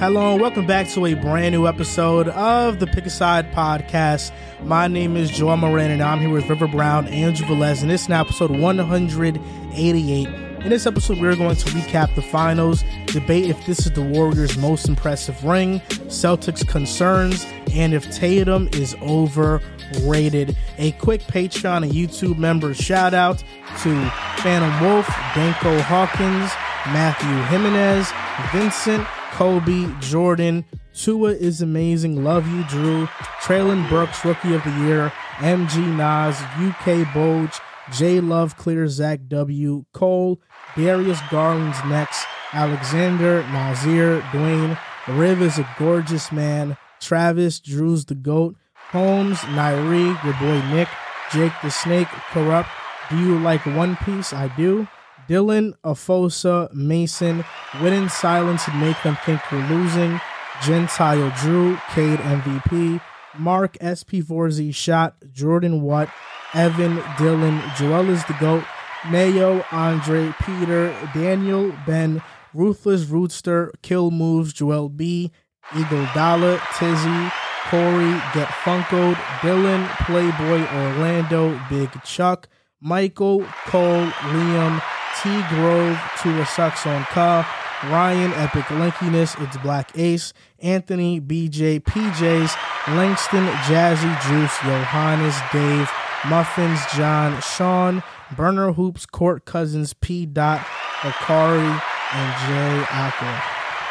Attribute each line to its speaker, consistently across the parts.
Speaker 1: Hello and welcome back to a brand new episode of the Pick a Side podcast. My name is Joel Moran and I'm here with River Brown, Andrew Velez, and this is now episode 188. In this episode, we're going to recap the finals, debate if this is the Warriors' most impressive ring, Celtics' concerns, and if Tatum is overrated. A quick Patreon and YouTube member shout out to Phantom Wolf, Danko Hawkins, Matthew Jimenez, Vincent, Kobe, Jordan, Tua is amazing, love you, Drew, Traylon Brooks, Rookie of the Year, MG Nas, UK Boge, J Love Clear, Zach W, Cole, Darius Garland's next, Alexander, Nazir, Dwayne, Riv is a gorgeous man, Travis, Drew's the GOAT, Holmes, Nairi, your boy Nick, Jake the Snake, Corrupt, do you like One Piece? I do. Dylan, Afosa, Mason, winning silence and make them think you're losing. Gentile Drew, Cade MVP, Mark SP4Z shot, Jordan Watt, Evan, Dylan, Joel is the GOAT, Mayo, Andre, Peter, Daniel, Ben, Ruthless Rootster, Kill Moves, Joel B, Eagle Dollar, Tizzy, Corey, Get Funkoed, Dylan, Playboy, Orlando, Big Chuck, Michael, Cole, Liam, T Grove, Tua Sucks on Ka, Ryan, Epic Linkiness, It's Black Ace, Anthony, BJ, PJs, Langston, Jazzy, Juice, Johannes, Dave, Muffins, John, Sean, Burner Hoops, Court Cousins, P. Dot, Akari, and Jay Aqua.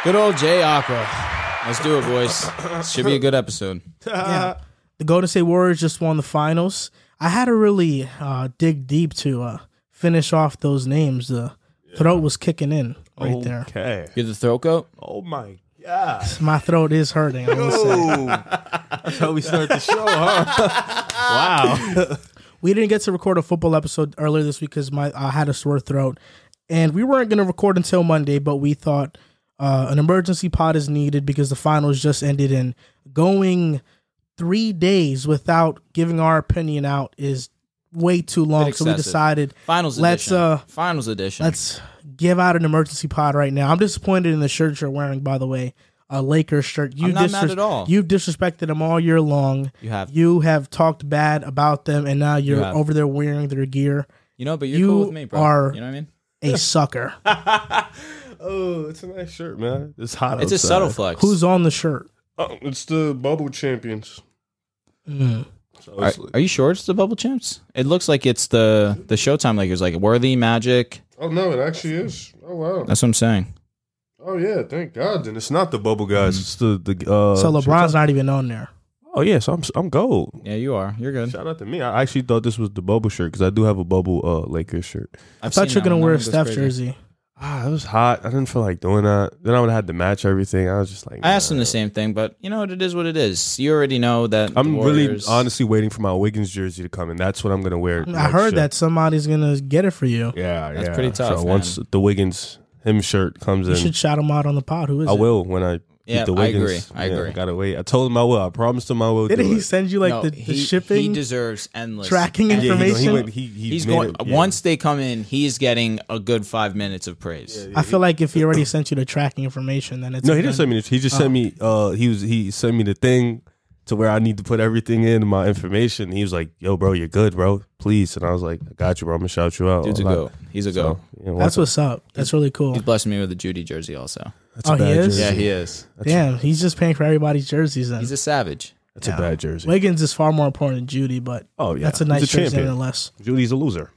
Speaker 2: Good old Jay Aqua. Let's do it, boys. Should be a good episode.
Speaker 1: yeah. Uh, The Golden State Warriors just won the finals. I had to really uh, dig deep to uh, finish off those names. The throat was kicking in right there.
Speaker 3: Okay.
Speaker 2: You're the throat goat?
Speaker 3: Oh my god.
Speaker 1: My throat is hurting. I will say.
Speaker 3: So we start the show, huh? wow.
Speaker 1: We didn't get to record a football episode earlier this week because my I had a sore throat, and we weren't going to record until Monday. But we thought uh, an emergency pod is needed because the finals just ended, and going three days without giving our opinion out is way too long. So we
Speaker 2: excessive.
Speaker 1: decided
Speaker 2: Finals
Speaker 1: Let's,
Speaker 2: edition.
Speaker 1: uh,
Speaker 2: Finals edition.
Speaker 1: let's give out an emergency pod right now. I'm disappointed in the shirt you're wearing, by the way. A Lakers shirt. You
Speaker 2: I'm not mad
Speaker 1: disres-
Speaker 2: at all.
Speaker 1: You've disrespected them all year long.
Speaker 2: You have.
Speaker 1: You have talked bad about them, and now you're
Speaker 2: You have.
Speaker 1: over there wearing their gear.
Speaker 2: you know, but you're
Speaker 1: you
Speaker 2: cool with me, bro.
Speaker 1: are-
Speaker 2: you know what I mean?
Speaker 1: A sucker.
Speaker 3: Oh, it's a nice shirt, man. It's hot.
Speaker 2: It's a
Speaker 3: outside.
Speaker 2: subtle flex.
Speaker 1: Who's on the shirt?
Speaker 3: Oh, it's the bubble champions.
Speaker 1: Mm.
Speaker 3: So
Speaker 2: are,
Speaker 3: it's like-
Speaker 2: are you sure it's the bubble champs? It looks like it's the the Showtime Lakers, like Worthy Magic.
Speaker 3: oh no, it actually is. Oh wow.
Speaker 2: That's what I'm saying.
Speaker 3: Oh yeah, thank God. Then it's not the bubble guys. It's the the. Uh,
Speaker 1: so LeBron's not even on there.
Speaker 3: Oh yeah, so I'm I'm gold.
Speaker 2: Yeah, you are. You're good.
Speaker 3: Shout out to me. I actually thought this was the bubble shirt because I do have a bubble uh Lakers shirt.
Speaker 1: I
Speaker 2: I've
Speaker 1: thought you
Speaker 2: seen
Speaker 1: were
Speaker 2: that
Speaker 1: gonna
Speaker 2: one. That
Speaker 1: wear a
Speaker 2: one goes
Speaker 1: Steph
Speaker 2: crazy.
Speaker 1: jersey.
Speaker 3: Ah, it was hot. I didn't feel like doing that. Then I would have had to match everything. I was just like,
Speaker 2: I asked him
Speaker 3: nah.
Speaker 2: the same thing, but you know what? It is what it is. You already know that. the
Speaker 3: I'm really
Speaker 2: Warriors-
Speaker 3: honestly waiting for my Wiggins jersey to come, and that's what I'm gonna wear.
Speaker 1: I
Speaker 3: next
Speaker 1: heard
Speaker 3: year.
Speaker 1: that somebody's gonna get it for you.
Speaker 3: Yeah,
Speaker 2: That's
Speaker 3: yeah.
Speaker 2: pretty tough,
Speaker 3: So
Speaker 2: man.
Speaker 3: once the Wiggins him shirt comes
Speaker 1: You
Speaker 3: in,
Speaker 1: should shout him out on the pod. Who is
Speaker 3: I
Speaker 1: it?
Speaker 3: will when I
Speaker 2: Yeah,
Speaker 3: beat the
Speaker 2: I
Speaker 3: Wiggins.
Speaker 2: agree. I
Speaker 3: Yeah,
Speaker 2: agree.
Speaker 3: Gotta wait. I told him I will. I promised him I will.
Speaker 1: Didn't
Speaker 3: do
Speaker 1: he
Speaker 3: it.
Speaker 1: send you like
Speaker 2: No,
Speaker 1: the, the
Speaker 2: he,
Speaker 1: shipping?
Speaker 2: He deserves endless
Speaker 1: tracking
Speaker 2: endless-
Speaker 3: Yeah, he,
Speaker 1: information?
Speaker 3: he, went- he, he
Speaker 2: he's
Speaker 3: made
Speaker 2: going
Speaker 3: it- yeah.
Speaker 2: once they come in. He's getting a good five minutes of praise.
Speaker 1: I feel like if he already sent you the tracking information, then it's
Speaker 3: No,
Speaker 1: a
Speaker 3: he didn't
Speaker 1: done
Speaker 3: send me. This. He just sent me.
Speaker 1: Oh.
Speaker 3: Uh, he was he sent me the thing to where I need to put everything in my information. He was like, "Yo, bro, you're good, bro. Please." And I was like, "I got you, bro. I'm gonna shout you out."
Speaker 2: Dude's a
Speaker 3: Like,
Speaker 2: go. He's a
Speaker 3: So,
Speaker 2: go.
Speaker 3: you know,
Speaker 1: That's
Speaker 3: once-
Speaker 1: what's up. That's really cool.
Speaker 2: He's blessing me with a Judy jersey also.
Speaker 3: that's a
Speaker 1: Oh, he
Speaker 3: bad
Speaker 1: is?
Speaker 3: jersey.
Speaker 1: Yeah,
Speaker 2: is.
Speaker 1: Damn, he's just paying for everybody's jerseys then.
Speaker 2: He's a savage.
Speaker 3: That's a bad jersey.
Speaker 1: Wiggins is far more important than Judy, but
Speaker 3: oh yeah,
Speaker 1: that's a
Speaker 3: He's
Speaker 1: nice jersey
Speaker 3: champion.
Speaker 1: nonetheless.
Speaker 3: Judy's a loser.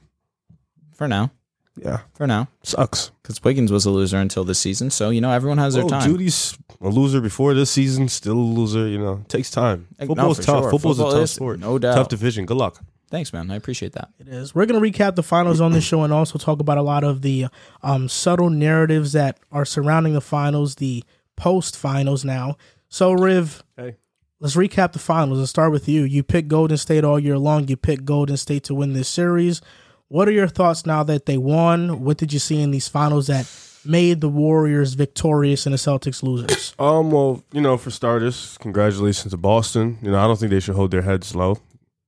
Speaker 2: For now.
Speaker 3: Yeah,
Speaker 2: For now.
Speaker 3: sucks.
Speaker 2: Because Wiggins was a loser until this season. So, you know, everyone has their
Speaker 3: Oh,
Speaker 2: time.
Speaker 3: Judy's a loser before this season. Still a loser. You know, takes time.
Speaker 2: Eh, no,
Speaker 3: Football's
Speaker 2: for
Speaker 3: tough.
Speaker 2: sure.
Speaker 3: Football's
Speaker 2: Football
Speaker 3: a tough
Speaker 2: is,
Speaker 3: sport.
Speaker 2: no doubt.
Speaker 3: Tough division. Good luck.
Speaker 2: Thanks, man. I appreciate that.
Speaker 1: It is. We're gonna recap the finals on this show and also talk about a lot of the um, subtle narratives that are surrounding the finals, the post finals now. So Riv,
Speaker 3: Hey.
Speaker 1: let's recap the finals and start with you. You picked Golden State all year long. You picked Golden State to win this series. What are your thoughts now that they won? What did you see in these finals that made the Warriors victorious and the Celtics losers?
Speaker 3: Um, well, you know, for starters, congratulations to Boston. You know, I don't think they should hold their heads low.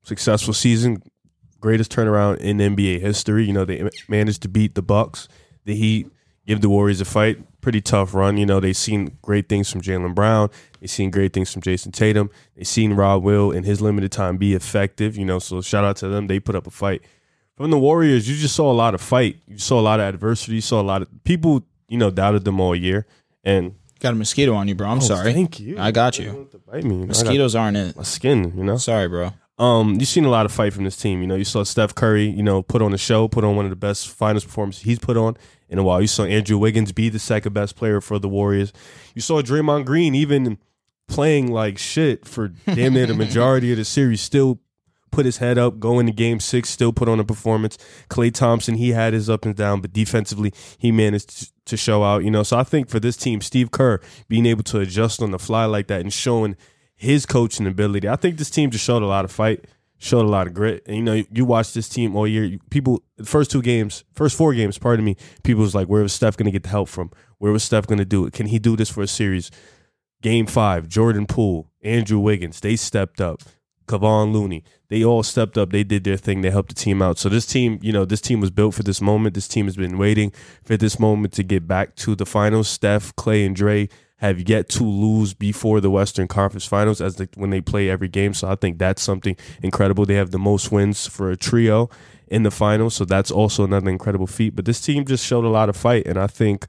Speaker 3: Successful season, greatest turnaround in NBA history. You know, they managed to beat the Bucks, the Heat, give the Warriors a fight. pretty tough run. You know, they've seen great things from Jalen Brown. They've seen great things from Jason Tatum. They've seen Rob Will in his limited time be effective. You know, so shout out to them. They put up a fight. From the Warriors, you just saw a lot of fight. You saw a lot of adversity. You saw a lot of people, you know, doubted them all year. And
Speaker 2: Got a mosquito on you, bro. I'm sorry.
Speaker 3: Thank you.
Speaker 2: I got
Speaker 3: Don't
Speaker 2: you.
Speaker 3: want to bite me. I got
Speaker 2: Mosquitoes aren't it.
Speaker 3: my skin, you know?
Speaker 2: Sorry, bro.
Speaker 3: Um, you've seen a lot of fight from this team. You know, you saw Steph Curry, you know, put on a show, put on one of the best finals performances he's put on in a while. You saw Andrew Wiggins be the second best player for the Warriors. You saw Draymond Green even playing like shit for damn near the majority of the series, still put his head up, go into game six, still put on a performance. Clay Thompson, he had his up and down, but defensively, he managed t- to show out, you know. So I think for this team, Steve Kerr being able to adjust on the fly like that and showing his coaching ability, I think this team just showed a lot of fight, showed a lot of grit. And, you know, you, you watch this team all year. you- People, the first two games, first four games, pardon me, people was like, where was Steph going to get the help from? Where was Steph going to do it? Can he do this for a series? Game five, Jordan Poole, Andrew Wiggins, they stepped up. Kevon Looney, they all stepped up. They did their thing. They helped the team out. So this team, you know, this team was built for this moment. This team has been waiting for this moment to get back to the finals. Steph, Clay, and Dre have yet to lose before the Western Conference Finals as the, when they play every game. So I think that's something incredible. They have the most wins for a trio in the finals. So that's also another incredible feat. But this team just showed a lot of fight, and I think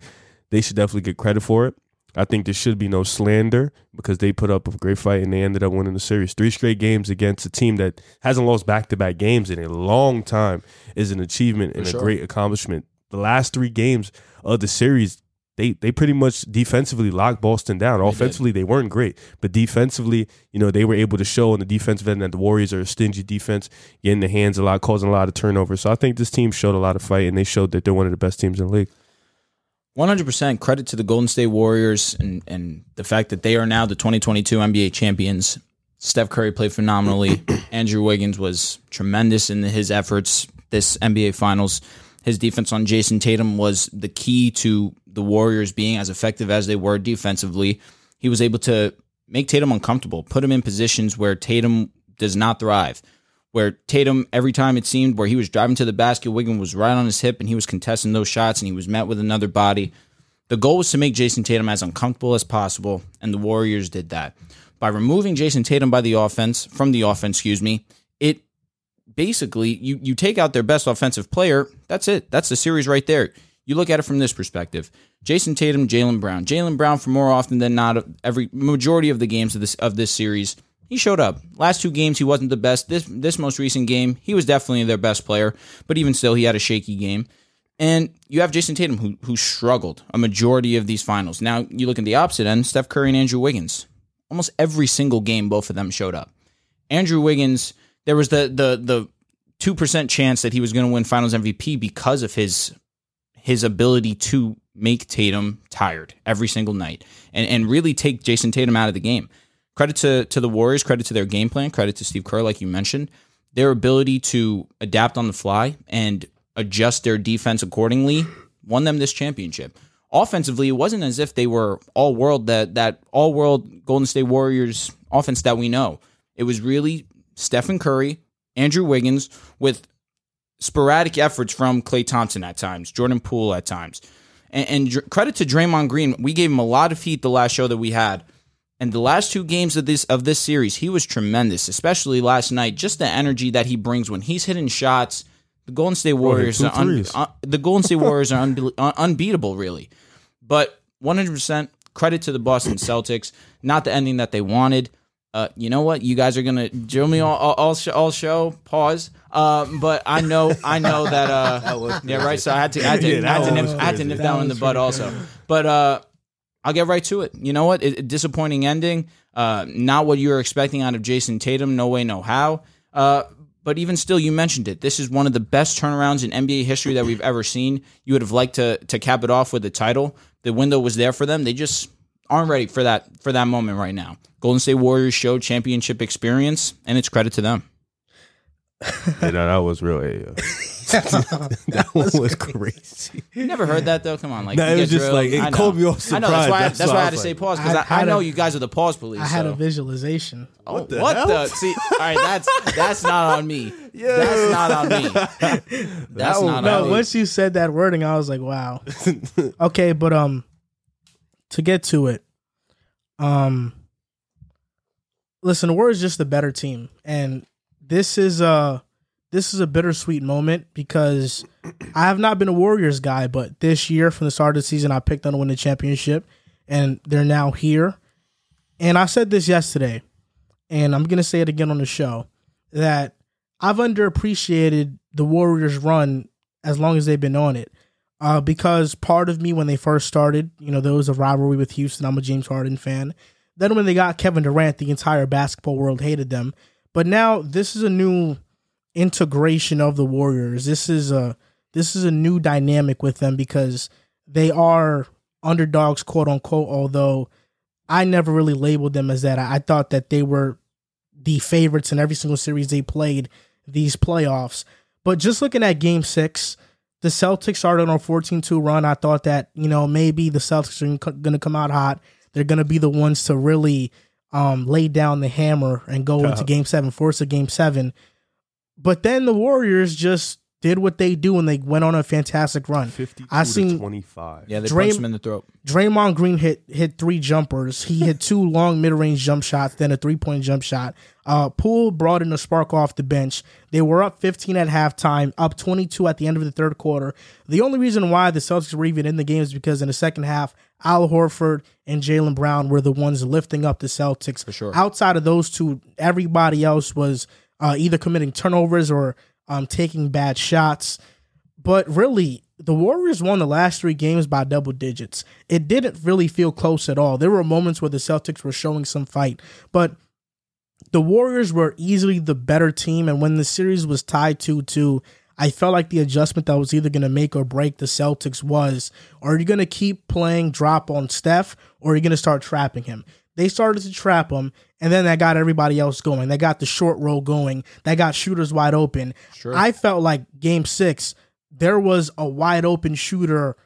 Speaker 3: they should definitely get credit for it. I think there should be no slander because they put up a great fight and they ended up winning the series. Three straight games against a team that hasn't lost back to back games in a long time is an achievement and a great accomplishment. The last three games of the series, they they pretty much defensively locked Boston down. Offensively, they weren't great, but defensively, you know, they were able to show on the defensive end that the Warriors are a stingy defense, getting the hands a lot, causing a lot of turnovers. So I think this team showed a lot of fight and they showed that they're one of the best teams in the league.
Speaker 2: 100% credit to the Golden State Warriors and, and the fact that they are now the 2022 NBA champions. Steph Curry played phenomenally. Andrew Wiggins was tremendous in his efforts this NBA Finals. His defense on Jason Tatum was the key to the Warriors being as effective as they were defensively. He was able to make Tatum uncomfortable, put him in positions where Tatum does not thrive where Tatum, every time it seemed where he was driving to the basket, Wiggins was right on his hip and he was contesting those shots and he was met with another body. The goal was to make Jason Tatum as uncomfortable as possible, and the Warriors did that. By removing Jason Tatum by the offense, from the offense, excuse me, it basically you you take out their best offensive player. That's it. That's the series right there. You look at it from this perspective: Jason Tatum, Jalen Brown. Jalen Brown, for more often than not, every majority of the games of this of this series, he showed up. Last two games, he wasn't the best. This this most recent game, he was definitely their best player. But even still, he had a shaky game. And you have Jason Tatum, who who struggled a majority of these finals. Now you look at the opposite end: Steph Curry and Andrew Wiggins. Almost every single game, both of them showed up. Andrew Wiggins, there was the the the two percent chance that he was going to win Finals MVP because of his his ability to make Tatum tired every single night and and really take Jason Tatum out of the game. Credit to to the Warriors, credit to their game plan, credit to Steve Kerr, like you mentioned, their ability to adapt on the fly and adjust their defense accordingly won them this championship. Offensively, it wasn't as if they were all world that that all world Golden State Warriors offense that we know. It was really Stephen Curry, Andrew Wiggins, with sporadic efforts from Clay Thompson at times, Jordan Poole at times. And, and dr- credit to Draymond Green, we gave him a lot of heat the last show that we had. And the last two games of this of this series, he was tremendous, especially last night. Just the energy that he brings when he's hitting shots. The Golden State Warriors
Speaker 3: two
Speaker 2: are un-
Speaker 3: threes.
Speaker 2: un- the Golden State Warriors are unbe- un- unbeatable, really. But 100% credit to the Boston Celtics. Not the ending that they wanted. Uh, you know what? You guys are gonna drill me all all, all, show, all show. Pause. Um, but I know I know that. Uh, yeah, right. So I had to I had to, I had to,
Speaker 1: that
Speaker 2: nip,
Speaker 1: was
Speaker 2: I had to nip
Speaker 1: crazy.
Speaker 2: that, one in the bud also. But uh, I'll get right to it. You know what? It, it- disappointing ending. Uh, not what you were expecting out of Jason Tatum. No way, no how. Uh, but even still, you mentioned it. This is one of the best turnarounds in NBA history that we've ever seen. You would have liked to to cap it off with the title. The window was there for them. They just aren't ready for that for that moment right now. Golden State Warriors showed championship experience, and it's credit to them.
Speaker 3: Yeah, no, that was real. yeah, yeah. that one was crazy.
Speaker 2: You never heard that though. Come on, like
Speaker 3: No,
Speaker 2: you
Speaker 3: it
Speaker 2: get
Speaker 3: was just
Speaker 2: drilled.
Speaker 3: like, it
Speaker 2: I know.
Speaker 3: caught me off
Speaker 2: I know that's
Speaker 3: surprise.
Speaker 2: why. I,
Speaker 3: That's
Speaker 2: that's why
Speaker 3: why
Speaker 2: I
Speaker 3: I
Speaker 2: had to
Speaker 3: was
Speaker 2: say
Speaker 3: like-
Speaker 2: pause because
Speaker 1: I
Speaker 2: I, I,
Speaker 1: had
Speaker 2: know
Speaker 1: a-
Speaker 2: you guys are the pause police.
Speaker 1: I had
Speaker 2: so.
Speaker 1: a visualization.
Speaker 2: Oh,
Speaker 3: What the
Speaker 2: what
Speaker 3: hell?
Speaker 2: the? See, all right, that's that's not on me. That's not on me. That's not
Speaker 1: No,
Speaker 2: on me.
Speaker 1: once you said that wording, I was like, wow. okay, but um, to get to it, um, listen, the Warriors just the better team, and this is a this is a bittersweet moment because I have not been a Warriors guy, but this year from the start of the season, I picked them to win the championship, and they're now here. And I said this yesterday, and I'm gonna say it again on the show that I've underappreciated the Warriors' run as long as they've been on it. Uh, because part of me, when they first started, you know, there was a rivalry with Houston. I'm a James Harden fan. Then when they got Kevin Durant, the entire basketball world hated them. But now this is a new integration of the Warriors. This is a this is a new dynamic with them because they are underdogs, quote unquote. Although I never really labeled them as that. I, I thought that they were the favorites in every single series they played these playoffs. But just looking at game six, the Celtics started on a 14 2 run. I thought that, you know, maybe the Celtics are going to come out hot. They're going to be the ones to really um, lay down the hammer and go
Speaker 3: Yeah.
Speaker 1: into game seven, force a game seven. But then the Warriors just did what they do and they went on a fantastic run.
Speaker 3: 52
Speaker 1: I
Speaker 3: to
Speaker 1: seen-
Speaker 3: 25.
Speaker 2: Yeah, they
Speaker 1: Dream-
Speaker 2: punched him in the throat.
Speaker 1: Draymond Green hit hit three jumpers. He hit two long mid range jump shots, then a three point jump shot. Uh, Poole brought in a spark off the bench. They were up 15 at halftime, up 22 at the end of the third quarter. The only reason why the Celtics were even in the game is because in the second half, Al Horford and Jalen Brown were the ones lifting up the Celtics. For
Speaker 2: sure.
Speaker 1: Outside of those two, everybody else was uh, either committing turnovers or um, taking bad shots but really the warriors won the last three games by double digits it didn't really feel close at all there were moments where the celtics were showing some fight but the warriors were easily the better team and when the series was tied 2-2 i felt like the adjustment that was either going to make or break the celtics was are you going to keep playing drop on steph or are you going to start trapping him they started to trap him and then that got everybody else going that got the short roll going that got shooters wide open I felt like game six, there was a wide open shooter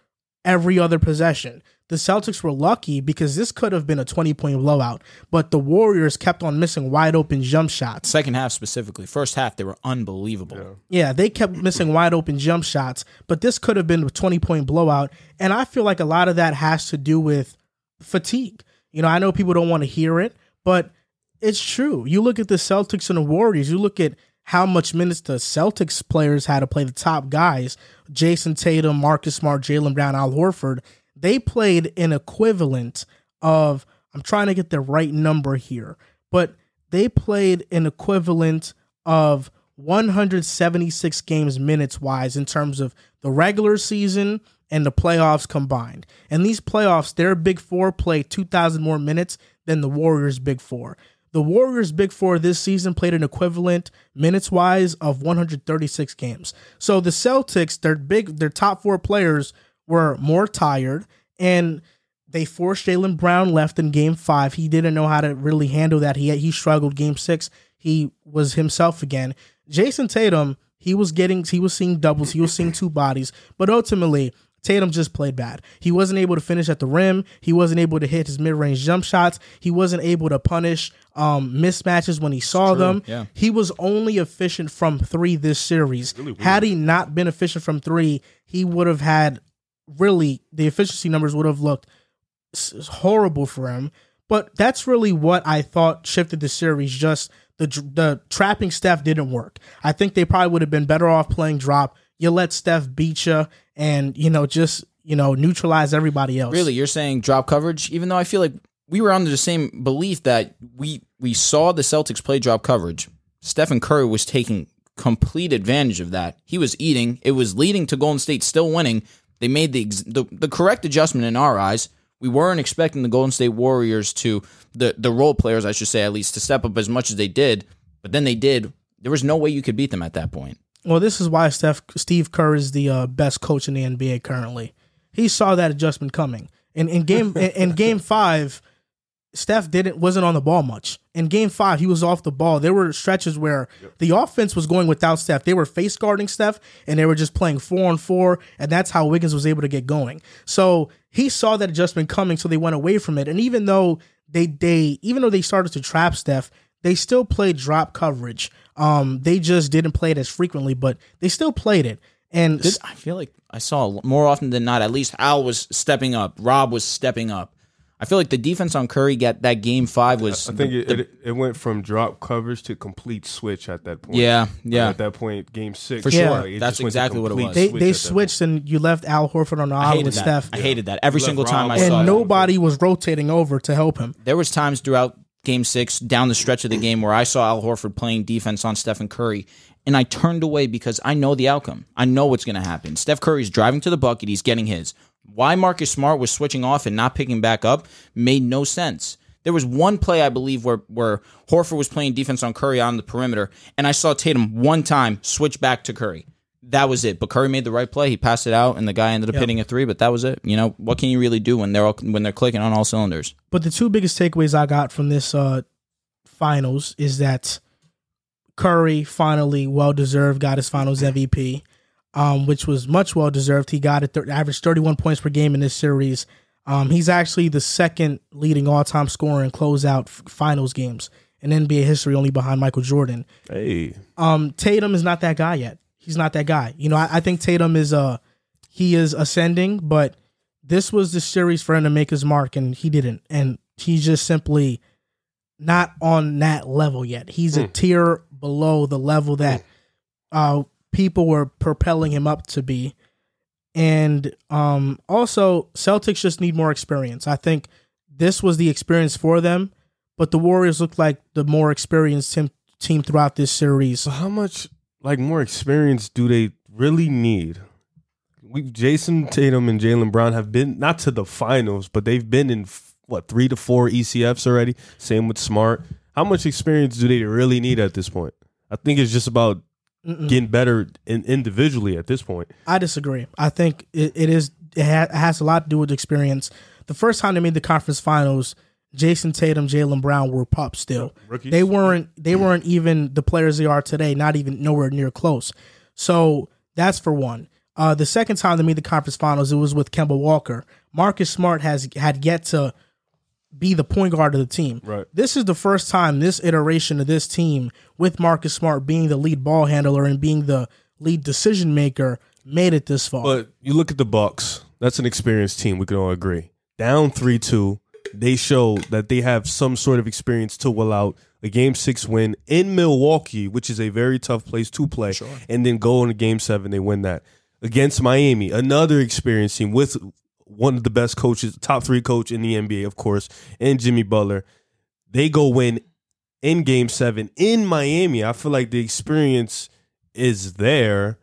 Speaker 1: every other possession. The Celtics were lucky because this could have been a 20 point blowout, but the Warriors kept on missing wide open jump shots.
Speaker 2: Second half specifically. First half, they were unbelievable.
Speaker 1: Yeah, they kept missing wide open jump shots, but this could have been a 20 point blowout. And I feel like a lot of that has to do with fatigue. You know, I know people don't want to hear it, but it's true. You look at the Celtics and the Warriors, you look at how much minutes the Celtics players had to play the top guys Jason Tatum, Marcus Smart, Jalen Brown, Al Horford. They played an equivalent of, I'm trying to get the right number here, but they played an equivalent of 176 games minutes wise in terms of the regular season and the playoffs combined. And these playoffs, their big four played 2,000 more minutes than the Warriors' big four. The Warriors' big four this season played an equivalent minutes wise of 136 games. So the Celtics, their big, their top four players were more tired and they forced Jalen Brown left in game five. He didn't know how to really handle that. He he struggled game six. He was himself again. Jason Tatum, he was getting he was seeing doubles, he was seeing two bodies, but ultimately Tatum just played bad. He wasn't able to finish at the rim. He wasn't able to hit his mid-range jump shots. He wasn't able to punish um, mismatches when he saw them.
Speaker 2: yeah.
Speaker 1: He was only efficient from three this series. had he not been efficient from three, he would have had really the efficiency numbers would have looked s- horrible for him. But that's really what I thought shifted the series. Just the dr- the trapping Steph didn't work. I think they probably would have been better off playing drop. You let Steph beat you, and you know just you know neutralize everybody else.
Speaker 2: Really, you're saying drop coverage? Even though I feel like we were under the same belief that we we saw the Celtics play drop coverage. Stephen Curry was taking complete advantage of that. He was eating. It was leading to Golden State still winning. They made the ex- the, the correct adjustment in our eyes. We weren't expecting the Golden State Warriors to the the role players, I should say, at least to step up as much as they did. But then they did. There was no way you could beat them at that point.
Speaker 1: Well, this is why Steph Steve Kerr is the uh, best coach in the NBA currently. He saw that adjustment coming. In in game in, in game five, Steph didn't wasn't on the ball much. In game five, he was off the ball. There were stretches where the offense was going without Steph. They were face guarding Steph, and they were just playing four on four, and that's how Wiggins was able to get going. So he saw that adjustment coming, so they went away from it. And even though they they even though they started to trap Steph, they still played drop coverage. Um, they just didn't play it as frequently, but they still played it. And
Speaker 2: I feel like I saw more often than not. At least Al was stepping up. Rob was stepping up. I feel like the defense on Curry got that game five was.
Speaker 3: I think
Speaker 2: the-
Speaker 3: it,
Speaker 2: the-
Speaker 3: it, it went from drop coverage to complete switch at that point.
Speaker 2: yeah, yeah.
Speaker 3: At that point, game six.
Speaker 2: For
Speaker 3: like,
Speaker 1: sure.
Speaker 3: it
Speaker 2: That's
Speaker 3: just went to
Speaker 2: exactly what it
Speaker 3: complete
Speaker 2: was.
Speaker 1: They
Speaker 3: switch
Speaker 1: they
Speaker 3: at that
Speaker 1: switched
Speaker 3: point.
Speaker 1: and you left Al Horford on the
Speaker 2: I
Speaker 1: island
Speaker 2: hated
Speaker 1: with
Speaker 2: that.
Speaker 1: Steph,
Speaker 2: I hated that every
Speaker 3: left
Speaker 2: single time I
Speaker 3: Rob
Speaker 2: saw
Speaker 1: and
Speaker 3: out.
Speaker 2: it.
Speaker 1: nobody was rotating over to help him.
Speaker 2: There was times throughout Game Six, down the stretch of the game, where I saw Al Horford playing defense on Stephen Curry, and I turned away because I know the outcome. I know what's going to happen. Steph Curry's driving to the bucket; he's getting his. Why Marcus Smart was switching off and not picking back up made no sense. There was one play I believe where where Horford was playing defense on Curry on the perimeter, and I saw Tatum one time switch back to Curry. That was it. But Curry made the right play. He passed it out, and the guy ended up hitting a three. But that was it. You know what can you really do when they're all, when they're clicking on all cylinders?
Speaker 1: But the two biggest takeaways I got from this uh, finals is that Curry finally, well deserved, got his finals MVP, um, which was much well deserved. He got it, th- averaged 31 points per game in this series. Um, he's actually the second leading all time scorer in closeout f- finals games in NBA history, only behind Michael Jordan.
Speaker 3: Hey,
Speaker 1: Um, Tatum is not that guy yet. He's not that guy. You know, I, I think Tatum is uh he is ascending, but this was the series for him to make his mark, and he didn't. And he's just simply not on that level yet. He's a tier below the level that uh people were propelling him up to be. And um also Celtics just need more experience. I think this was the experience for them, but the Warriors looked like the more experienced team team throughout this series.
Speaker 3: so how much like more experience do they really need? We Jason Tatum and Jalen Brown have been not to the finals, but they've been in f- what three to four ECFs already. Same with Smart. How much experience do they really need at this point? I think it's just about getting better in, individually at this point.
Speaker 1: I disagree. I think it, it is it, ha- it has a lot to do with experience. The first time they made the conference finals, Jason Tatum, Jalen Brown were pups still.
Speaker 3: Rookies.
Speaker 1: They weren't they weren't even the players they are today, not even nowhere near close. So that's for one. Uh, the second time they made the conference finals, it was with Kemba Walker. Marcus Smart has had yet to be the point guard of the team.
Speaker 3: Right.
Speaker 1: This is the first time this iteration of this team with Marcus Smart being the lead ball handler and being the lead decision maker made it this far.
Speaker 3: But you look at the Bucks. That's an experienced team. We can all agree. Down three two, they show that they have some sort of experience to will out a game six win in Milwaukee, which is a very tough place to play, and then go into game seven. They win that against Miami, another experienced team with one of the best coaches, top three coach in the NBA, of course, and Jimmy Butler. They go win in game seven in Miami. I feel like the experience is there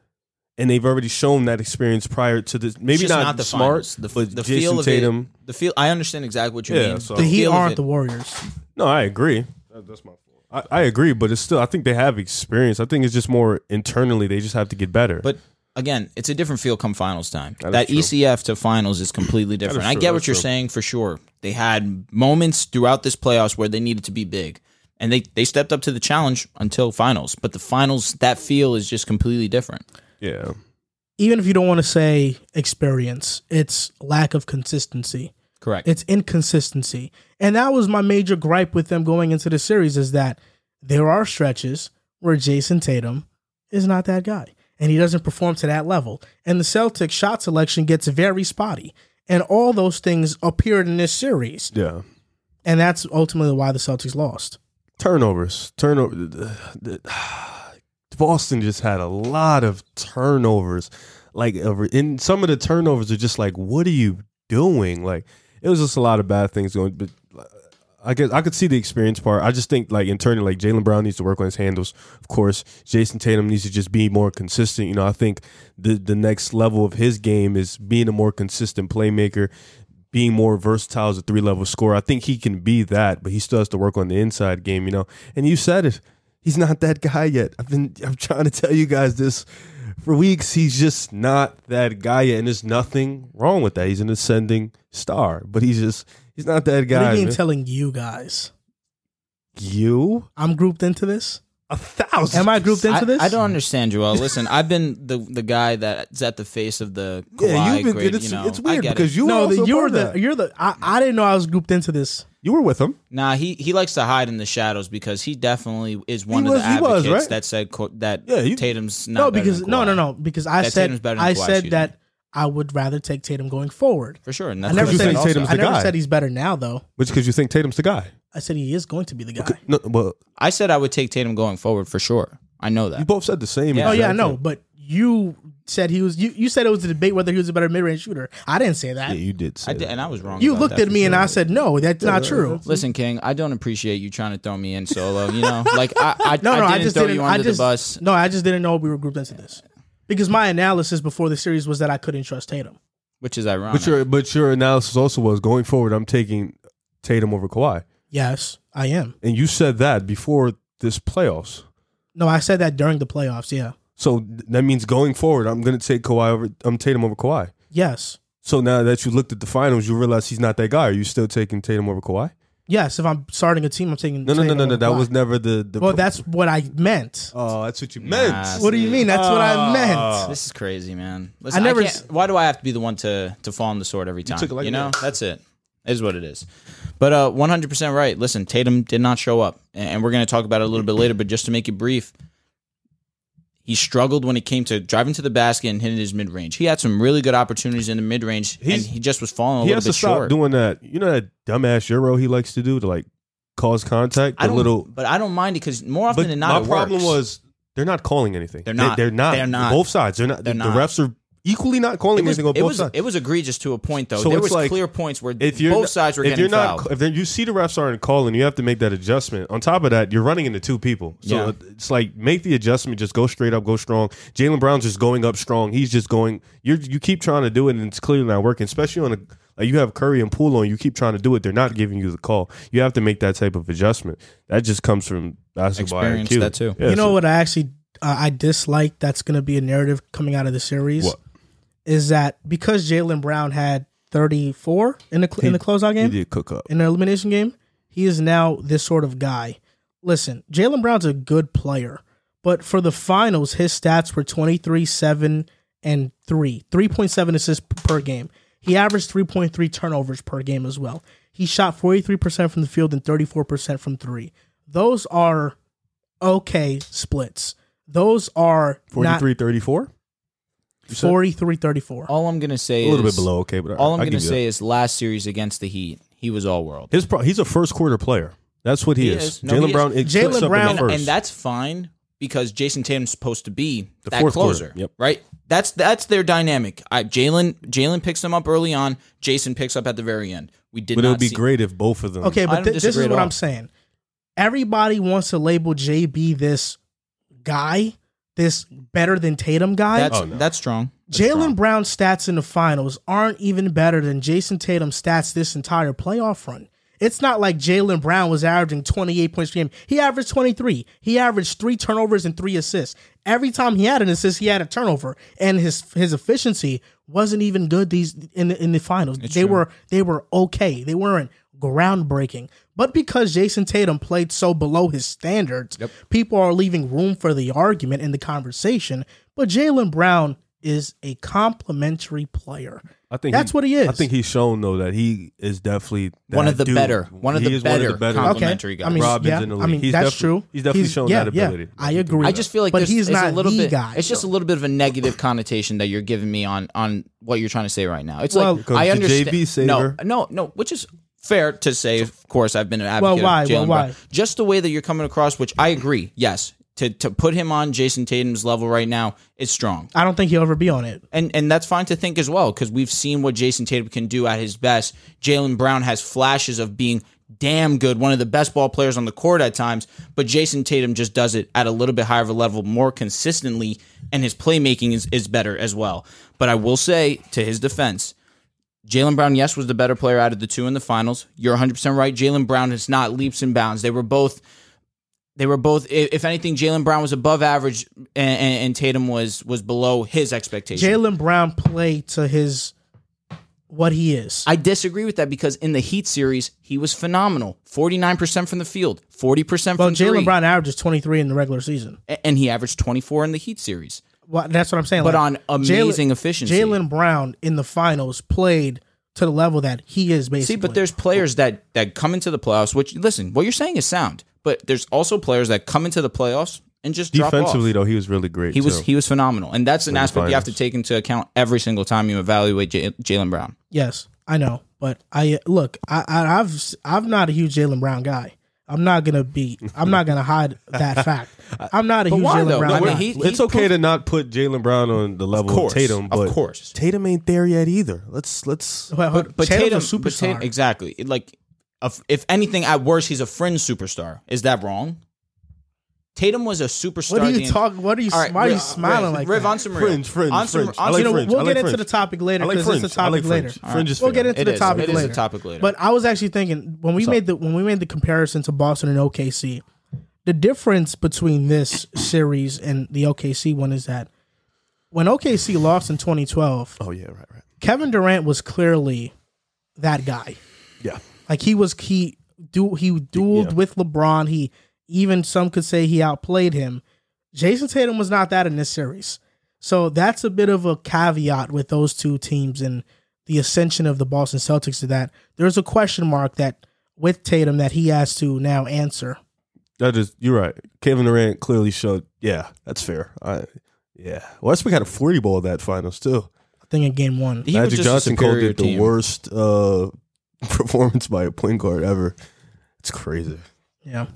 Speaker 3: and they've already shown that experience prior to this. Maybe
Speaker 2: It's just
Speaker 3: not,
Speaker 2: the
Speaker 3: the smart,
Speaker 2: finals. The,
Speaker 3: but
Speaker 2: the
Speaker 3: Jason
Speaker 2: feel of
Speaker 3: Tatum.
Speaker 2: It, the feel. I understand exactly what you
Speaker 3: Yeah,
Speaker 2: mean.
Speaker 3: so-
Speaker 1: the Heat
Speaker 2: feel of
Speaker 1: aren't
Speaker 2: it-
Speaker 1: the Warriors.
Speaker 3: No, I agree. that's my fault. I, I agree, but it's still. I think they have experience. I think it's just more internally. They just have to get better.
Speaker 2: But again, it's a different feel come finals time. That,
Speaker 3: true.
Speaker 2: ECF to finals is completely different. I
Speaker 3: true,
Speaker 2: get
Speaker 3: that
Speaker 2: what
Speaker 3: is
Speaker 2: you're
Speaker 3: true.
Speaker 2: saying for sure. They had moments throughout this playoffs where they needed to be big. And they, they stepped up to the challenge until finals. But the finals, that feel is just completely different.
Speaker 3: yeah,
Speaker 1: Even if you don't want to say experience, it's lack of consistency.
Speaker 2: Correct.
Speaker 1: It's inconsistency. And that was my major gripe with them going into the series is that there are stretches where Jason Tatum is not that guy and he doesn't perform to that level. And the Celtics shot selection gets very spotty. And all those things appeared in this series.
Speaker 3: yeah.
Speaker 1: And that's ultimately why the Celtics lost.
Speaker 3: Turnovers. Turnover. the- Boston just had a lot of turnovers. Like, over- and some of the turnovers are just like, what are you doing? Like, it was just a lot of bad things going. But I guess I could see the experience part. I just think like internally, like Jalen Brown needs to work on his handles. Of course, Jason Tatum needs to just be more consistent. You know, I think the the next level of his game is being a more consistent playmaker, being more versatile as a three level scorer. I think he can be that, but he still has to work on the inside game. You know, and you said it, he's not that guy yet. I've been I'm trying to tell you guys this for weeks. He's just not that guy yet, and there's nothing wrong with that. He's an ascending star, but he's just. He's not that
Speaker 1: What
Speaker 3: guy.
Speaker 1: do you mean
Speaker 3: man.
Speaker 1: telling you guys?
Speaker 3: you
Speaker 1: I'm grouped into this?
Speaker 3: A thousand.
Speaker 1: Am I grouped into
Speaker 2: I,
Speaker 1: this?
Speaker 2: I don't understand, Joel. Listen, I've been the the guy that's at the face of the Kawhi
Speaker 3: Yeah, you've been.
Speaker 2: grade,
Speaker 3: it's,
Speaker 2: you know.
Speaker 3: it's
Speaker 2: I
Speaker 3: weird
Speaker 2: get it.
Speaker 3: because you
Speaker 1: No,
Speaker 3: were
Speaker 1: the,
Speaker 3: also
Speaker 1: you're
Speaker 3: part
Speaker 1: the
Speaker 3: of that.
Speaker 1: you're the I, I didn't know I was grouped into this.
Speaker 3: You were with him.
Speaker 2: Nah, he, he likes to hide in the shadows because he definitely is one
Speaker 3: He
Speaker 2: of
Speaker 3: was-
Speaker 2: the
Speaker 3: he was,
Speaker 2: advocates
Speaker 3: right?
Speaker 2: that said co- that
Speaker 3: Yeah, you-
Speaker 2: Tatum's not
Speaker 1: No,
Speaker 2: better
Speaker 1: because
Speaker 2: than
Speaker 1: no, no,
Speaker 2: Kawhi.
Speaker 1: no, because I
Speaker 2: That
Speaker 1: said
Speaker 2: Tatum's better than
Speaker 1: I
Speaker 2: Kawhi,
Speaker 1: said
Speaker 2: excuse
Speaker 1: that I would rather take Tatum going forward.
Speaker 2: for sure. And
Speaker 1: I
Speaker 2: that's
Speaker 1: never
Speaker 2: what I
Speaker 3: you
Speaker 1: said
Speaker 2: said
Speaker 3: think
Speaker 1: also-
Speaker 3: Tatum's
Speaker 1: I
Speaker 3: the
Speaker 1: never
Speaker 3: guy.
Speaker 1: said he's better now though.
Speaker 3: Which because you think Tatum's the guy.
Speaker 1: I said he is going to be the guy.
Speaker 3: No, but
Speaker 2: I said I would take Tatum going forward for sure. I know that.
Speaker 3: you both said the same.
Speaker 2: Yeah.
Speaker 1: Oh yeah, I
Speaker 3: exact
Speaker 1: know,
Speaker 3: thing.
Speaker 1: but you said he was. You, you said it was a debate whether he was a better mid range shooter. I didn't say
Speaker 3: Yeah,
Speaker 1: that.
Speaker 3: you did. Say
Speaker 2: I did, and I was wrong.
Speaker 1: you
Speaker 2: about
Speaker 1: looked
Speaker 2: that
Speaker 1: at
Speaker 2: for
Speaker 1: me and
Speaker 2: sure.
Speaker 1: I said no. That's not true.
Speaker 2: Listen, King, I don't appreciate you trying to throw me in solo. You know, like I, I,
Speaker 1: No,
Speaker 2: I
Speaker 1: no,
Speaker 2: didn't
Speaker 1: I just
Speaker 2: throw
Speaker 1: didn't.
Speaker 2: you
Speaker 1: I
Speaker 2: under
Speaker 1: just
Speaker 2: the bus.
Speaker 1: no, I just didn't know we were grouped into this because my analysis before the series was that I couldn't trust Tatum.
Speaker 2: which is ironic.
Speaker 3: But your but your analysis also was going forward. I'm taking Tatum over Kawhi,
Speaker 1: Yes, I am.
Speaker 3: and you said that before this playoffs.
Speaker 1: No, I said that during the playoffs. Yeah.
Speaker 3: So th- that means going forward, I'm going to take Kawhi over. I'm Tatum over Kawhi.
Speaker 1: Yes.
Speaker 3: So now that you looked at the finals, you realize he's not that guy. Are you still taking Tatum over Kawhi?
Speaker 1: Yes. If I'm starting a team, I'm taking.
Speaker 3: No, no, no,
Speaker 1: Tatum
Speaker 3: no,
Speaker 1: over
Speaker 3: no. That
Speaker 1: Kawhi.
Speaker 3: was never the the.
Speaker 1: Well, that's what I meant.
Speaker 3: oh, that's what you meant.
Speaker 2: Nah.
Speaker 1: What do you mean? That's what I
Speaker 3: Ah.
Speaker 1: meant.
Speaker 2: this is crazy, man. Listen,
Speaker 1: I
Speaker 2: I
Speaker 1: never
Speaker 2: never.
Speaker 1: s-
Speaker 2: why do I have to be the one to to fall on the sword every time?
Speaker 3: took it
Speaker 2: You,
Speaker 3: like a
Speaker 2: know,
Speaker 3: man.
Speaker 2: that's it. It Is what it is. But uh, 100% right. Listen, Tatum did not show up, and, and we're going to talk about it a little bit later. But just to make it brief, he struggled when it came to driving to the basket and hitting his mid range. He had some really good opportunities in the mid range, and
Speaker 3: He's-
Speaker 2: he just was falling a
Speaker 3: He
Speaker 2: little
Speaker 3: has
Speaker 2: bit
Speaker 3: to stop
Speaker 2: short.
Speaker 3: doing that. You know that dumbass euro he likes to do to like cause contact.
Speaker 2: I
Speaker 3: The
Speaker 2: don't,
Speaker 3: little.
Speaker 2: but I don't mind it because more often
Speaker 3: But
Speaker 2: than
Speaker 3: my
Speaker 2: not, it
Speaker 3: problem
Speaker 2: works.
Speaker 3: was they're not calling anything.
Speaker 2: They're
Speaker 3: They-
Speaker 2: not.
Speaker 3: They're not.
Speaker 2: They're not.
Speaker 3: Both sides. They're not.
Speaker 2: They're
Speaker 3: the
Speaker 2: not.
Speaker 3: refs are equally not calling
Speaker 2: It was,
Speaker 3: anything on
Speaker 2: it,
Speaker 3: both
Speaker 2: was,
Speaker 3: sides.
Speaker 2: it was egregious to a point though.
Speaker 3: So
Speaker 2: there
Speaker 3: it's
Speaker 2: was
Speaker 3: like,
Speaker 2: clear points where
Speaker 3: if you're
Speaker 2: both
Speaker 3: not-
Speaker 2: sides were
Speaker 3: if
Speaker 2: getting
Speaker 3: you're not,
Speaker 2: fouled.
Speaker 3: if then you see the refs aren't calling, you have to make that adjustment. On top of that, you're running into two people, so
Speaker 2: Yeah.
Speaker 3: it's like make the adjustment. Just go straight up, go strong. Jalen Brown's just going up strong. He's just going. You are you keep trying to do it, and it's clearly not working. Especially on a like you have Curry and Poole on. You keep trying to do it. They're not giving you the call. You have to make that type of adjustment. That just comes from basketball
Speaker 2: Experience,
Speaker 3: IQ.
Speaker 2: that too.
Speaker 3: Yeah,
Speaker 1: you know
Speaker 3: so-
Speaker 1: what I actually uh, I dislike that's going to be a narrative coming out of the series is
Speaker 3: What?
Speaker 1: that because Jalen Brown had 34 in the cl- in the closeout
Speaker 3: He
Speaker 1: game
Speaker 3: did cook up.
Speaker 1: in the elimination game, he is now this sort of guy. Listen, Jalen Brown's a good player, but for the finals, his stats were 23, 7, and 3. 3.7 assists p- per game. He averaged 3.3 turnovers per game as well. He shot 43% from the field and 34% from three. Those are okay splits. Those are not
Speaker 3: 43 34 said?
Speaker 1: 43 34.
Speaker 2: all I'm gonna say
Speaker 3: a little
Speaker 2: is,
Speaker 3: bit below okay but
Speaker 2: All I'm
Speaker 3: I
Speaker 2: gonna
Speaker 3: give you that.
Speaker 2: say is last series against the Heat, he was all world.
Speaker 3: his pro- he's a first quarter player that's what he,
Speaker 2: He
Speaker 3: is,
Speaker 2: is. No, he
Speaker 3: Jalen
Speaker 2: is.
Speaker 3: Brown it
Speaker 1: Jalen
Speaker 3: clicks up in the
Speaker 1: Brown-
Speaker 2: And,
Speaker 3: first.
Speaker 2: and that's fine because Jason Tatum's supposed to be
Speaker 3: The
Speaker 2: that
Speaker 3: fourth quarter,
Speaker 2: closer,
Speaker 3: yep.
Speaker 2: right? That's that's their dynamic. I Jalen Jalen picks them up early on. Jason picks up at the very end. We did
Speaker 3: but it
Speaker 2: not
Speaker 3: would be
Speaker 2: see-
Speaker 3: great if both of them
Speaker 1: Okay,
Speaker 2: I
Speaker 1: but
Speaker 2: don't
Speaker 1: th- this
Speaker 2: disagree
Speaker 1: is
Speaker 2: at
Speaker 1: what
Speaker 2: all.
Speaker 1: I'm saying. Everybody wants to label JB this guy, this better than Tatum guy.
Speaker 2: That's
Speaker 3: Oh, no.
Speaker 2: that's strong. That's
Speaker 1: Jalen
Speaker 2: strong.
Speaker 1: Brown's stats in the finals aren't even better than Jason Tatum's stats this entire playoff run. It's not like Jalen Brown was averaging 28 points per game. He averaged 23. He averaged three turnovers and three assists. Every time he had an assist, he had a turnover, and his his efficiency wasn't even good these in the, in the finals. they were they were okay. They weren't groundbreaking. But because Jason Tatum played so below his standards, people are leaving room for the argument and the conversation. But Jalen Brown is a complimentary player.
Speaker 3: I think
Speaker 1: That's
Speaker 3: he-
Speaker 1: what he is.
Speaker 3: I think he's shown though that he is definitely that
Speaker 2: One of the
Speaker 3: dude.
Speaker 2: better- one of
Speaker 3: He
Speaker 2: the
Speaker 3: is
Speaker 2: better comp-
Speaker 1: Okay.
Speaker 2: Complimentary guy.
Speaker 1: I mean,
Speaker 3: Robin's
Speaker 1: yeah,
Speaker 3: in the
Speaker 1: I
Speaker 3: league.
Speaker 1: mean
Speaker 3: He's
Speaker 1: that's
Speaker 3: definitely-
Speaker 1: true.
Speaker 3: he's definitely shown that ability.
Speaker 1: I agree.
Speaker 2: I just feel like
Speaker 1: but
Speaker 2: this
Speaker 1: he's
Speaker 2: is
Speaker 1: not
Speaker 2: a little
Speaker 1: the
Speaker 2: bit.
Speaker 1: guy.
Speaker 2: It's just a little bit of a negative connotation that you're giving me on on what you're trying to say right now. It's
Speaker 1: Well-
Speaker 2: like
Speaker 3: Because
Speaker 2: I
Speaker 3: the
Speaker 2: understand.
Speaker 3: JV
Speaker 2: no,
Speaker 3: saver-
Speaker 2: no, no, which is fair to say. Of course, I've been an advocate.
Speaker 1: Well, why?
Speaker 2: Of
Speaker 1: Well,
Speaker 2: Jalen Brown.
Speaker 1: why?
Speaker 2: Just the way that you're coming across, which I agree. Yes, to to put him on Jason Tatum's level right now is strong,
Speaker 1: I don't think he'll ever be on it.
Speaker 2: and and that's fine to think as well because we've seen what Jason Tatum can do at his best. Jalen Brown has flashes of being. Damn good, one of the best ball players on the court at times, but Jason Tatum just does it at a little bit higher of a level more consistently, and his playmaking is, is better as well. But I will say, to his defense, Jalen Brown, yes, was the better player out of the two in the finals. You're 100% right. Jalen Brown is not leaps and bounds. They were both, they were both. i- If anything, Jalen Brown was above average, and, and, and Tatum was was below his expectation.
Speaker 1: Jalen Brown played to his what he is.
Speaker 2: I disagree with that because in the Heat series, he was phenomenal. 49% from the field, 40%
Speaker 1: well,
Speaker 2: from three,
Speaker 1: Jalen Brown averages 23 in the regular season.
Speaker 2: a- and he averaged 24 in the Heat series.
Speaker 1: Well, that's what I'm saying.
Speaker 2: But
Speaker 1: like,
Speaker 2: on amazing efficiency.
Speaker 1: Jalen Brown in the finals played to the level that he is basically.
Speaker 2: See, but there's players that that come into the playoffs. Which listen, what you're saying is sound, but there's also players that come into the playoffs and just drop
Speaker 3: Defensively
Speaker 2: off.
Speaker 3: though, he was really great.
Speaker 2: He was
Speaker 3: too.
Speaker 2: he was phenomenal, and that's an
Speaker 3: In the
Speaker 2: aspect you have to
Speaker 3: finals.
Speaker 2: take into account every single time you evaluate J- Jalen Brown.
Speaker 1: Yes, I know, but I look. I, I I've I'm not a huge Jalen Brown guy. I'm not gonna be. I'm not gonna hide that fact. I'm not a huge
Speaker 2: why,
Speaker 1: Jalen
Speaker 2: though?
Speaker 1: Brown.
Speaker 2: No,
Speaker 1: guy.
Speaker 2: wait,
Speaker 3: We're-
Speaker 2: he-
Speaker 3: it's okay
Speaker 2: proved-
Speaker 3: to not put Jalen Brown on the level of, Tatum, but
Speaker 2: of course.
Speaker 3: Tatum ain't there yet either. Let's let's
Speaker 1: But,
Speaker 2: But, but Tatum,
Speaker 1: Tatum's a
Speaker 2: but
Speaker 1: superstar.
Speaker 2: Tatum, exactly. It, like, if, if anything, at worst, he's a fringe superstar. Is that wrong? Tatum was a superstar.
Speaker 1: what are you
Speaker 2: the-
Speaker 1: talking? What are you?
Speaker 2: All right,
Speaker 1: why are you
Speaker 2: Riv- uh,
Speaker 1: smiling
Speaker 2: Riv,
Speaker 1: like
Speaker 2: Riv,
Speaker 1: that?
Speaker 2: on some real.
Speaker 3: Fringe, fringe,
Speaker 2: on some,
Speaker 3: fringe.
Speaker 2: on
Speaker 3: I like
Speaker 2: some-
Speaker 3: fringe.
Speaker 1: We'll
Speaker 3: I
Speaker 1: get
Speaker 3: like
Speaker 1: into
Speaker 3: fringe.
Speaker 1: the topic later
Speaker 3: I like
Speaker 1: because
Speaker 3: fringe.
Speaker 1: it's a
Speaker 3: I
Speaker 1: topic
Speaker 3: like fringe.
Speaker 1: later.
Speaker 3: Fringe is
Speaker 1: We'll get
Speaker 3: fun.
Speaker 1: into
Speaker 2: It
Speaker 1: the
Speaker 2: is.
Speaker 1: topic
Speaker 2: It is a
Speaker 1: later.
Speaker 2: topic later.
Speaker 1: But I was actually thinking when we made the when we made the comparison to Boston and OKC, the difference between this series and the OKC one is that when OKC lost in 2012,
Speaker 3: Oh yeah, right, right.
Speaker 1: Kevin Durant was clearly that guy.
Speaker 3: Yeah.
Speaker 1: Like he was he do he dueled
Speaker 3: Yeah.
Speaker 1: with LeBron. He even some could say he outplayed him. Jason Tatum was not that in this series. So that's a bit of a caveat with those two teams and the ascension of the Boston Celtics to that. There's a question mark that with Tatum that he has to now answer.
Speaker 3: That is you're right. Kevin Durant clearly showed yeah, that's fair. I yeah. Westbrook had a forty ball that finals too.
Speaker 1: I think in game one.
Speaker 2: He was
Speaker 3: Magic
Speaker 2: just
Speaker 3: Johnson
Speaker 2: a
Speaker 3: called
Speaker 2: superior
Speaker 3: it the
Speaker 2: team.
Speaker 3: worst uh, performance by a point guard ever. It's crazy.
Speaker 1: Yeah.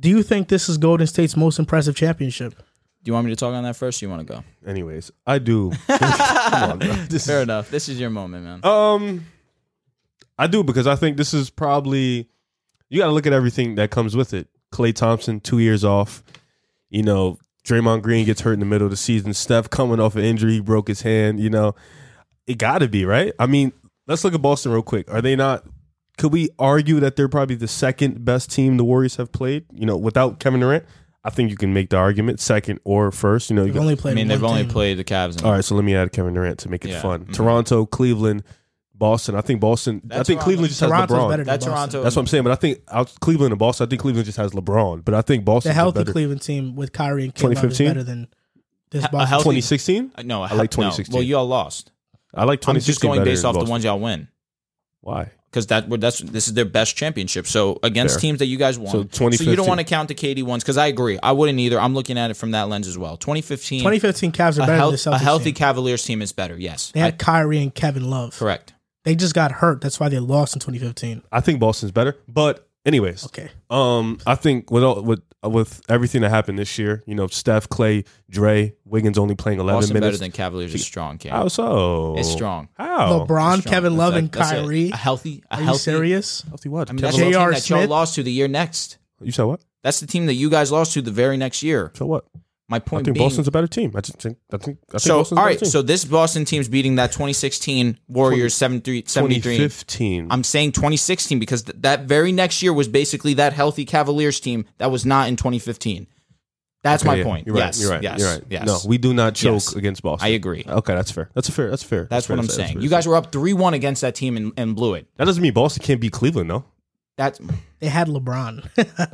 Speaker 1: Do you think this is Golden State's most impressive championship?
Speaker 2: Do you want me to talk on that first? Or you want to go?
Speaker 3: Anyways, I do. Come on, bro. This is-
Speaker 2: Fair enough. This is your moment, man.
Speaker 3: Um, I do because I think this is probably you got to look at everything that comes with it. Clay Thompson two years off. You know, Draymond Green gets hurt in the middle of the season. Steph coming off an injury, he broke his hand. You know, it got to be right. I mean, let's look at Boston real quick. Are they not? Could we argue that they're probably the second best team the Warriors have played? You know, without Kevin Durant, I think you can make the argument second or first. You know, you
Speaker 1: They've
Speaker 3: got-
Speaker 1: only played.
Speaker 2: I mean,
Speaker 1: one
Speaker 2: they've only
Speaker 1: team.
Speaker 2: played the Cavs. And
Speaker 3: all right, so let me add Kevin Durant to make it
Speaker 2: Yeah.
Speaker 3: fun.
Speaker 2: Mhm.
Speaker 3: Toronto, Cleveland, Boston. I think Boston. I
Speaker 2: That's
Speaker 3: think
Speaker 2: Toronto.
Speaker 3: Cleveland just
Speaker 1: Toronto's
Speaker 3: has LeBron.
Speaker 1: better than
Speaker 2: That
Speaker 1: Boston.
Speaker 2: Toronto.
Speaker 3: That's what I'm saying. But I think out, Cleveland and Boston. I think Cleveland just has LeBron. But I think Boston.
Speaker 1: the healthy
Speaker 3: better.
Speaker 1: Cleveland team with Kyrie and Kevin Love is
Speaker 3: 2015?
Speaker 1: better than this
Speaker 2: A- a
Speaker 1: Boston.
Speaker 2: healthy-
Speaker 3: 2016.
Speaker 2: Uh, No, I
Speaker 3: like
Speaker 2: no.
Speaker 3: 2016.
Speaker 2: Well, you all lost.
Speaker 3: I like
Speaker 2: I'm just
Speaker 3: 2016
Speaker 2: going
Speaker 3: better
Speaker 2: based
Speaker 3: than
Speaker 2: off the
Speaker 3: Boston.
Speaker 2: ones y'all win
Speaker 3: Why?
Speaker 2: because that well, that's this is their best championship. So against
Speaker 3: Fair.
Speaker 2: teams that you guys won,
Speaker 3: So
Speaker 2: you don't
Speaker 3: 2015.
Speaker 2: want to count the KD ones because I agree. I wouldn't either. I'm looking at it from that lens as well. 2015,
Speaker 1: 2015 Cavs are
Speaker 2: a,
Speaker 1: better
Speaker 2: health-
Speaker 1: than the Celtics.
Speaker 2: a healthy
Speaker 1: team.
Speaker 2: Cavaliers team is better. Yes,
Speaker 1: They
Speaker 2: I,
Speaker 1: had Kyrie and Kevin Love.
Speaker 2: correct.
Speaker 1: They just got hurt. That's why they lost in 2015.
Speaker 3: I think Boston's better. But anyways,
Speaker 1: Okay.
Speaker 3: um, I think with all, with with everything that happened this year, you know, Steph, Clay, Dre, Wiggins only playing 11
Speaker 2: Boston better
Speaker 3: minutes.
Speaker 2: than Cavaliers is strong. King.
Speaker 3: How so?
Speaker 2: It's strong.
Speaker 3: How?
Speaker 1: LeBron,
Speaker 2: Strong.
Speaker 1: Kevin
Speaker 2: Oh, That's
Speaker 1: Love,
Speaker 2: it.
Speaker 1: and
Speaker 2: That's it.
Speaker 1: Kyrie.
Speaker 2: A healthy, a
Speaker 1: Are you
Speaker 2: healthy.
Speaker 1: serious?
Speaker 3: Healthy what?
Speaker 2: I mean,
Speaker 3: Kevin
Speaker 2: that's
Speaker 1: J-
Speaker 2: the
Speaker 3: Love?
Speaker 2: team
Speaker 1: J.R.
Speaker 2: that y'all
Speaker 1: Smith?
Speaker 2: lost to the year next.
Speaker 3: you said what?
Speaker 2: That's the team that you guys lost to the very next year.
Speaker 3: So what?
Speaker 2: My
Speaker 3: I
Speaker 2: point
Speaker 3: think
Speaker 2: being,
Speaker 3: Boston's a better team. I just think I think I think
Speaker 2: so
Speaker 3: Boston's
Speaker 2: all
Speaker 3: a better
Speaker 2: right,
Speaker 3: team.
Speaker 2: so this Boston team's beating that 2016 Warriors 73 73.
Speaker 3: 2015.
Speaker 2: I'm saying 2016 because th- that very next year was basically that healthy Cavaliers team that was not in 2015. That's my
Speaker 3: Yeah,
Speaker 2: point.
Speaker 3: You're right.
Speaker 2: yes,
Speaker 3: You're right.
Speaker 2: Yes.
Speaker 3: You're right.
Speaker 2: Yes.
Speaker 3: No, we do not choke
Speaker 2: Yes.
Speaker 3: against Boston.
Speaker 2: I agree.
Speaker 3: Okay, that's fair. That's a fair. That's fair.
Speaker 2: That's what
Speaker 3: fair
Speaker 2: I'm
Speaker 3: to say. That's
Speaker 2: saying.
Speaker 3: fair
Speaker 2: You
Speaker 3: to
Speaker 2: guys
Speaker 3: say.
Speaker 2: were up 3 1 against that team and, and blew it.
Speaker 3: That doesn't mean Boston can't beat Cleveland, though.
Speaker 2: That's
Speaker 1: They had LeBron.
Speaker 2: but
Speaker 3: That's,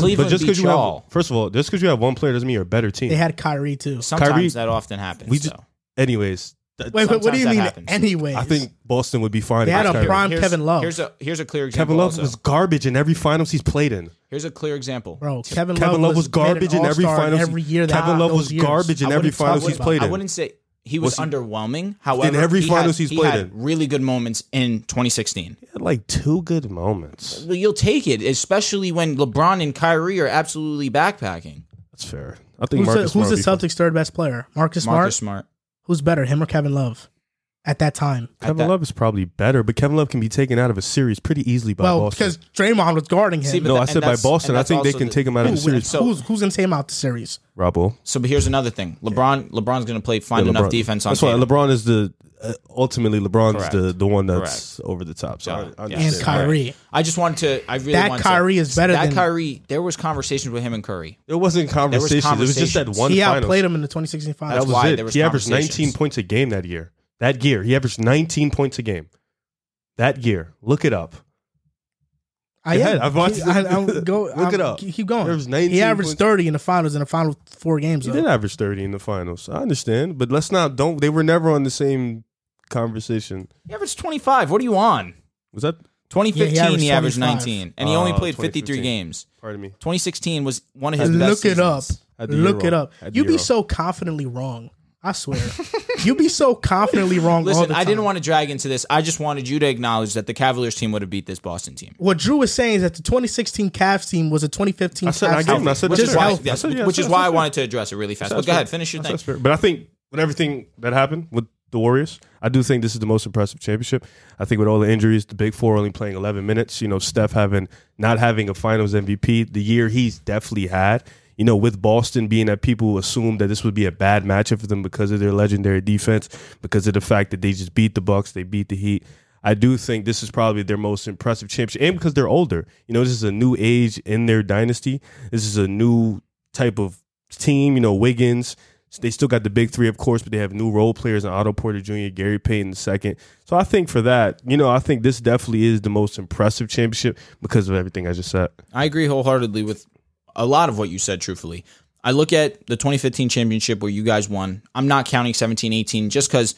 Speaker 2: Cleveland
Speaker 3: but just
Speaker 2: beat
Speaker 3: you
Speaker 2: y'all.
Speaker 3: have, first of all, just because you have one player doesn't mean you're a better team.
Speaker 1: they had Kyrie too.
Speaker 2: Sometimes
Speaker 3: Kyrie-
Speaker 2: that often happens.
Speaker 3: we
Speaker 2: We
Speaker 3: just- Anyways, that-
Speaker 1: Wait, wait, what do
Speaker 2: sometimes
Speaker 1: you
Speaker 2: that
Speaker 1: mean?
Speaker 2: happens.
Speaker 1: Anyways,
Speaker 3: I think Boston would be fine.
Speaker 1: They had
Speaker 3: against
Speaker 1: a
Speaker 3: Kyrie.
Speaker 1: prime Kevin Love.
Speaker 2: Here's a here's a clear example.
Speaker 3: Kevin Love
Speaker 2: also.
Speaker 3: was garbage in every finals he's played in.
Speaker 2: here's a clear example.
Speaker 1: bro, Kevin,
Speaker 3: Kevin Love was garbage in every finals.
Speaker 1: Every year, that,
Speaker 3: Kevin Love
Speaker 1: those
Speaker 3: was
Speaker 1: years.
Speaker 3: garbage in
Speaker 1: I
Speaker 3: every
Speaker 1: wouldn't talk
Speaker 3: finals he's
Speaker 1: about
Speaker 3: played
Speaker 1: it.
Speaker 2: I
Speaker 3: in.
Speaker 2: wouldn't say he was, underwhelming. However,
Speaker 3: every
Speaker 2: he
Speaker 3: finals
Speaker 2: had,
Speaker 3: he's
Speaker 2: he
Speaker 3: played
Speaker 2: had
Speaker 3: in.
Speaker 2: really good moments in 2016.
Speaker 3: He had like two good moments.
Speaker 2: Well, You'll take it, especially when LeBron and Kyrie are absolutely backpacking.
Speaker 3: That's fair. I think
Speaker 1: Who's, the,
Speaker 3: Marcus
Speaker 1: who's
Speaker 3: Smart
Speaker 1: the
Speaker 3: would be fine.
Speaker 1: Celtics' third best player? Marcus Smart.
Speaker 2: Marcus Smart.
Speaker 1: Who's better, him or Kevin Love? At that time,
Speaker 2: at
Speaker 3: Kevin
Speaker 2: that-
Speaker 3: Love is probably better, but Kevin Love can be taken out of a series pretty easily by
Speaker 1: well,
Speaker 3: Boston.
Speaker 1: because Draymond was guarding him.
Speaker 2: See, but
Speaker 3: No,
Speaker 2: tha-
Speaker 3: I
Speaker 2: and
Speaker 3: said by
Speaker 2: that's-
Speaker 3: Boston.
Speaker 2: and
Speaker 3: I
Speaker 2: that's
Speaker 3: think they
Speaker 2: also
Speaker 3: can
Speaker 2: the-
Speaker 3: take him out of the
Speaker 2: Who wins?
Speaker 3: series.
Speaker 2: So,
Speaker 1: who's who's gonna take him out the series?
Speaker 3: Robbo.
Speaker 2: so but here's another thing. LeBron, LeBron's going to play fine
Speaker 3: Yeah,
Speaker 2: enough
Speaker 3: LeBron.
Speaker 2: defense on
Speaker 3: That's why
Speaker 2: Tatum.
Speaker 3: LeBron is the uh, ultimately LeBron's
Speaker 2: Correct.
Speaker 3: the the one that's over the top. So
Speaker 2: Yeah.
Speaker 3: I, I
Speaker 2: Yeah.
Speaker 1: And
Speaker 3: understand.
Speaker 1: Kyrie.
Speaker 2: I just wanted to. I really
Speaker 1: That
Speaker 2: wanted
Speaker 1: Kyrie
Speaker 2: to,
Speaker 1: is better
Speaker 2: That
Speaker 1: than-
Speaker 2: Kyrie. There was conversations with him and Curry.
Speaker 3: There wasn't conversations. It was just that
Speaker 2: conversations.
Speaker 3: one
Speaker 1: He
Speaker 3: finals.
Speaker 1: outplayed him in the 2016
Speaker 3: That
Speaker 1: finals.
Speaker 2: That's
Speaker 3: was
Speaker 2: why
Speaker 3: it.
Speaker 2: there was
Speaker 3: he averaged 19
Speaker 2: conversations.
Speaker 3: points a game that year. That year, he averaged 19 points a game. That year, look it up.
Speaker 1: I
Speaker 3: Go
Speaker 1: am.
Speaker 3: ahead. I've watched
Speaker 1: I,
Speaker 3: it.
Speaker 1: I, I'm go,
Speaker 3: Look
Speaker 1: I'm-
Speaker 3: it up.
Speaker 1: Keep going.
Speaker 3: There was 19
Speaker 1: he averaged
Speaker 3: points.
Speaker 1: 30 in the finals in the final four games.
Speaker 3: He
Speaker 1: Though.
Speaker 3: did average 30 in the finals. I understand, but let's not. Don't. They were never on the same conversation.
Speaker 2: He averaged 25. What are you on?
Speaker 3: Was that
Speaker 2: 2015,
Speaker 1: Yeah, he
Speaker 2: he averaged
Speaker 1: averaged
Speaker 2: 19, and he only
Speaker 3: Oh,
Speaker 2: played 53
Speaker 3: 2015.
Speaker 2: games.
Speaker 3: Pardon me.
Speaker 2: 2016 was one of his best.
Speaker 1: Look it up.
Speaker 2: seasons.
Speaker 3: Had the year
Speaker 1: Look it
Speaker 3: wrong.
Speaker 1: up.
Speaker 3: Had the
Speaker 1: You
Speaker 3: year
Speaker 1: be
Speaker 3: wrong.
Speaker 1: so confidently wrong. I swear. you be so confidently wrong all
Speaker 2: Listen,
Speaker 1: the
Speaker 2: I
Speaker 1: time.
Speaker 2: didn't want to drag into this. I just wanted you to acknowledge that the Cavaliers team would have beat this Boston team.
Speaker 1: what Drew was saying is that the 2016 Cavs team was a 2015
Speaker 3: I said I
Speaker 1: Cavs
Speaker 3: gave him. I
Speaker 1: team.
Speaker 3: said
Speaker 2: Which
Speaker 1: Just
Speaker 2: is
Speaker 3: that's
Speaker 2: why,
Speaker 3: fair.
Speaker 1: health.
Speaker 2: yes,
Speaker 3: I said, yeah,
Speaker 2: which
Speaker 3: that's
Speaker 2: is why I
Speaker 3: fair.
Speaker 2: wanted to address it really fast. But
Speaker 3: That's
Speaker 2: go
Speaker 3: fair.
Speaker 2: ahead, finish your
Speaker 3: That's-
Speaker 2: thing.
Speaker 3: that's fair. But I think with everything that happened with the Warriors, I do think this is the most impressive championship. I think with all the injuries, the Big Four only playing 11 minutes, you know, Steph having not having a Finals MVP the year he's definitely had. You know, with Boston being that people assumed that this would be a bad matchup for them because of their legendary defense, because of the fact that they just beat the Bucks, they beat the Heat. I do think this is probably their most impressive championship, and because they're older. You know, this is a new age in their dynasty. This is a new type of team. You know, Wiggins. They still got the big three, of course, but they have new role players in Otto Porter Jr., Gary Payton II. So I think for that, you know, I think this definitely is the most impressive championship because of everything I just said.
Speaker 2: I agree wholeheartedly with a lot of what you said, truthfully. I look at the 2015 championship where you guys won. I'm not counting 17, 18, just because,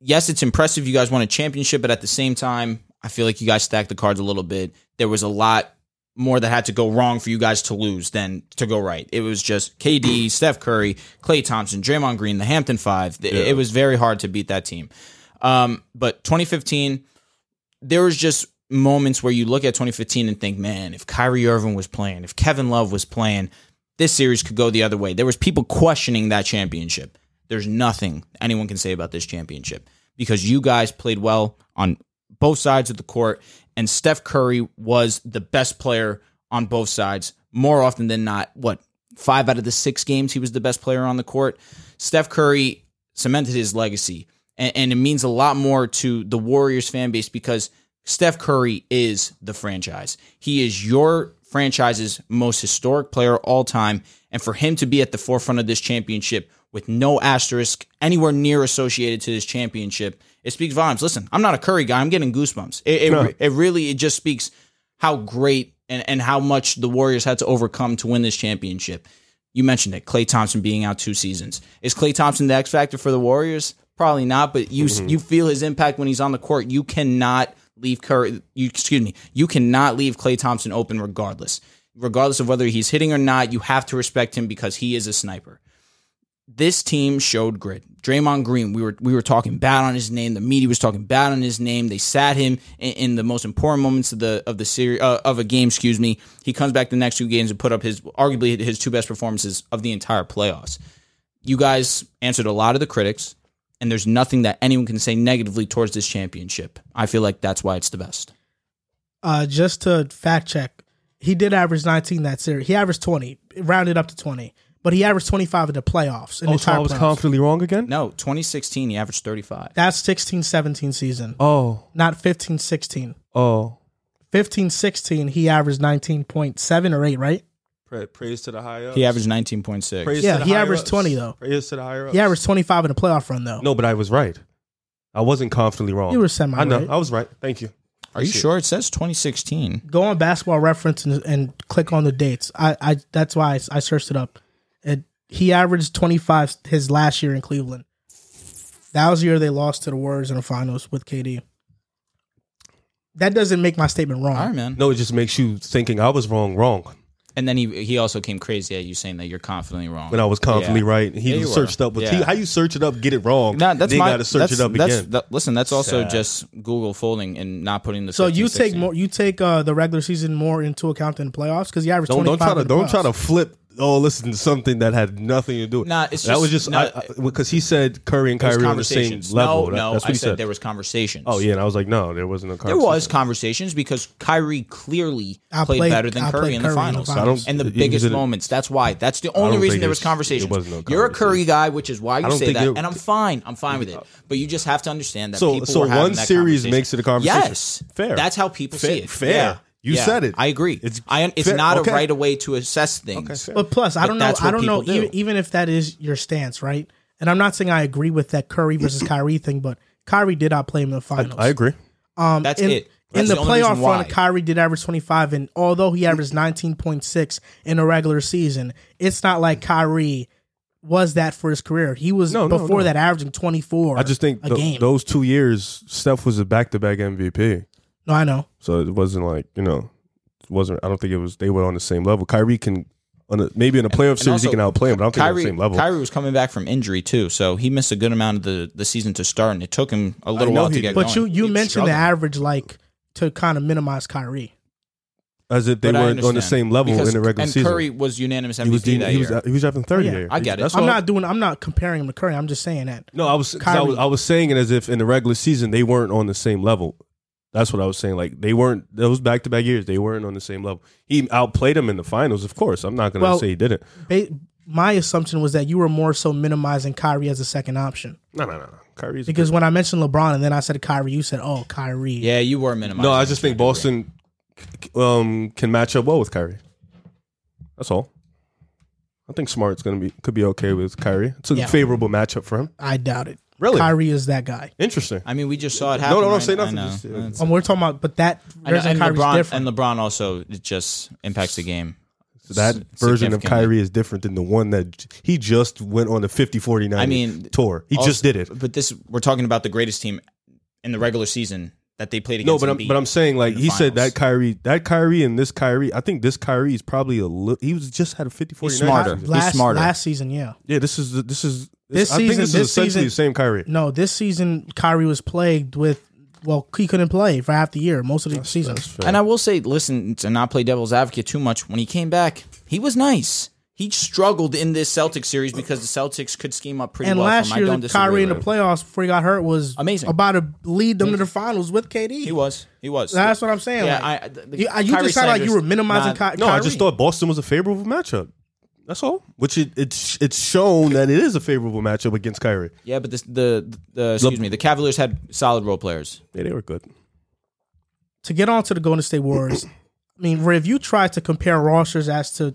Speaker 2: yes, it's impressive you guys won a championship, but at the same time, I feel like you guys stacked the cards a little bit. There was a lot more that had to go wrong for you guys to lose than to go right. It was just KD, Steph Curry, Clay Thompson, Draymond Green, the Hampton Five. It- It was very hard to beat that team. Um, but 2015, there was just moments where you look at 2015 and think, man, if Kyrie Irving was playing, if Kevin Love was playing, this series could go the other way. There was people questioning that championship. There's nothing anyone can say about this championship because you guys played well on both sides of the court and Steph Curry was the best player on both sides more often than not. What, 5 out of the 6 games he was the best player on the court. Steph Curry cemented his legacy. And, and it means a lot more to the Warriors fan base because Steph Curry is the franchise. He is your franchise's most historic player all time. And for him to be at the forefront of this championship with no asterisk anywhere near associated to this championship, it speaks volumes. Listen, I'm not a Curry guy. I'm getting goosebumps. It, it, it really, it just speaks how great and, and how much the Warriors had to overcome to win this championship. You mentioned it, Clay Thompson being out two seasons. Is Clay Thompson the X factor for the Warriors? Probably not, but you you feel his impact when he's on the court. You cannot leave Curry. You excuse me. You cannot leave Clay Thompson open, regardless, regardless of whether he's hitting or not. You have to respect him because he is a sniper this team showed grit. Draymond Green, we were we were talking bad on his name. The media was talking bad on his name. They sat him in, in the most important moments of the of the series uh, of a game. Excuse me. He comes back the next two games and put up his arguably his two best performances of the entire playoffs. You guys answered a lot of the critics, and there's nothing that anyone can say negatively towards this championship. I feel like that's why it's the best.
Speaker 1: Uh, just to fact check, he did average 19 that series. He averaged 20, rounded up to 20, but he averaged 25 in the playoffs.
Speaker 3: Oh,
Speaker 1: In the entire playoffs.
Speaker 3: wrong again?
Speaker 2: No, 2016 he averaged 35.
Speaker 1: That's 16 17 season,
Speaker 3: Oh,
Speaker 1: not 15 16.
Speaker 3: oh.
Speaker 1: 15 16, he averaged 19.7 or 8, right?
Speaker 3: praise to the higher ups.
Speaker 2: He averaged 19.6.
Speaker 3: Praise
Speaker 1: Yeah,
Speaker 3: to the
Speaker 1: he
Speaker 3: higher
Speaker 1: averaged
Speaker 3: ups.
Speaker 1: 20 though.
Speaker 3: Praise to the higher ups.
Speaker 1: He averaged 25 in a playoff run, though.
Speaker 3: No, but I was right. I wasn't confidently wrong.
Speaker 1: You were semi
Speaker 3: I know.
Speaker 1: right.
Speaker 3: I was right. Thank you.
Speaker 2: Are you sure it says 2016?
Speaker 1: Go on basketball reference and, and click on the dates. I, I That's why I, I searched it up. It, he averaged 25 his last year in Cleveland. That was the year they lost to the Warriors in the finals with KD. That doesn't make my statement wrong.
Speaker 2: All right, man.
Speaker 3: No, it just makes you thinking I was wrong, wrong.
Speaker 2: And then he he also came crazy at you saying that you're confidently wrong.
Speaker 3: When I was confidently
Speaker 2: Yeah.
Speaker 3: right, he
Speaker 2: Yeah, you
Speaker 3: searched
Speaker 2: were.
Speaker 3: up. With
Speaker 2: Yeah.
Speaker 3: how you search it up, get it wrong.
Speaker 2: Nah, that's
Speaker 3: then
Speaker 2: my.
Speaker 3: got to search
Speaker 2: that's-
Speaker 3: it up
Speaker 2: that's-
Speaker 3: again.
Speaker 2: that- listen, that's also
Speaker 3: Sad.
Speaker 2: just Google folding and not putting the.
Speaker 1: So you
Speaker 2: 15,
Speaker 1: take more, you take uh, the regular season more into account than the playoffs because you averaged
Speaker 3: Don't, don't
Speaker 1: 25
Speaker 3: try to
Speaker 1: in the
Speaker 3: don't try
Speaker 1: playoffs.
Speaker 3: to flip. Oh, listen to something that had nothing to do. with it.
Speaker 2: Nah, it's
Speaker 3: that was
Speaker 2: just-
Speaker 3: just
Speaker 2: nah,
Speaker 3: because he said Curry
Speaker 2: 16.
Speaker 3: and
Speaker 2: There was
Speaker 3: Kyrie on the same
Speaker 2: conversations.
Speaker 3: level.
Speaker 2: No,
Speaker 3: That-
Speaker 2: no,
Speaker 3: that's what
Speaker 2: I
Speaker 3: he
Speaker 2: said,
Speaker 3: said.
Speaker 2: there was conversations.
Speaker 3: oh yeah, and I was like, no, there wasn't a
Speaker 2: there
Speaker 3: conversation.
Speaker 2: was conversations because Kyrie clearly
Speaker 1: I
Speaker 2: played,
Speaker 1: played-
Speaker 2: better than
Speaker 1: I
Speaker 2: Curry
Speaker 1: played
Speaker 2: in
Speaker 1: Curry
Speaker 2: the
Speaker 1: in the
Speaker 2: finals.
Speaker 1: finals. I
Speaker 3: don't-
Speaker 2: and the
Speaker 3: it- it
Speaker 2: biggest
Speaker 3: was a-
Speaker 2: moments. That's why. That's the only
Speaker 3: don't
Speaker 2: reason
Speaker 3: think
Speaker 2: there was
Speaker 3: it's- it
Speaker 2: conversations.
Speaker 3: wasn't no
Speaker 2: You're a Curry guy, which is why you
Speaker 3: I don't
Speaker 2: say
Speaker 3: think
Speaker 2: that,
Speaker 3: it-
Speaker 2: and I'm fine. I'm fine with it. But you just have to understand that.
Speaker 3: So
Speaker 2: people
Speaker 3: so
Speaker 2: were having
Speaker 3: one
Speaker 2: that
Speaker 3: series
Speaker 2: conversation.
Speaker 3: makes it a conversation.
Speaker 2: Yes,
Speaker 3: fair.
Speaker 2: That's how people
Speaker 3: fair,
Speaker 2: see it.
Speaker 3: Fair.
Speaker 2: Yeah.
Speaker 3: You
Speaker 2: Yeah.
Speaker 3: said it.
Speaker 2: I agree. It's
Speaker 3: It's
Speaker 2: I, it's
Speaker 3: fair.
Speaker 2: not
Speaker 3: Okay.
Speaker 2: a right way to assess things.
Speaker 3: fair.
Speaker 1: But plus, I
Speaker 2: But
Speaker 1: don't know.
Speaker 2: that's what
Speaker 1: I don't know.
Speaker 2: people
Speaker 1: Even,
Speaker 2: do.
Speaker 1: even if that is your stance, right? And I'm not saying I agree with that Curry versus Kyrie thing, but Kyrie did outplay him in the finals.
Speaker 3: I agree.
Speaker 1: Um,
Speaker 2: That's
Speaker 1: in,
Speaker 2: it. That's
Speaker 1: in
Speaker 2: the
Speaker 1: the,
Speaker 2: only reason
Speaker 1: playoff
Speaker 2: why.
Speaker 1: run, Kyrie did average 25, and although he averaged 19.6 in a regular season, it's not like Kyrie was that for his career. He was
Speaker 3: No, no,
Speaker 1: before
Speaker 3: no.
Speaker 1: that averaging 24.
Speaker 3: I just think
Speaker 1: a
Speaker 3: tho-
Speaker 1: game.
Speaker 3: those two years, Steph was a back-to-back MVP.
Speaker 1: No, I know.
Speaker 3: So it wasn't like you know, it wasn't. I don't think it was. They were on the same level. Kyrie can, on a, maybe in a playoff series,
Speaker 2: also,
Speaker 3: he can outplay him, but I don't think they're on the
Speaker 2: Kyrie,
Speaker 3: same level.
Speaker 2: Kyrie was coming back from injury too, so he missed a good amount of the, the season to start, and it took him a little
Speaker 3: know
Speaker 2: while to
Speaker 3: he
Speaker 2: get
Speaker 3: did.
Speaker 1: But you
Speaker 2: going.
Speaker 1: you
Speaker 2: He was
Speaker 1: mentioned the
Speaker 2: struggling.
Speaker 1: average like to kind of minimize Kyrie.
Speaker 3: As if they
Speaker 2: But I
Speaker 3: weren't on the
Speaker 2: understand.
Speaker 3: same level
Speaker 2: Because-
Speaker 3: in the regular
Speaker 2: and
Speaker 3: season.
Speaker 2: Curry was unanimous MVP
Speaker 3: he was doing-
Speaker 2: that
Speaker 3: he was
Speaker 2: year.
Speaker 3: he was driving thirty.
Speaker 1: Oh, yeah.
Speaker 3: there.
Speaker 2: I get it.
Speaker 3: That's
Speaker 1: I'm
Speaker 3: all-
Speaker 1: not doing. I'm not comparing him to Curry. I'm just saying that.
Speaker 3: No, I was 'cause I
Speaker 1: Kyrie.
Speaker 3: was I was saying it as if in the regular season they weren't on the same level. That's what I was saying. Like they weren't those back to back years. They weren't on the same level. He outplayed him in the finals, of course. I'm not going to
Speaker 1: Well-
Speaker 3: say he didn't.
Speaker 1: Ba- my assumption was that you were more so minimizing Kyrie as a second option
Speaker 3: No, no, no, no. Kyrie's a
Speaker 1: because when I mentioned LeBron and then I said Kyrie, you said, "Oh, Kyrie."
Speaker 2: Yeah, you were
Speaker 3: good-
Speaker 2: minimizing.
Speaker 3: no. I
Speaker 2: him
Speaker 3: just
Speaker 2: to a
Speaker 3: think
Speaker 2: degree.
Speaker 3: Boston um, can match up well with Kyrie. That's all. I think Smart's going to be could be okay with Kyrie. It's a
Speaker 1: Yeah.
Speaker 3: favorable matchup for him.
Speaker 1: I doubt it.
Speaker 3: Really?
Speaker 1: Kyrie is that guy.
Speaker 3: Interesting.
Speaker 2: I mean, we just saw it
Speaker 3: No,
Speaker 2: happen.
Speaker 3: no, don't
Speaker 2: right?
Speaker 3: say
Speaker 2: I
Speaker 3: nothing,
Speaker 2: know.
Speaker 3: just- uh,
Speaker 2: That's-
Speaker 1: Um, we're talking about, but that
Speaker 2: I know,
Speaker 1: version
Speaker 2: and
Speaker 1: of Kyrie's
Speaker 2: LeBron
Speaker 1: different.
Speaker 2: and LeBron also it just impacts the game.
Speaker 3: that version of
Speaker 2: significantly.
Speaker 3: Kyrie is different than the one that j- he just went on the 50 40
Speaker 2: I mean,
Speaker 3: tour. He
Speaker 2: also-
Speaker 3: just did it.
Speaker 2: But this, we're talking about the greatest team in the regular season that they played
Speaker 3: No,
Speaker 2: against.
Speaker 3: but I'm
Speaker 2: and beat.
Speaker 3: but I'm saying like
Speaker 2: in the
Speaker 3: he
Speaker 2: finals.
Speaker 3: said that Kyrie, that Kyrie and this Kyrie, I think this Kyrie is probably a little he was just had a 50 40
Speaker 2: He's smarter. He's
Speaker 1: last
Speaker 2: smarter.
Speaker 1: last season, yeah.
Speaker 3: Yeah, this is this is
Speaker 1: This
Speaker 3: I think
Speaker 1: season-
Speaker 3: this,
Speaker 1: this
Speaker 3: is essentially
Speaker 1: season-
Speaker 3: the same Kyrie.
Speaker 1: No, this season Kyrie was plagued with well, he couldn't play for half the year, most of the season.
Speaker 2: And I will say, listen, to not play devil's advocate too much, when he came back, he was nice. He struggled in this Celtics series because the Celtics could scheme up pretty
Speaker 1: And
Speaker 2: well.
Speaker 1: last
Speaker 2: for him. I
Speaker 1: year,
Speaker 2: don't disagree
Speaker 1: Kyrie in the
Speaker 2: with
Speaker 1: playoffs before he got hurt was
Speaker 2: Amazing.
Speaker 1: About to lead them to the finals with KD.
Speaker 2: him. he was, he was.
Speaker 1: That's what I'm saying.
Speaker 2: Yeah,
Speaker 1: like,
Speaker 2: I- the- the
Speaker 1: you, uh, you
Speaker 2: Kyrie
Speaker 1: just sound like you
Speaker 2: Sanders-
Speaker 1: were minimizing
Speaker 2: Nah,
Speaker 1: Ky-
Speaker 3: No,
Speaker 1: Kyrie.
Speaker 3: I just thought Boston was a favorable matchup. That's all. Which it, it's it's shown that it is a favorable matchup against Kyrie.
Speaker 2: yeah, but this, the the excuse me, the Cavaliers had solid role players.
Speaker 3: Yeah, they were good.
Speaker 1: to get on to the Golden State Warriors. I mean, Riv, you tried to compare rosters as to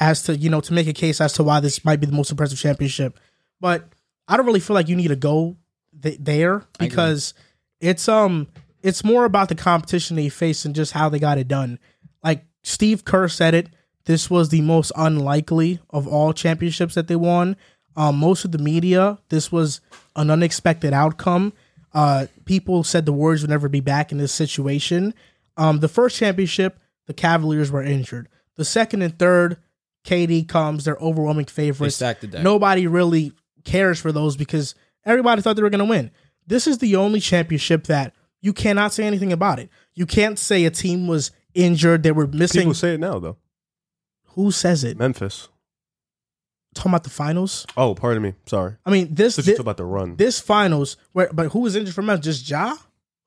Speaker 1: as to you know to make a case as to why this might be the most impressive championship, but I don't really feel like you need to go th- there because it's um it's more about the competition they faced and just how they got it done. Like Steve Kerr said it, this was the most unlikely of all championships that they won. Um, most of the media, this was an unexpected outcome. Uh, people said the Warriors would never be back in this situation. Um, the first championship, the Cavaliers were injured. The second and third, KD comes, they're overwhelming favorites.
Speaker 2: stacked the deck.
Speaker 1: Nobody really cares for those because everybody thought they were going to win. This is the only championship that you cannot say anything about it. You can't say a team was injured, they were missing.
Speaker 3: People say it now though.
Speaker 1: Who says it?
Speaker 3: Memphis.
Speaker 1: Talking about the finals.
Speaker 3: Oh, pardon me. Sorry.
Speaker 1: I mean this
Speaker 3: This
Speaker 1: thi-
Speaker 3: is about the run.
Speaker 1: this finals where, but who was injured for Memphis? Just Ja,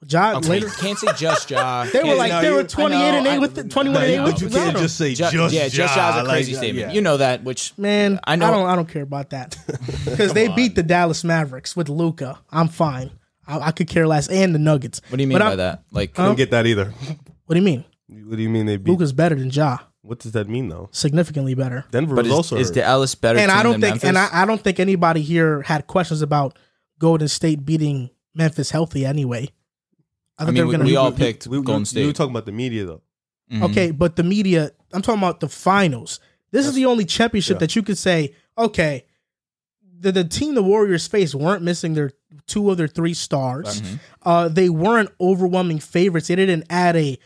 Speaker 1: Ja later.
Speaker 2: can't say just Ja.
Speaker 1: They were like
Speaker 3: no,
Speaker 1: they
Speaker 3: you- I
Speaker 1: were
Speaker 3: know,
Speaker 1: twenty eight and eight with the, twenty one
Speaker 2: No,
Speaker 1: and eight
Speaker 2: you-
Speaker 1: with
Speaker 2: you
Speaker 1: Toronto.
Speaker 3: say
Speaker 2: Ju- yeah, just Ja's a
Speaker 3: like,
Speaker 2: crazy statement.
Speaker 3: yeah.
Speaker 2: You know that, which
Speaker 1: Man,
Speaker 2: I
Speaker 1: I,
Speaker 2: know-
Speaker 1: don't I don't care about that because they beat the Dallas Mavericks with Luca. I'm fine. I, I could care less. And the Nuggets.
Speaker 2: what do you
Speaker 1: But
Speaker 2: mean by
Speaker 1: I'm- Um,
Speaker 2: that? Like
Speaker 3: I don't get that either.
Speaker 1: What do you mean?
Speaker 3: What do you mean they beat?
Speaker 1: Luca's better than Ja,
Speaker 3: What does that mean though?
Speaker 1: significantly better.
Speaker 3: Denver
Speaker 2: but
Speaker 3: was
Speaker 2: is,
Speaker 3: also
Speaker 2: is
Speaker 3: hurt.
Speaker 2: Dallas better
Speaker 1: And
Speaker 2: team
Speaker 1: I don't
Speaker 2: than
Speaker 1: think and I,
Speaker 2: Memphis?
Speaker 1: I don't think anybody here had questions about Golden State beating Memphis healthy anyway. I,
Speaker 2: I
Speaker 1: thought
Speaker 2: mean, we,
Speaker 1: gonna-
Speaker 2: we all picked mm-hmm.
Speaker 3: We- we-
Speaker 2: Golden
Speaker 3: You were
Speaker 2: State.
Speaker 3: talking about the media though.
Speaker 1: Okay, but the media, I'm talking about the finals. This is the only championship
Speaker 3: yeah.
Speaker 1: that you could say, okay, the, the team the Warriors faced weren't missing their two of their three stars.
Speaker 2: Mm-hmm.
Speaker 1: Uh, they weren't overwhelming favorites. They didn't add a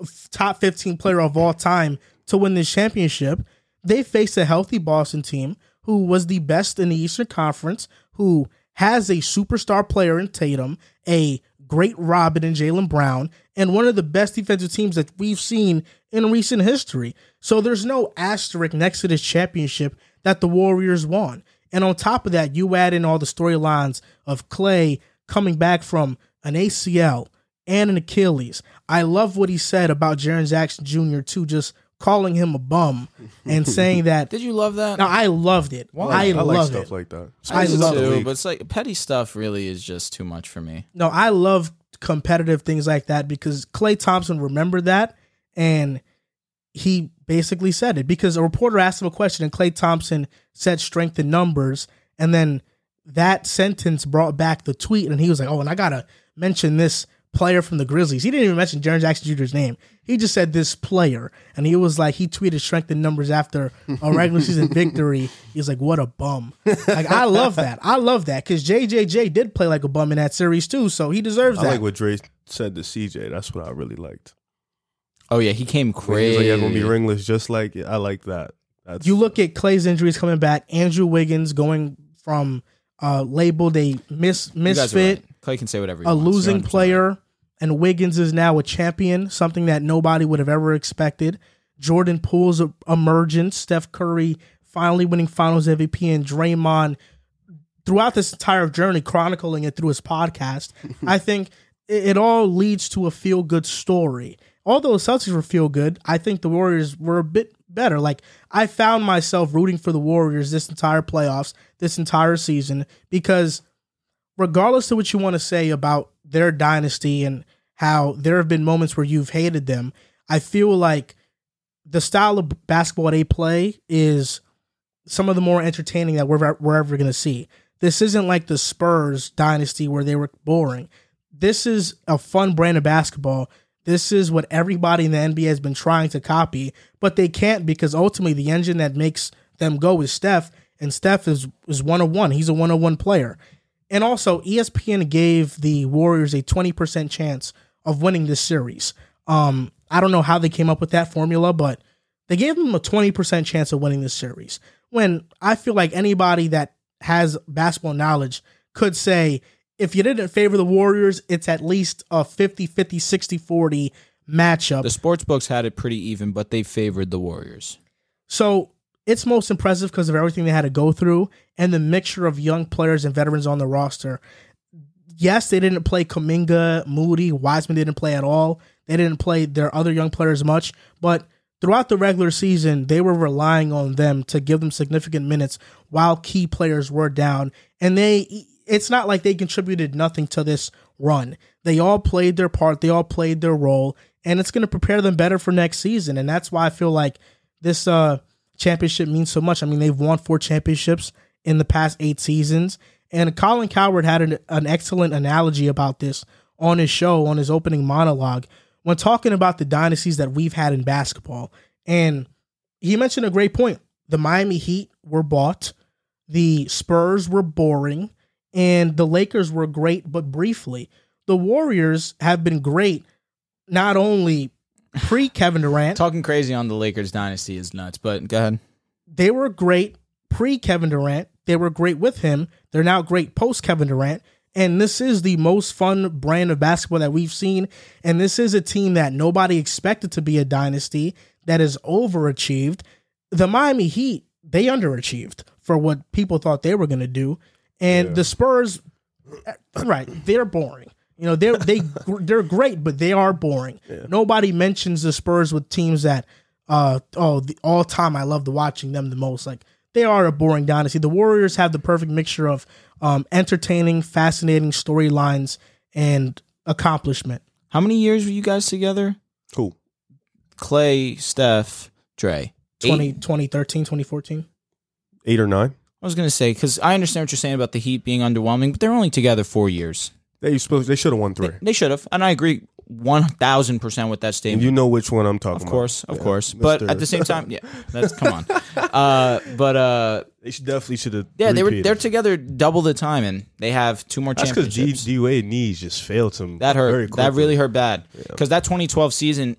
Speaker 1: f- top 15 player of all time to win this championship. They faced a healthy Boston team who was the best in the Eastern Conference, who has a superstar player in Tatum, a great Robin and Jalen Brown, and one of the best defensive teams that we've seen in recent history. So there's no asterisk next to this championship that the Warriors won. And on top of that, you add in all the storylines of Clay coming back from an ACL and an Achilles. I love what he said about Jaron Jackson Jr. too, just calling him a bum and saying that.
Speaker 2: Did you love that?
Speaker 1: Now I loved it. I,
Speaker 3: I like
Speaker 1: love
Speaker 3: stuff
Speaker 1: it.
Speaker 3: like that.
Speaker 1: I
Speaker 2: Too,
Speaker 1: love
Speaker 2: but it's like petty stuff. Really, is just too much for me.
Speaker 1: no, I love competitive things like that because Clay Thompson remembered that and he basically said it because a reporter asked him a question and Clay Thompson said strength in numbers and then that sentence brought back the tweet and he was like, "Oh, and I got to mention this player from the Grizzlies." He didn't even mention Jaron Jackson Jr.'s name. He just said this player and he was like he tweeted strength in numbers after a regular season victory. He was like, "What a bum." Like I love that. I love that cuz JJJ did play like a bum in that series too, so he deserves
Speaker 3: I
Speaker 1: that.
Speaker 3: like what Dre said to CJ, that's what I really liked.
Speaker 2: Oh yeah, he came
Speaker 3: When he was
Speaker 2: crazy.
Speaker 3: like, yeah, gonna be ringless, just like I like that. That's
Speaker 1: You look at Clay's injuries coming back, Andrew Wiggins going from uh, labeled a mis-
Speaker 2: You guys are
Speaker 1: misfit,
Speaker 2: right. Clay can say whatever. He
Speaker 1: a
Speaker 2: wants. You're
Speaker 1: losing
Speaker 2: 100%
Speaker 1: player, and Wiggins is now a champion, something that nobody would have ever expected. Jordan Poole's e- emergence, Steph Curry finally winning finals MVP, and Draymond throughout this entire journey, chronicling it through his podcast. I think it, it all leads to a feel good story. Although the Celtics were feel good, I think the Warriors were a bit better. Like I found myself rooting for the Warriors this entire playoffs, this entire season, because regardless of what you want to say about their dynasty and how there have been moments where you've hated them, I feel like the style of basketball they play is some of the more entertaining that we're, we're ever going to see. This isn't like the Spurs dynasty where they were boring. This is a fun brand of basketball. This is what everybody in the NBA has been trying to copy, but they can't because ultimately the engine that makes them go is Steph, and Steph is is one on one. He's a one on one player. And also, E ESPN gave the Warriors a 20% chance of winning this series. Um, I don't know how they came up with that formula, but they gave them a 20% chance of winning this series. When I feel like anybody that has basketball knowledge could say, if you didn't favor the Warriors, it's at least a 50 50, 60 40 matchup.
Speaker 2: The sports books had it pretty even, but they favored the Warriors.
Speaker 1: So it's most impressive because of everything they had to go through and the mixture of young players and veterans on the roster. Yes, they didn't play Kaminga, Moody, Wiseman didn't play at all. They didn't play their other young players much, but throughout the regular season, they were relying on them to give them significant minutes while key players were down. And they it's not like they contributed nothing to this run. They all played their part, they all played their role, and it's going to prepare them better for next season. And that's why I feel like this uh championship means so much. I mean, they've won four championships in the past eight seasons. And Colin Coward had an, an excellent analogy about this on his show, on his opening monologue, when talking about the dynasties that we've had in basketball. And he mentioned a great point. The Miami Heat were bought, the Spurs were boring, and the Lakers were great, but briefly. The Warriors have been great, not only pre Kevin Durant,
Speaker 2: Talking crazy on the Lakers dynasty is nuts, but go ahead.
Speaker 1: they were great pre Kevin Durant. They were great with him. They're now great post Kevin Durant. And this is the most fun brand of basketball that we've seen. And this is a team that nobody expected to be a dynasty that is overachieved. The Miami Heat, they underachieved for what people thought they were going to do. And the Spurs, right, they're boring. You know, they're they they're great, but they are boring. Nobody mentions the Spurs with teams that uh oh the all time I loved watching them the most. Like they are a boring dynasty. The Warriors have the perfect mixture of um entertaining, fascinating storylines and accomplishment.
Speaker 2: How many years were you guys together?
Speaker 3: cool.
Speaker 2: Clay, Steph, Dre. Eight?
Speaker 1: 20, 2013, 2014.
Speaker 3: Eight or nine.
Speaker 2: I was gonna say because I understand what you're saying about the Heat being underwhelming, but they're only together four years.
Speaker 3: They supposed they should have won three.
Speaker 2: They should have, and I agree one thousand percent with that statement.
Speaker 3: you know which one I'm talking
Speaker 2: of
Speaker 3: about.
Speaker 2: course, of
Speaker 3: Yeah,
Speaker 2: course, but
Speaker 3: Mr.
Speaker 2: at the same time, yeah, that's come on. Uh, but uh,
Speaker 3: They should definitely should have.
Speaker 2: yeah, they were they're together double the time, and they have two more
Speaker 3: That's because D,
Speaker 2: championships.
Speaker 3: D Wade knees just failed him.
Speaker 2: That hurt.
Speaker 3: Very
Speaker 2: that
Speaker 3: quickly.
Speaker 2: really hurt bad. Because that 2012 season,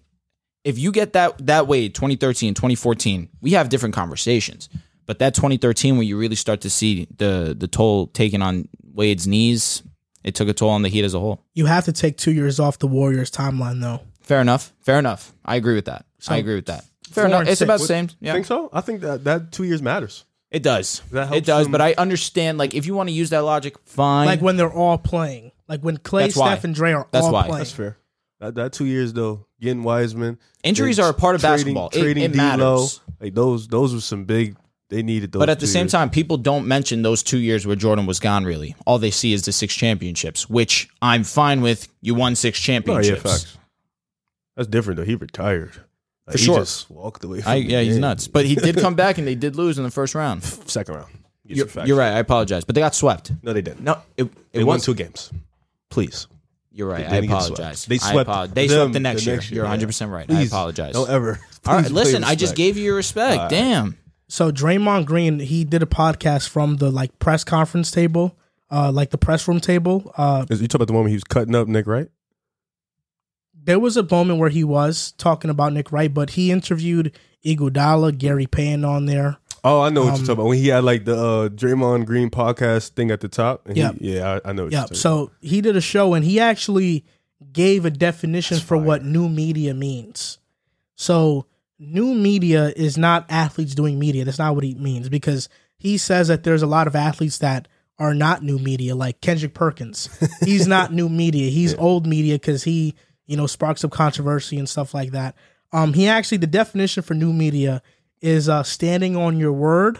Speaker 2: if you get that that way, 2013, 2014, we have different conversations. But that 2013, when you really start to see the the toll taken on Wade's knees, it took a toll on the Heat as a whole.
Speaker 1: You have to take 2 years off the Warriors timeline though.
Speaker 2: Fair enough. Fair enough. I agree with that. I agree with that. Fair enough.
Speaker 1: and
Speaker 2: It's
Speaker 1: six.
Speaker 2: about the same. Yeah,
Speaker 3: Think so? I think that that two years matters.
Speaker 2: it does.
Speaker 3: That helps
Speaker 2: It does.
Speaker 3: them-
Speaker 2: But I understand. Like, if you want to use that logic, fine.
Speaker 1: Like when they're all playing. Like when Clay,
Speaker 2: That's why.
Speaker 1: Steph and Dre are
Speaker 2: That's
Speaker 1: all
Speaker 2: why.
Speaker 1: playing.
Speaker 3: That's fair. That, that two years though, getting Wiseman.
Speaker 2: Injuries
Speaker 3: then
Speaker 2: are a part of
Speaker 3: trading-
Speaker 2: basketball. It-
Speaker 3: Trading
Speaker 2: it
Speaker 3: D-Lo,
Speaker 2: matters.
Speaker 3: like those those were some big. They needed those.
Speaker 2: But at the
Speaker 3: two
Speaker 2: same
Speaker 3: years.
Speaker 2: time, people don't mention those two years where Jordan was gone. Really, all they see is the six championships, which I'm fine with. You won six
Speaker 3: oh yeah,
Speaker 2: championships.
Speaker 3: facts. That's different though. He retired. Like,
Speaker 2: For
Speaker 3: he
Speaker 2: sure.
Speaker 3: just walked away. From
Speaker 2: I,
Speaker 3: the
Speaker 2: yeah, he's
Speaker 3: game.
Speaker 2: nuts. But he did come back, and they did lose in the first round.
Speaker 3: Second round. These
Speaker 2: You're,
Speaker 3: are facts.
Speaker 2: you're right. I apologize, but they got swept.
Speaker 3: No, they didn't.
Speaker 2: No, it,
Speaker 3: they
Speaker 2: it
Speaker 3: won
Speaker 2: was.
Speaker 3: two games. Please.
Speaker 2: you're right. I
Speaker 3: didn't get swept.
Speaker 2: apologize.
Speaker 3: They
Speaker 2: I
Speaker 3: swept
Speaker 2: apo- they
Speaker 3: them
Speaker 2: swept the next, year. You're
Speaker 3: yeah.
Speaker 2: 100 percent right. I
Speaker 3: Please,
Speaker 2: apologize.
Speaker 3: Don't ever.
Speaker 2: all right,
Speaker 3: please play
Speaker 2: listen. I just
Speaker 3: respect.
Speaker 2: gave you your respect. Damn.
Speaker 1: So Draymond Green, he did a podcast from the like press conference table, uh, like the press room table. Uh,
Speaker 3: Is- You talking about the moment he was cutting up Nick, right?
Speaker 1: there was a moment where he was talking about Nick Wright, but he interviewed Iguodala, Gary Payne on there.
Speaker 3: Oh, I know
Speaker 1: Um,
Speaker 3: what you're talking about. When he had like the uh, Draymond Green podcast thing at the top. and he-
Speaker 1: Yeah.
Speaker 3: yeah, I, I know. What
Speaker 1: Yeah.
Speaker 3: you're talking
Speaker 1: So he did a show and he actually gave a definition for what new media means. So new media is not athletes doing media. That's not what he means because he says that there's a lot of athletes that are not new media, like Kendrick Perkins. He's not new media. He's old media because he, you know, sparks up controversy and stuff like that. Um, he actually the definition for new media is uh, standing on your word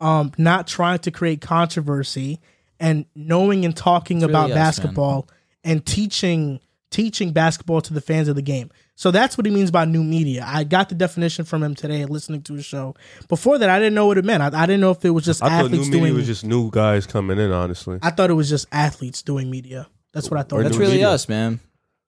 Speaker 1: um, not trying to create controversy and knowing and talking about
Speaker 2: us, man.
Speaker 1: basketball and teaching teaching basketball to the fans of the game. So that's what he means by new media. I got the definition from him today listening to his show. Before that, I didn't know what it meant. I, I didn't know if it was just
Speaker 3: about. I thought new
Speaker 1: athletes
Speaker 3: media
Speaker 1: doing.
Speaker 3: was just new guys coming in. Honestly,
Speaker 1: I thought it was just athletes doing media. That's what I thought.
Speaker 3: Or
Speaker 2: That's
Speaker 3: New
Speaker 2: really
Speaker 3: media.
Speaker 2: us, man.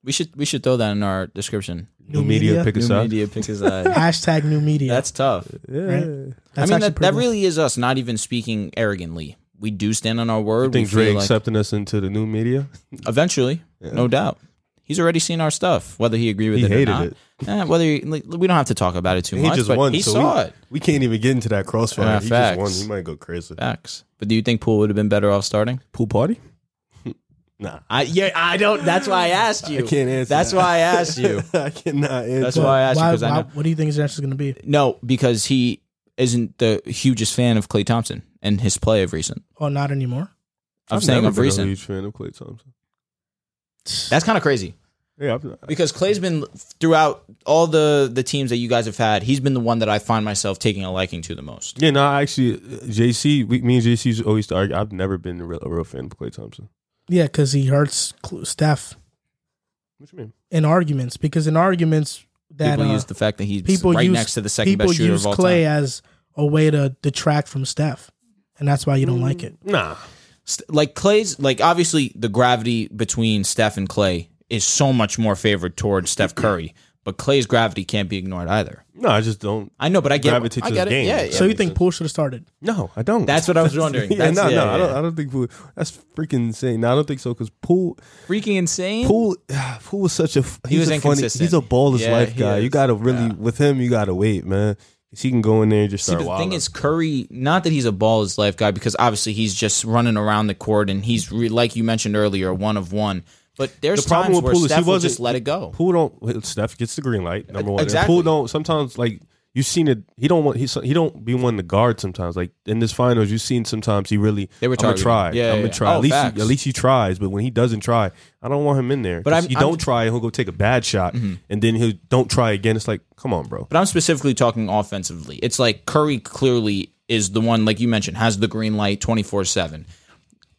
Speaker 2: We should we should throw that in our description.
Speaker 3: new media,
Speaker 1: media.
Speaker 3: pick
Speaker 2: New
Speaker 3: us up.
Speaker 2: media pick his eye.
Speaker 1: hashtag new media.
Speaker 2: That's tough.
Speaker 1: right?
Speaker 2: I
Speaker 1: That's actually
Speaker 2: mean, that,
Speaker 1: pretty
Speaker 2: that
Speaker 1: good.
Speaker 2: really is us. Not even speaking arrogantly. We do stand on our word.
Speaker 3: I think
Speaker 2: we
Speaker 3: Dre
Speaker 2: feel like
Speaker 3: accepting us into the new media.
Speaker 2: eventually, no doubt. He's already seen our stuff, whether he agreed with
Speaker 3: He
Speaker 2: it
Speaker 3: hated
Speaker 2: or not.
Speaker 3: it.
Speaker 2: Eh, whether he, like, we don't have to talk about it too
Speaker 3: He
Speaker 2: much,
Speaker 3: just
Speaker 2: but
Speaker 3: won.
Speaker 2: he
Speaker 3: so
Speaker 2: saw
Speaker 3: we,
Speaker 2: it.
Speaker 3: We can't even get into that crossfire.
Speaker 2: Yeah,
Speaker 3: he
Speaker 2: facts.
Speaker 3: just won. He might go crazy.
Speaker 2: Facts. But do you think Poole would have been better off starting?
Speaker 3: Pool party? nah,
Speaker 2: I yeah, I don't. That's why I asked you.
Speaker 3: I can't answer.
Speaker 2: That's
Speaker 3: that.
Speaker 2: why I asked you.
Speaker 3: I cannot answer.
Speaker 2: That's why I asked you
Speaker 1: Why-
Speaker 2: because I
Speaker 1: why-
Speaker 2: know.
Speaker 1: what do you think his answer is going to be?
Speaker 2: No, because he isn't the hugest fan of Clay Thompson and his play of recent.
Speaker 1: Oh, not anymore.
Speaker 2: I'm
Speaker 3: I've
Speaker 2: saying
Speaker 3: never
Speaker 2: of
Speaker 3: been a
Speaker 2: recent.
Speaker 3: huge fan of Klay Thompson.
Speaker 2: That's kind of crazy
Speaker 3: Yeah, I'm,
Speaker 2: because Clay's been throughout all the the teams that you guys have had. He's been the one that I find myself taking a liking to the most.
Speaker 3: yeah. No, I actually, JC, we, me and JC always to argue. I've never been a real, a real fan of Klay Thompson.
Speaker 1: Yeah, because he hurts Cl- Steph.
Speaker 3: What you mean?
Speaker 1: in arguments because in arguments that
Speaker 2: people
Speaker 1: people uh,
Speaker 2: use
Speaker 1: use
Speaker 2: the fact that he's
Speaker 1: people
Speaker 2: right
Speaker 1: use,
Speaker 2: next to the second
Speaker 1: people
Speaker 2: best shooter
Speaker 1: use
Speaker 2: of all
Speaker 1: Clay
Speaker 2: time.
Speaker 1: as a way to detract from Steph, and that's why you don't like it.
Speaker 3: Nah,
Speaker 2: St- Like Clay's, like obviously the gravity between Steph and Clay is so much more favored towards Steph Curry, but Clay's gravity can't be ignored either.
Speaker 3: no, I just don't.
Speaker 2: I know, but I get,
Speaker 3: Gravity
Speaker 2: I
Speaker 3: to
Speaker 2: get
Speaker 3: the
Speaker 2: it.
Speaker 3: game.
Speaker 2: Yeah, yeah.
Speaker 1: so you
Speaker 3: makes
Speaker 1: think
Speaker 3: sense.
Speaker 1: Poole should have started?
Speaker 3: No, I don't.
Speaker 2: That's what I was wondering.
Speaker 3: yeah,
Speaker 2: That's,
Speaker 3: no, no,
Speaker 2: yeah,
Speaker 3: I don't.
Speaker 2: yeah.
Speaker 3: I don't think Poole, that's freaking insane. No, I don't think so because Poole,
Speaker 2: freaking insane.
Speaker 3: Poole, Poole was such a he's
Speaker 2: was
Speaker 3: a funny.
Speaker 2: inconsistent.
Speaker 3: He's a ball is
Speaker 2: Yeah,
Speaker 3: life
Speaker 2: he
Speaker 3: guy. You
Speaker 2: is.
Speaker 3: gotta really with him. You gotta wait, man. 'Cause He can go in there and just
Speaker 2: See,
Speaker 3: start.
Speaker 2: but the
Speaker 3: wilding.
Speaker 2: thing is, Curry, not that he's a ball his life guy, because obviously he's just running around the court and he's, re- like you mentioned earlier, one of one. But there's
Speaker 3: The problem
Speaker 2: times
Speaker 3: with
Speaker 2: where
Speaker 3: Poole is he
Speaker 2: Steph will
Speaker 3: wasn't
Speaker 2: just let it go.
Speaker 3: Poole don't. Steph gets the green light. Number one.
Speaker 2: exactly.
Speaker 3: Poole don't. Sometimes like you've seen it. He don't want. He he don't be one to guard. Sometimes like in this finals, you've seen sometimes he really.
Speaker 2: They were
Speaker 3: I'm gonna
Speaker 2: targeting.
Speaker 3: try.
Speaker 2: Yeah,
Speaker 3: I'm
Speaker 2: yeah,
Speaker 3: gonna
Speaker 2: yeah.
Speaker 3: try.
Speaker 2: Oh,
Speaker 3: at least
Speaker 2: facts.
Speaker 3: he, at least he tries. But when he doesn't try, I don't want him in there.
Speaker 2: But
Speaker 3: But
Speaker 2: I'm-
Speaker 3: he
Speaker 2: I'm- Mm-hmm.
Speaker 3: don't try, he'll go take a bad shot, and then he'll don't try again. It's like, come on, bro.
Speaker 2: But I'm specifically talking offensively. It's like Curry clearly is the one, like you mentioned, has the green light 24 7.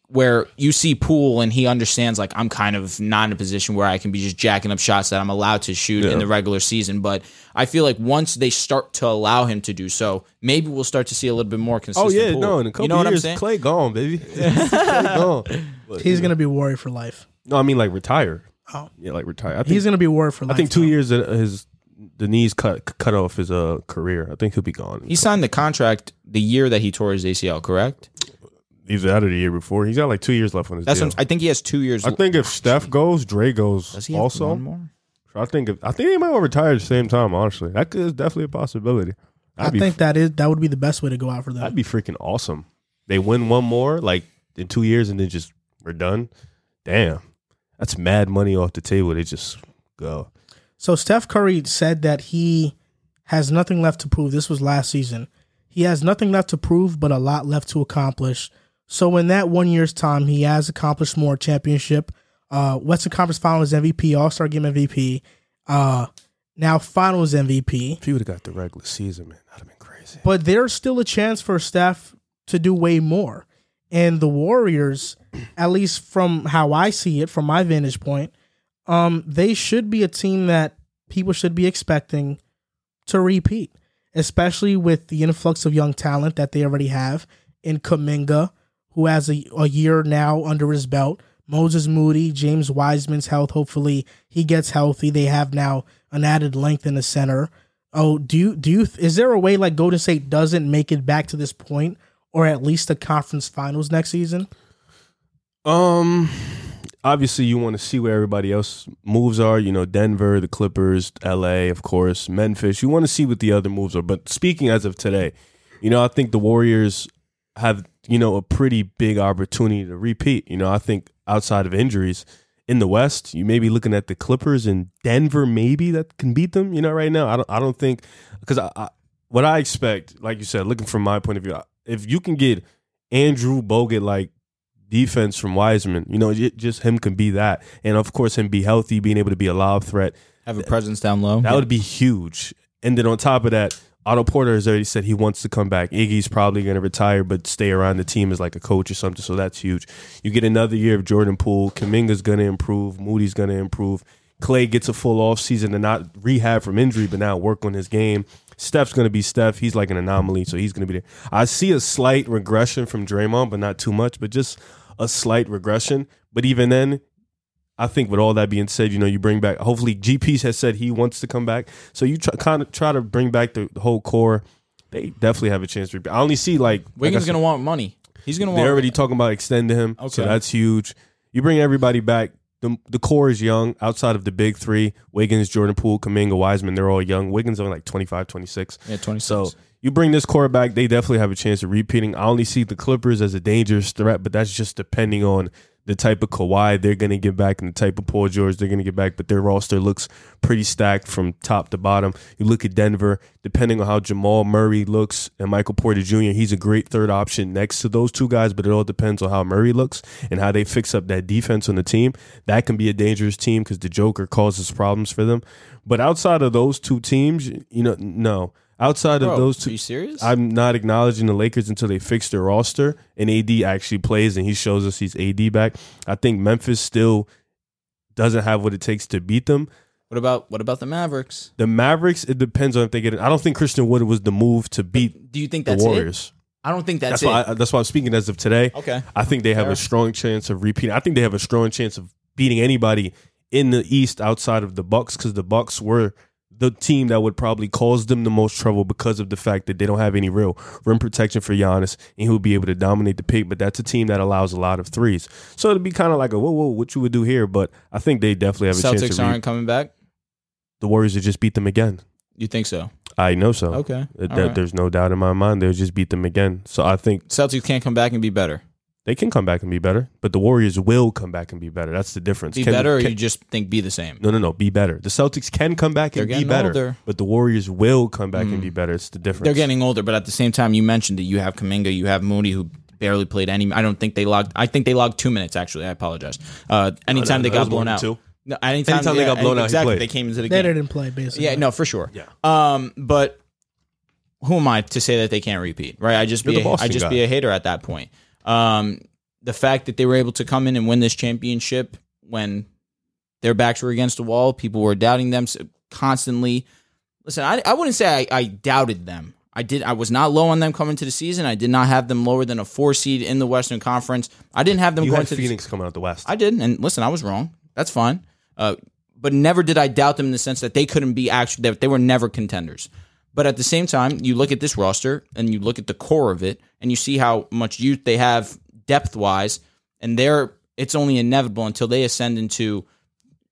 Speaker 2: Where you see Poole and he understands, like, I'm kind of not in a position where I can be just jacking up shots that I'm allowed to shoot in the regular season. But I feel like once they start to allow him to do so, maybe we'll start to see a little bit more
Speaker 3: Oh
Speaker 2: consistent.
Speaker 3: yeah,
Speaker 2: Poole.
Speaker 3: no. In a couple
Speaker 2: you know what I'm
Speaker 3: years,
Speaker 2: saying?
Speaker 3: Clay gone, baby. Clay gone. But,
Speaker 1: He's gonna be worried for life.
Speaker 3: no, I mean like retire.
Speaker 1: Oh.
Speaker 3: Yeah, like retire. I think
Speaker 1: He's gonna be worried for life.
Speaker 3: I think two
Speaker 1: though.
Speaker 3: years of his the knees cut cut off his uh career. I think he'll be gone.
Speaker 2: he signed the contract the year that he tore his ACL, correct?
Speaker 3: He's out of the year before. He's got like two years left on his
Speaker 2: That's
Speaker 3: deal.
Speaker 2: what I'm, I think he has two years.
Speaker 3: I think if Steph goes, Dre
Speaker 2: Does
Speaker 3: goes
Speaker 2: he have one
Speaker 3: also.
Speaker 2: more?
Speaker 3: I think if, I think they might all retire at the same time. Honestly, that could, is definitely a possibility. I'd
Speaker 1: I
Speaker 3: be
Speaker 1: think that is that would be the best way to go out for
Speaker 3: that'd
Speaker 1: them.
Speaker 3: be freaking awesome. They win one more like in two years, and then just we're done. Damn, that's mad money off the table. They just go.
Speaker 1: So Steph Curry said that he has nothing left to prove. This was last season. He has nothing left to prove, but a lot left to accomplish. So in that one year's time, he has accomplished more championship, uh, Western Conference Finals MVP, All Star Game MVP, uh, now Finals MVP.
Speaker 3: If he would have got the regular season, man, that'd have been crazy.
Speaker 1: But there's still a chance for Steph to do way more. And the Warriors, at least from how I see it, from my vantage point, um, they should be a team that people should be expecting to repeat, especially with the influx of young talent that they already have in Kaminga, who has a, a year now under his belt. Moses Moody, James Wiseman's health. Hopefully, he gets healthy. They have now an added length in the center. Oh, do you do you is there a way like Golden State doesn't make it back to this point, or at least the conference finals next season?
Speaker 3: Um, obviously you want to see where everybody else moves are. You know, Denver, the Clippers, L.A., of course, Memphis. You want to see what the other moves are. But speaking as of today, you know, I think the Warriors have you know a pretty big opportunity to repeat. You know, I think outside of injuries in the West, you may be looking at the Clippers and Denver, maybe that can beat them. You know, right now, I don't, I don't think because I, I what I expect, like you said, looking from my point of view, I- if you can get Andrew Bogut like defense from Wiseman, you know, j- just him can be that, and of course him be healthy, being able to be a lob threat,
Speaker 2: Have a presence down low.
Speaker 3: that would be huge. And then on top of that, Otto Porter has already said he wants to come back. Iggy's probably going to retire, but stay around the team as like a coach or something. So that's huge. You get another year of Jordan Poole. Kaminga's going to improve. Moody's going to improve. Clay gets a full off season to not rehab from injury, but now work on his game. Steph's going to be Steph. He's like an anomaly, so he's going to be there. I see a slight regression from Draymond, but not too much, but just a slight regression. But even then, I think with all that being said, you know, you bring back. Hopefully, GPs has said he wants to come back, so you try, kind of try to bring back the, the whole core. They definitely have a chance to. I only see like like I
Speaker 2: Wiggins
Speaker 3: said,
Speaker 2: gonna want money. He's gonna want.
Speaker 3: They're already talking about extending him, so
Speaker 2: Okay.
Speaker 3: that's huge. You bring everybody back. The, the core is young outside of the big three Wiggins, Jordan Poole, Kaminga, Wiseman. They're all young. Wiggins only like 25, 26.
Speaker 2: yeah, twenty six.
Speaker 3: So you bring this core back, they definitely have a chance of repeating. I only see the Clippers as a dangerous threat, but that's just depending on the type of Kawhi they're going to get back and the type of Paul George they're going to get back. But their roster looks pretty stacked from top to bottom. You look at Denver, depending on how Jamal Murray looks and Michael Porter Jr., he's a great third option next to those two guys, but it all depends on how Murray looks and how they fix up that defense on the team. That can be a dangerous team because the Joker causes problems for them. But outside of those two teams, you know, no. Outside of
Speaker 2: Bro,
Speaker 3: those two,
Speaker 2: Are you serious?
Speaker 3: I'm not acknowledging the Lakers until they fix their roster and AD actually plays and he shows us he's AD back. I think Memphis still doesn't have what it takes to beat them.
Speaker 2: what about what about the Mavericks?
Speaker 3: The Mavericks, it depends on if they get it. I don't think Christian Wood was the move to beat
Speaker 2: Do you think
Speaker 3: the
Speaker 2: that's it?
Speaker 3: Warriors.
Speaker 2: I don't think that's,
Speaker 3: That's why.
Speaker 2: it.
Speaker 3: I, that's why I'm speaking as of today.
Speaker 2: okay.
Speaker 3: I think they have
Speaker 2: Fair.
Speaker 3: a strong chance of repeating. I think they have a strong chance of beating anybody in the East outside of the Bucks because the Bucks were the team that would probably cause them the most trouble because of the fact that they don't have any real rim protection for Giannis and he'll be able to dominate the pick. But that's a team that allows a lot of threes, so it'd be kind of like a whoa, whoa, what you would do here. But I think they definitely have a chance.
Speaker 2: Celtics
Speaker 3: To re-
Speaker 2: aren't coming back.
Speaker 3: the Warriors would just beat them again.
Speaker 2: You think so?
Speaker 3: I know so.
Speaker 2: Okay.
Speaker 3: Th-
Speaker 2: All
Speaker 3: that-
Speaker 2: right.
Speaker 3: There's no doubt in my mind they'll just beat them again. So I think
Speaker 2: Celtics can't come back and be better.
Speaker 3: They can come back and be better, but the Warriors will come back and be better. That's the difference.
Speaker 2: Be
Speaker 3: Can-
Speaker 2: better, or
Speaker 3: can-
Speaker 2: you just think be the same?
Speaker 3: no, no, no. Be better. The Celtics can come back
Speaker 2: They're
Speaker 3: and be
Speaker 2: getting
Speaker 3: better,
Speaker 2: older. Mm.
Speaker 3: but the Warriors will come back and be better. It's the difference.
Speaker 2: They're getting older, but at the same time, you mentioned that you have Kaminga, you have Moody, who barely played any. I don't think they logged. I think they logged two minutes. Actually, I apologize. Uh, anytime
Speaker 3: no,
Speaker 2: they
Speaker 3: that was
Speaker 2: got
Speaker 3: more
Speaker 2: blown
Speaker 3: than
Speaker 2: out.
Speaker 3: two.
Speaker 2: No, anytime,
Speaker 3: Anytime they
Speaker 2: yeah,
Speaker 3: got blown out, he
Speaker 2: exactly.
Speaker 3: played.
Speaker 2: They came into the
Speaker 1: They
Speaker 2: game.
Speaker 1: didn't play basically.
Speaker 2: Yeah, no, for sure. Yeah. Um, but who am I to say that they can't repeat? Right? I just
Speaker 3: You're
Speaker 2: be
Speaker 3: the
Speaker 2: a, I
Speaker 3: Boston
Speaker 2: just
Speaker 3: guy.
Speaker 2: be a hater at that point. Um, the fact that they were able to come in and win this championship when their backs were against the wall, people were doubting them so- constantly. Listen, I, I wouldn't say I, I doubted them. I did. I was not low on them coming to the season. I did not have them lower than a four seed in the Western Conference. I didn't have them
Speaker 3: You
Speaker 2: going
Speaker 3: had
Speaker 2: to the
Speaker 3: Phoenix coming out the West.
Speaker 2: I did, and listen, I was wrong. That's fine. Uh, but never did I doubt them in the sense that they couldn't be actually that they were never contenders. But at the same time, you look at this roster and you look at the core of it, and you see how much youth they have depth wise, and they're it's only inevitable until they ascend into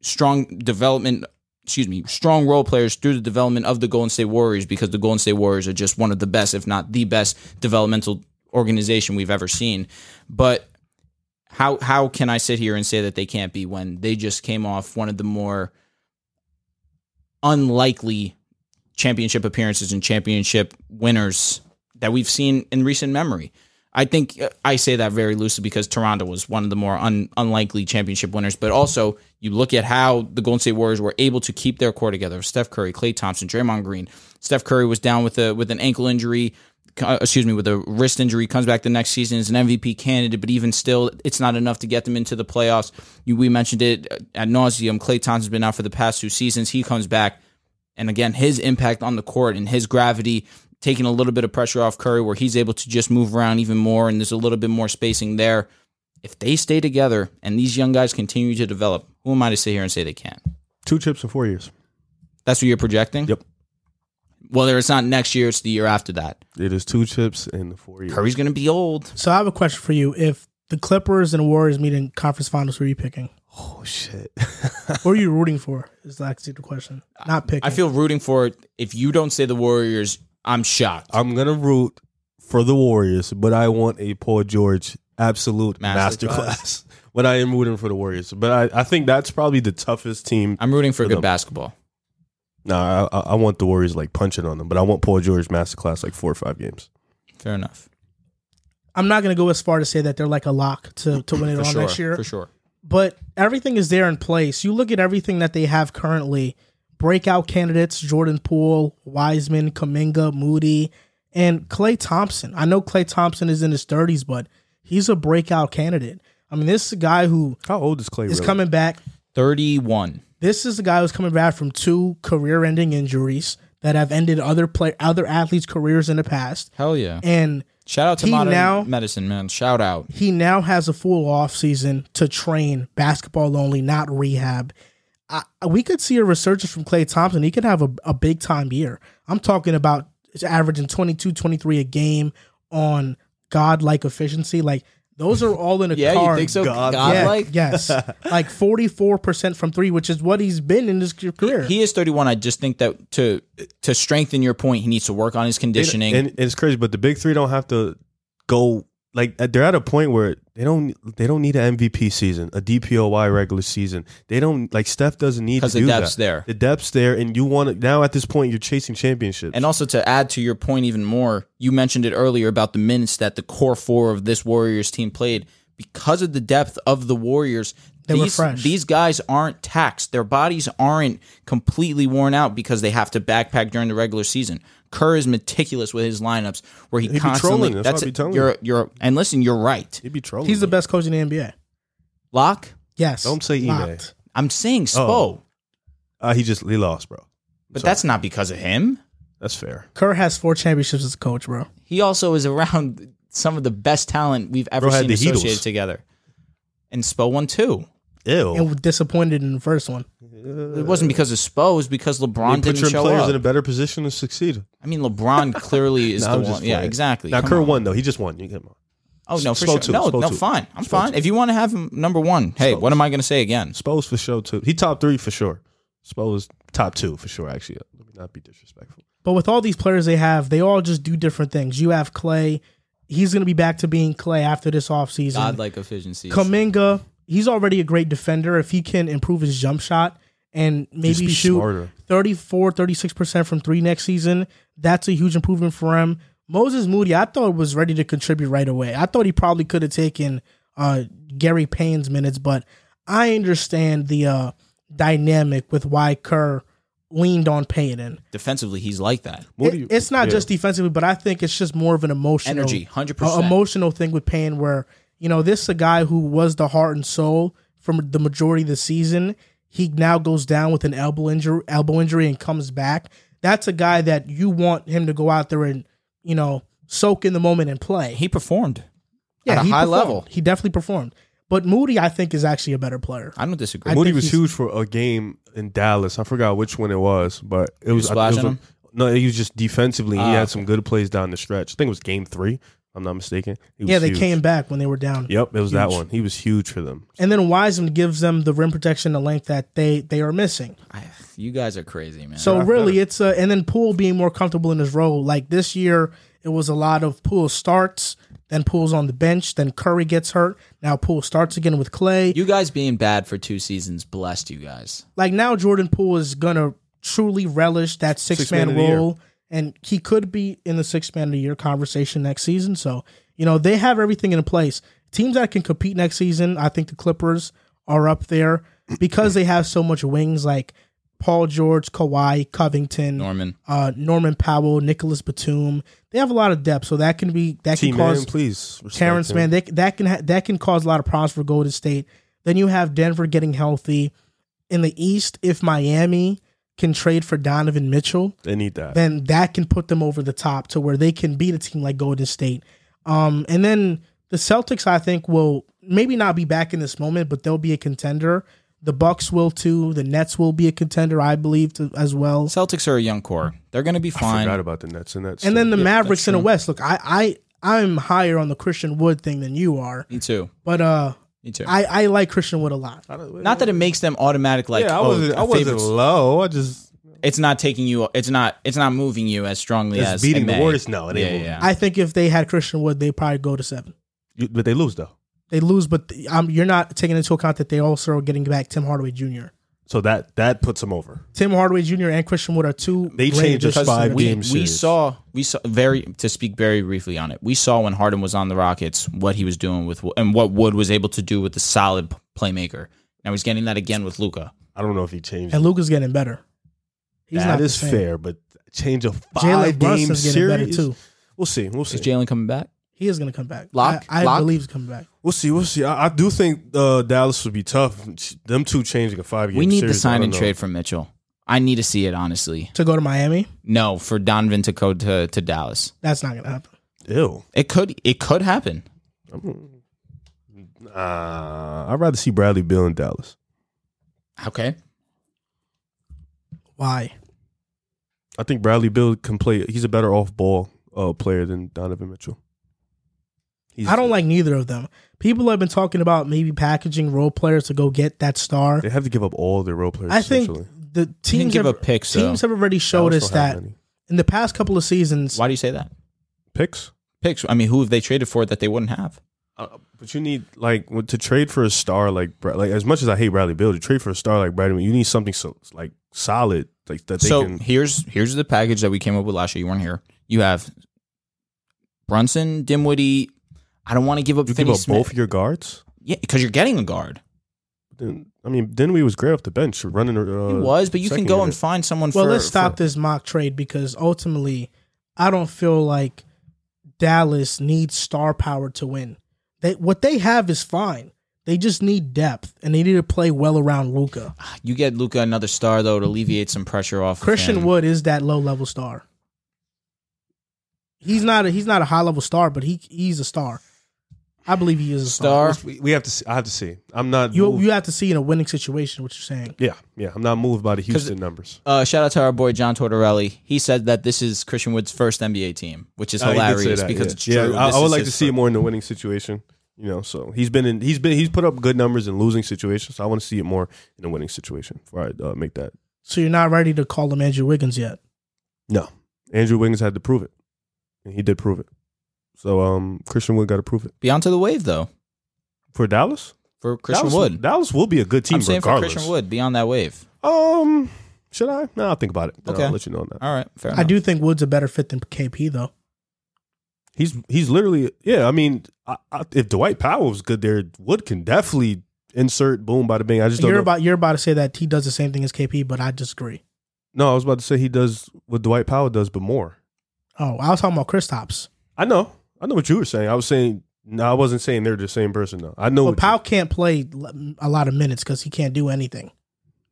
Speaker 2: strong development. Excuse me, strong role players through the development of the Golden State Warriors because the Golden State Warriors are just one of the best, if not the best, developmental organization we've ever seen. But how how can I sit here and say that they can't be when they just came off one of the more unlikely championship appearances and championship winners that we've seen in recent memory. I think uh, I say that very loosely because Toronto was one of the more un, unlikely championship winners, but also you look at how the Golden State Warriors were able to keep their core together. Steph Curry, Klay Thompson, Draymond Green. Steph Curry was down with a with an ankle injury, uh, excuse me, with a wrist injury. Comes back the next season as an MVP candidate, but even still, it's not enough to get them into the playoffs. You, we mentioned it uh, at nauseum. Klay Thompson's been out for the past two seasons. He comes back and again his impact on the court and his gravity taking a little bit of pressure off Curry where he's able to just move around even more and there's a little bit more spacing there. If they stay together and these young guys continue to develop, who am I to sit here and say they can't?
Speaker 3: Two chips in four years.
Speaker 2: That's what you're projecting?
Speaker 3: Yep.
Speaker 2: Whether it's not next year, it's the year after that.
Speaker 3: It is two chips in four years.
Speaker 2: Curry's going to be old.
Speaker 1: So I have a question for you. If the Clippers and Warriors meet in conference finals, who are you picking?
Speaker 3: Oh shit.
Speaker 1: Who are you rooting for? Is actually the question. Not picking.
Speaker 2: I feel rooting for it. If you don't say the Warriors, I'm shocked.
Speaker 3: I'm gonna root for the Warriors, but I want a Paul George absolute
Speaker 2: Masterclass.
Speaker 3: masterclass. but I am rooting for the Warriors. But I, I think that's probably the toughest team.
Speaker 2: I'm rooting for
Speaker 3: For
Speaker 2: good
Speaker 3: them.
Speaker 2: basketball.
Speaker 3: Nah, I, I I want the Warriors like punching on them, but I want Paul George masterclass like four or five games.
Speaker 2: Fair enough.
Speaker 1: I'm not going to go as far to say that they're like a lock to, to win it all
Speaker 2: For sure.
Speaker 1: next year.
Speaker 2: For sure.
Speaker 1: but everything is there in place. You look at everything that they have currently breakout candidates Jordan Poole, Wiseman, Kaminga, Moody, and Clay Thompson. I know Clay Thompson is in his 30s, but he's a breakout candidate. I mean, this is a guy who
Speaker 3: How old is Clay?
Speaker 1: is
Speaker 3: really?
Speaker 1: coming back.
Speaker 2: 31.
Speaker 1: This is a guy who's coming back from two career ending injuries that have ended other play- other athletes' careers in the past.
Speaker 2: Hell yeah.
Speaker 1: And
Speaker 2: Shout out to
Speaker 1: He
Speaker 2: modern
Speaker 1: now-
Speaker 2: medicine, man. Shout out.
Speaker 1: he now has a full off season to train basketball only, not rehab. I, we could see a resurgence from Clay Thompson. He could have a, a big time year. I'm talking about averaging 22, 23 a game on godlike efficiency. Like those are all in a
Speaker 2: Yeah,
Speaker 1: card.
Speaker 2: you think so?
Speaker 3: God-
Speaker 1: Yeah,
Speaker 2: Godlike?
Speaker 1: yes, like 44 percent from three, which is what he's been in his career.
Speaker 2: He is 31. I just think that to to strengthen your point, he needs to work on his conditioning.
Speaker 3: And, and it's crazy, but the big three don't have to go like they're at a point where they don't they don't need an MVP season, a DPOY regular season. They don't like Steph doesn't need to
Speaker 2: 'Cause the
Speaker 3: do
Speaker 2: depth's
Speaker 3: that.
Speaker 2: there.
Speaker 3: The depth's there, and you want to now at this point you're chasing championships.
Speaker 2: And also to add to your point even more, you mentioned it earlier about the minutes that the core four of this Warriors team played. Because of the depth of the Warriors,
Speaker 1: They were
Speaker 2: these,
Speaker 1: fresh.
Speaker 2: these guys aren't taxed. Their bodies aren't completely worn out because they have to backpack during the regular season. Kerr is meticulous with his lineups where he,
Speaker 3: be
Speaker 2: constantly
Speaker 3: trolling. That's what I be telling
Speaker 2: you're you're and listen, you're right.
Speaker 3: He'd be trolling.
Speaker 1: he's the
Speaker 3: though.
Speaker 1: best coach in the NBA.
Speaker 2: Locke,
Speaker 1: Yes,
Speaker 3: Don't say Ime.
Speaker 1: Locked.
Speaker 2: I'm saying Spo,
Speaker 3: Oh. Uh, he just he lost, bro.
Speaker 2: but that's not because of him.
Speaker 3: That's fair.
Speaker 1: Kerr has four championships as a coach, bro.
Speaker 2: he also is around some of the best talent we've ever
Speaker 3: Bro had
Speaker 2: seen
Speaker 3: the
Speaker 2: associated
Speaker 3: Heatles.
Speaker 2: together. And Spo won too.
Speaker 3: Ew.
Speaker 1: And was disappointed in the first one.
Speaker 2: It wasn't because of Spo, it was because LeBron
Speaker 3: He put
Speaker 2: didn't
Speaker 3: your
Speaker 2: show
Speaker 3: players
Speaker 2: up.
Speaker 3: in a better position to succeed.
Speaker 2: I mean, LeBron clearly is
Speaker 3: Nah,
Speaker 2: the
Speaker 3: I'm
Speaker 2: one.
Speaker 3: just
Speaker 2: Yeah,
Speaker 3: playing.
Speaker 2: exactly.
Speaker 3: Now
Speaker 2: Come
Speaker 3: Kerr
Speaker 2: on.
Speaker 3: won though. He just won. You come on.
Speaker 2: Oh no, for
Speaker 3: Spo
Speaker 2: sure.
Speaker 3: too.
Speaker 2: No,
Speaker 3: Spo
Speaker 2: no,
Speaker 3: too.
Speaker 2: fine. I'm fine. If you want to have him number one, hey, what am I going to say again?
Speaker 3: Spo's for sure too. He top three for sure. Spo is top two for sure. Actually, let me not be disrespectful.
Speaker 1: But with all these players they have, they all just do different things. You have Clay. He's going to be back to being Clay after this offseason.
Speaker 2: Godlike efficiency.
Speaker 1: Kaminga, he's already a great defender. If he can improve his jump shot and
Speaker 3: Just
Speaker 1: maybe
Speaker 3: be
Speaker 1: shoot
Speaker 3: smarter.
Speaker 1: 34, 36% from three next season, that's a huge improvement for him. Moses Moody, I thought was ready to contribute right away. I thought he probably could have taken uh, Gary Payne's minutes, but I understand the uh, dynamic with why Kerr leaned on Payne.
Speaker 2: Defensively, he's like that.
Speaker 3: What
Speaker 1: It-
Speaker 3: do you-
Speaker 1: it's not
Speaker 3: yeah.
Speaker 1: just defensively, but I think it's just more of an emotional
Speaker 2: Energy,
Speaker 3: uh,
Speaker 1: a-
Speaker 2: 100%.
Speaker 1: emotional thing with Payne where, you know, this is a guy who was the heart and soul from the majority of the season. He now goes down with an elbow injury elbow injury and comes back. That's a guy that you want him to go out there and, you know, soak in the moment and play.
Speaker 2: he performed.
Speaker 1: yeah,
Speaker 2: at a
Speaker 1: he
Speaker 2: high
Speaker 1: performed.
Speaker 2: level.
Speaker 1: He definitely performed. But Moody, I think, is actually a better player.
Speaker 2: I don't disagree.
Speaker 3: Moody
Speaker 1: think
Speaker 3: was
Speaker 1: he's-
Speaker 3: huge for a game in Dallas. I forgot which one it was, but it
Speaker 2: was
Speaker 3: was, I think it
Speaker 2: splashing
Speaker 3: was a-
Speaker 2: him?
Speaker 3: No, he was just defensively. he
Speaker 2: Ah,
Speaker 3: had some good plays down the stretch. I think it was game three. if I'm not mistaken. He was
Speaker 1: Yeah, they
Speaker 3: huge.
Speaker 1: came back when they were down.
Speaker 3: Yep, it was that one. He was huge for them.
Speaker 1: And then Wiseman gives them the rim protection, the length that they they are missing.
Speaker 2: I, you guys are crazy, man.
Speaker 1: So
Speaker 3: Draft
Speaker 1: really,
Speaker 3: better.
Speaker 1: it's a and then Poole being more comfortable in his role. Like this year, it was a lot of Poole starts, then Poole's on the bench, then Curry gets hurt. Now Poole starts again with Clay.
Speaker 2: you guys being bad for two seasons blessed you guys.
Speaker 1: like now, Jordan Poole is gonna truly relish that six, man,
Speaker 3: man of the year.
Speaker 1: role, and he could be in the six man of the year conversation next season. So you know they have everything in place. Teams that can compete next season, I think the Clippers are up there because they have so much wings like Paul George, Kawhi, Covington,
Speaker 2: Norman.
Speaker 1: uh, Norman Powell, Nicholas Batum. They have a lot of depth, so that can be that can
Speaker 3: T man,
Speaker 1: cause
Speaker 3: please. respect
Speaker 1: Terrence
Speaker 3: him.
Speaker 1: man they, that can ha- that can cause a lot of problems for Golden State. Then you have Denver getting healthy in the East. If Miami can trade for Donovan Mitchell,
Speaker 3: They need that.
Speaker 1: then that can put them over the top to where they can beat a team like Golden State. Um, and then the Celtics, I think, will maybe not be back in this moment, but they'll be a contender. The Bucks will too. The Nets will be a contender, I believe, to, as well.
Speaker 2: Celtics are a young core. They're going to be
Speaker 3: I
Speaker 2: fine.
Speaker 3: forgot about the Nets and that.
Speaker 1: And then the Mavericks
Speaker 2: that's
Speaker 1: in the
Speaker 2: true.
Speaker 1: West. Look, I, I I'm higher on the Christian Wood thing than you are,
Speaker 2: Me too.
Speaker 1: but uh,
Speaker 2: Me too.
Speaker 1: I I like Christian Wood a lot.
Speaker 2: not that it makes them automatic like
Speaker 3: yeah, I
Speaker 2: oh,
Speaker 3: wasn't. I wasn't
Speaker 2: favorites.
Speaker 3: low. I just
Speaker 2: It's not taking you. It's not. It's not moving you as strongly
Speaker 3: It's
Speaker 2: as
Speaker 3: beating the
Speaker 2: MA.
Speaker 3: Warriors? No, it ain't
Speaker 2: yeah,
Speaker 3: moving.
Speaker 2: yeah.
Speaker 1: I think if they had Christian Wood, they probably go to seven.
Speaker 3: you, but they lose though.
Speaker 1: They lose, but the- um, you're not taking into account that they also are getting back Tim Hardaway Jr.
Speaker 3: So that that puts them over.
Speaker 1: Tim Hardaway Jr. and Christian Wood are two.
Speaker 3: They
Speaker 1: great
Speaker 3: changed
Speaker 1: additions
Speaker 3: us
Speaker 1: to
Speaker 3: five
Speaker 1: the
Speaker 2: we,
Speaker 1: team.
Speaker 3: games. game
Speaker 2: we
Speaker 3: series.
Speaker 2: saw we saw very to speak very briefly on it. We saw when Harden was on the Rockets what he was doing with and what Wood was able to do with the solid playmaker. Now he's getting that again with Luca.
Speaker 3: I don't know if he changed.
Speaker 1: And Luca's getting better. He's not
Speaker 3: that
Speaker 1: the
Speaker 3: is
Speaker 1: same.
Speaker 3: fair, but change a
Speaker 1: Jalen
Speaker 3: five game
Speaker 1: Brunson's getting better
Speaker 3: series.
Speaker 1: too.
Speaker 3: We'll see. We'll see.
Speaker 2: Is Jalen coming back?
Speaker 1: He is going to come back.
Speaker 2: Lock?
Speaker 1: I, I
Speaker 2: Lock?
Speaker 1: believe he's coming back.
Speaker 3: We'll see. We'll see. I, I do think uh, Dallas would be tough. Them two changing a five game.
Speaker 2: we need
Speaker 3: series,
Speaker 2: the sign and
Speaker 3: I don't know.
Speaker 2: trade for Mitchell. I need to see it honestly.
Speaker 1: To go to Miami,
Speaker 2: No, for Donovan to go to, to Dallas.
Speaker 1: that's not going to happen.
Speaker 3: Ew.
Speaker 2: It could it could happen.
Speaker 3: Uh, I'd rather see Bradley Bill in Dallas.
Speaker 2: Okay.
Speaker 1: Why?
Speaker 3: I think Bradley Bill can play. He's a better off ball uh, player than Donovan Mitchell. He's,
Speaker 1: I don't like neither of them. People have been talking about maybe packaging role players to go get that star.
Speaker 3: They have to give up all their role players.
Speaker 1: I think
Speaker 3: essentially.
Speaker 1: the teams
Speaker 2: give
Speaker 1: have,
Speaker 2: up picks, though.
Speaker 1: teams have already showed
Speaker 3: Dallas
Speaker 1: us
Speaker 3: don't have
Speaker 1: that
Speaker 3: any.
Speaker 1: in the past couple of seasons.
Speaker 2: Why do you say that?
Speaker 3: picks.
Speaker 2: Picks. I mean, who have they traded for that they wouldn't have?
Speaker 3: Uh, but you need like w- to trade for a star like Bra- like as much as I hate Bradley Bill to trade for a star like Bradley, Beal, you need something so like solid like that they
Speaker 2: so
Speaker 3: can.
Speaker 2: here's here's the package that we came up with last year. You weren't here. You have Brunson, Dimwitty. I don't want to give up
Speaker 3: You give
Speaker 2: Finney
Speaker 3: up
Speaker 2: Smith.
Speaker 3: both your guards.
Speaker 2: yeah, because you're getting a guard.
Speaker 3: Then I mean, then we was great off the bench running. Uh,
Speaker 2: He was, but you can
Speaker 3: second
Speaker 2: go and
Speaker 3: unit.
Speaker 2: find someone.
Speaker 1: well,
Speaker 2: for,
Speaker 1: let's stop
Speaker 2: for-
Speaker 1: this mock trade because ultimately, I don't feel like Dallas needs star power to win. They, what they have is fine. They just need depth and they need to play well around Luca.
Speaker 2: You get Luca another star though to alleviate some pressure off. of
Speaker 1: Christian
Speaker 2: him.
Speaker 1: Wood is that low level star. He's not a, he's not a high level star, but he he's a star. I believe he is a star.
Speaker 2: star.
Speaker 3: We, we have to. See, I have to see. I'm not.
Speaker 1: You
Speaker 3: moved-
Speaker 1: you have to see in a winning situation what you're saying.
Speaker 3: yeah, yeah. I'm not moved by the
Speaker 2: 'Cause-
Speaker 3: Houston numbers.
Speaker 2: Uh, shout out to our boy John Tortorelli. He said that this is Christian Wood's first NBA team, which is
Speaker 3: Uh, he did say
Speaker 2: hilarious
Speaker 3: that,
Speaker 2: because
Speaker 3: yeah.
Speaker 2: it's true.
Speaker 3: Yeah, I,
Speaker 2: This
Speaker 3: I would
Speaker 2: is
Speaker 3: like to
Speaker 2: his
Speaker 3: see it
Speaker 2: first-
Speaker 3: more in the winning situation. You know, so he's been in. He's been. He's put up good numbers in losing situations. So I want to see it more in the winning situation before I uh, make that.
Speaker 1: So you're not ready to call him Andrew Wiggins yet.
Speaker 3: No, Andrew Wiggins had to prove it, and he did prove it. So um, Christian Wood got to prove it
Speaker 2: Be onto the wave though
Speaker 3: for Dallas.
Speaker 2: for Christian
Speaker 3: Dallas,
Speaker 2: Wood.
Speaker 3: Dallas will be a good team
Speaker 2: I'm saying
Speaker 3: regardless.
Speaker 2: for Christian Wood, be on that wave.
Speaker 3: Um, should I? No, I'll think about it. Then
Speaker 2: Okay.
Speaker 3: I'll let you know on that.
Speaker 2: All right, fair
Speaker 1: I
Speaker 2: enough.
Speaker 1: do think Wood's a better fit than KP though.
Speaker 3: He's he's literally yeah. I mean, I, I, if Dwight Powell was good there, Wood can definitely insert boom by the bang. I just don't
Speaker 1: You're
Speaker 3: know.
Speaker 1: about you're about to say that he does the same thing as KP, but I disagree.
Speaker 3: no, I was about to say he does what Dwight Powell does, but more.
Speaker 1: Oh, I was talking about Chris Tops.
Speaker 3: I know. I know what you were saying. I was saying no. I wasn't saying they're the same person though. I know
Speaker 1: Well,
Speaker 3: what you-
Speaker 1: Powell can't play l- a lot of minutes because he can't do anything.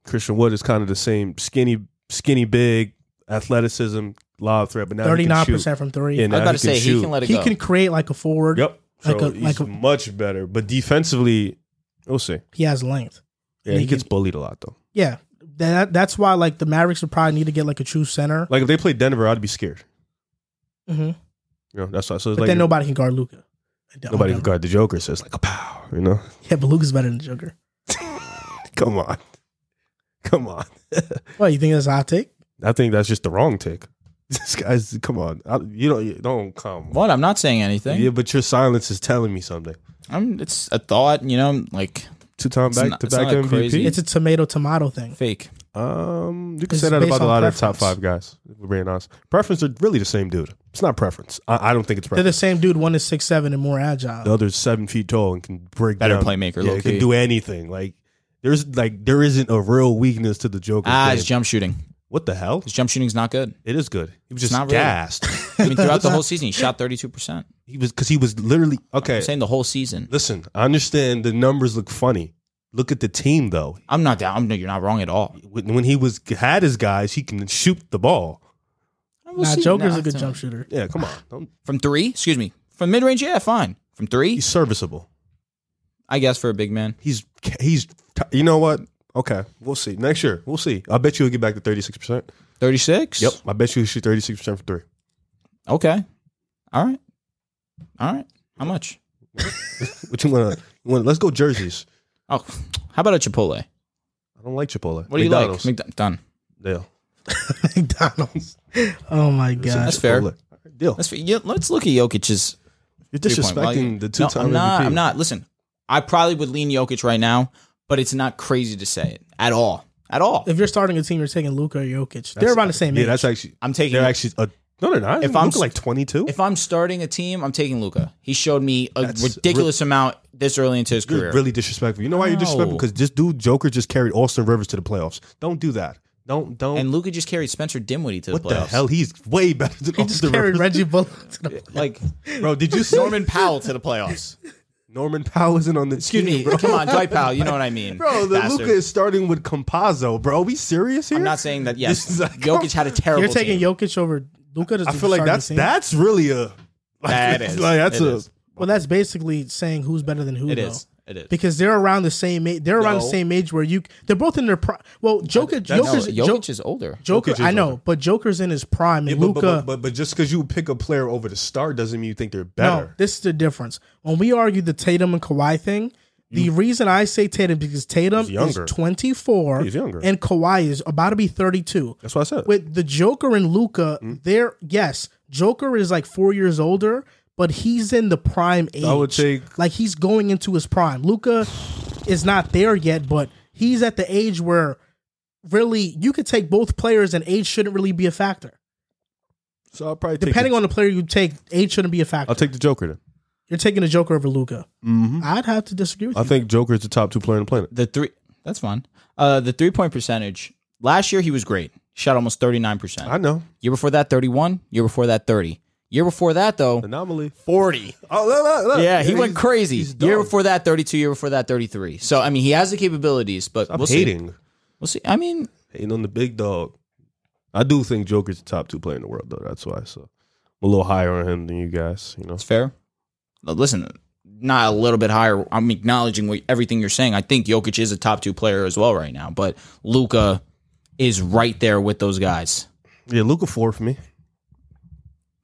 Speaker 3: Christian Wood is kind of the same skinny, skinny, big athleticism, lob threat, but now
Speaker 1: Thirty
Speaker 3: he
Speaker 1: nine
Speaker 3: can shoot.
Speaker 1: percent from three.
Speaker 3: Yeah,
Speaker 2: I
Speaker 3: now
Speaker 2: was about to
Speaker 3: can
Speaker 2: say
Speaker 3: shoot.
Speaker 2: he can let it
Speaker 1: he
Speaker 2: go.
Speaker 1: can create like a forward.
Speaker 3: Yep.
Speaker 1: Like
Speaker 3: so
Speaker 1: a-
Speaker 3: he's
Speaker 1: like a-
Speaker 3: much better, but defensively, we'll see.
Speaker 1: He has length.
Speaker 3: Yeah,
Speaker 1: And
Speaker 3: he
Speaker 1: he
Speaker 3: gets
Speaker 1: can-
Speaker 3: bullied a lot though.
Speaker 1: Yeah, that that's why like the Mavericks would probably need to get like a true center.
Speaker 3: Like if they played Denver, I'd be scared.
Speaker 1: hmm
Speaker 3: You know, that's why. So it's
Speaker 1: But
Speaker 3: like
Speaker 1: then nobody can guard Luca.
Speaker 3: nobody can guard the Joker. So it's like a pow. You know,
Speaker 1: Yeah, but Luca's better than Joker.
Speaker 3: come on, come on.
Speaker 1: Well, you think that's a hot take?
Speaker 3: I think that's just the wrong take. This guy's come on. I, you don't you don't come.
Speaker 2: What? I'm not saying anything.
Speaker 3: Yeah, but your silence is telling me something.
Speaker 2: I'm, it's a thought, you know, like
Speaker 3: Two time
Speaker 2: It's
Speaker 3: back
Speaker 2: not-
Speaker 3: to
Speaker 2: it's
Speaker 3: back
Speaker 2: not
Speaker 3: MVP.
Speaker 2: crazy.
Speaker 1: It's a tomato tomato thing.
Speaker 2: fake.
Speaker 3: Um, you can
Speaker 1: It's
Speaker 3: say that
Speaker 1: based
Speaker 3: about a
Speaker 1: on
Speaker 3: lot of
Speaker 1: preference.
Speaker 3: top five guys. If we're being honest, preference are really the same dude. It's not preference. I, I don't think it's
Speaker 1: They're
Speaker 3: preference.
Speaker 1: the same dude. One is six seven and more agile.
Speaker 3: the other's seven feet tall and can break
Speaker 2: Better
Speaker 3: down.
Speaker 2: playmaker,
Speaker 3: Yeah,
Speaker 2: low
Speaker 3: can
Speaker 2: key.
Speaker 3: do anything. Like there's like there isn't a real weakness to the Joker.
Speaker 2: Ah, his jump shooting.
Speaker 3: what the hell?
Speaker 2: His jump shooting's not good.
Speaker 3: It is good. He was just
Speaker 2: not really.
Speaker 3: gassed.
Speaker 2: I mean, throughout the whole season, he shot 32%.
Speaker 3: he was because he was literally okay.
Speaker 2: I'm saying the whole season.
Speaker 3: Listen, I understand the numbers look funny. Look at the team though.
Speaker 2: I'm not down. I'm, no, you're not wrong at all.
Speaker 3: When, when he was had his guys, he can shoot the ball.
Speaker 1: nah, Joker's a good jump shooter.
Speaker 3: Yeah, come on, Don't-
Speaker 2: From three? Excuse me. From mid range? Yeah, fine. From three?
Speaker 3: he's serviceable.
Speaker 2: I guess for a big man.
Speaker 3: He's he's you know what? Okay, we'll see next year. We'll see. I bet you he'll get back to thirty six percent.
Speaker 2: 36?
Speaker 3: Yep, I bet you he'll shoot thirty six percent for three.
Speaker 2: Okay. All right. All right. How much?
Speaker 3: What you want to? Let's go jerseys.
Speaker 2: Oh, how about a Chipotle?
Speaker 3: I don't like Chipotle.
Speaker 2: What do
Speaker 3: McDonald's.
Speaker 2: you like? McDo- done.
Speaker 3: Deal.
Speaker 1: McDonald's. Oh my god.
Speaker 2: That's fair.
Speaker 3: Chipotle. Deal.
Speaker 2: Let's yeah, let's look at Jokic's
Speaker 3: You're
Speaker 2: three point volume.
Speaker 3: disrespecting the
Speaker 2: No,
Speaker 3: two-time
Speaker 2: I'm not.
Speaker 3: MVP.
Speaker 2: I'm not. Listen, I probably would lean Jokic right now, but it's not crazy to say it at all. At all.
Speaker 1: If you're starting a team, you're taking Luka or Jokic. They're around the same
Speaker 3: Yeah,
Speaker 1: age.
Speaker 3: that's actually.
Speaker 2: I'm taking-
Speaker 3: They're actually. Uh, no, they're not.
Speaker 2: If
Speaker 3: If
Speaker 2: I'm
Speaker 3: I'm
Speaker 2: s-
Speaker 3: like 22,
Speaker 2: If I'm starting a team, I'm taking Luca. He showed me a
Speaker 3: That's
Speaker 2: ridiculous amount this early into his
Speaker 3: you're
Speaker 2: career.
Speaker 3: really disrespectful. You know why you're disrespectful?
Speaker 2: No.
Speaker 3: Because this dude Joker just carried Austin Rivers to the playoffs. Don't do that. Don't don't.
Speaker 2: and Luca just carried Spencer Dimwitty to
Speaker 3: what
Speaker 2: the
Speaker 3: the
Speaker 2: playoffs.
Speaker 3: hell? He's way better than
Speaker 1: he just
Speaker 3: Austin
Speaker 1: carried
Speaker 3: Rivers.
Speaker 1: Reggie Bullock to the
Speaker 2: Like
Speaker 3: Bro, did you see Norman?
Speaker 2: Norman Powell to the playoffs.
Speaker 3: Norman Powell isn't on the
Speaker 2: Excuse me. Come on, Dwight Powell. You know what I mean.
Speaker 3: Bro, the
Speaker 2: Bastard.
Speaker 3: Luca is starting with Compazzo, bro. Are we serious here?
Speaker 2: I'm not saying that.
Speaker 3: This
Speaker 2: Yes,
Speaker 3: is like-
Speaker 2: Jokic had a terrible.
Speaker 1: You're taking
Speaker 2: team.
Speaker 1: Jokic over Luka.
Speaker 3: I feel like that's that's really a. Like,
Speaker 2: That is.
Speaker 3: Like, that's
Speaker 2: It
Speaker 3: a.
Speaker 2: is.
Speaker 1: Well, that's basically saying who's better than who.
Speaker 2: It
Speaker 1: though.
Speaker 2: is. It is.
Speaker 1: Because they're around the same age. They're around the
Speaker 2: No.
Speaker 1: same age where you. They're both in their prime. Well, Jokic.
Speaker 2: No,
Speaker 1: Joker's,
Speaker 2: Jokic
Speaker 1: Jo-
Speaker 2: is older.
Speaker 1: Joker.
Speaker 3: Jokic is
Speaker 1: I know,
Speaker 3: older.
Speaker 1: but Joker's in his prime, and
Speaker 3: But,
Speaker 1: Luka.
Speaker 3: but, but, but just because you pick a player over the star doesn't mean you think they're
Speaker 1: No,
Speaker 3: better.
Speaker 1: this is the difference. When we argue the Tatum and Kawhi thing, the reason I say Tatum because Tatum
Speaker 3: He's younger.
Speaker 1: is 24
Speaker 3: He's younger.
Speaker 1: and Kawhi is about to be 32.
Speaker 3: That's what I said.
Speaker 1: With the Joker and Luca,
Speaker 3: Hmm?
Speaker 1: they're yes, Joker is like 4 years older, but he's in the prime age.
Speaker 3: I would take
Speaker 1: like he's going into his prime. Luca is not there yet, but he's at the age where really you could take both players and age shouldn't really be a factor.
Speaker 3: So I'll probably
Speaker 1: Depending
Speaker 3: take
Speaker 1: on the player you take, age shouldn't be a factor.
Speaker 3: I'll take the Joker then.
Speaker 1: You're taking the Joker over Luca. Mm-hmm. I'd have to disagree with
Speaker 3: I
Speaker 1: you.
Speaker 3: think Joker is the top two player on the planet.
Speaker 2: The three. That's fine. Uh, the three point percentage. Last year he was great. Shot almost thirty nine percent.
Speaker 3: I know
Speaker 2: Year before that, 31. Year before that, 30. Year before that, though,
Speaker 3: anomaly.
Speaker 2: 40.
Speaker 3: Oh, look, look, look.
Speaker 2: Yeah, he went
Speaker 3: he's-
Speaker 2: crazy.
Speaker 3: he's
Speaker 2: Year
Speaker 3: done.
Speaker 2: before that, 32. Year before that, 33. So, I mean, he has the capabilities, but
Speaker 3: I'm
Speaker 2: we'll see.
Speaker 3: hating,
Speaker 2: We'll see. I mean,
Speaker 3: hating on the big dog. I do think Joker's the top two player in the world though. That's why. So I'm a little higher on him than you guys. You know,
Speaker 2: it's fair. But listen, not a little bit higher. I'm acknowledging what, everything you're saying. I think Jokic is a top two player as well right now, but Luca is right there with those guys.
Speaker 3: yeah, Luca four for me.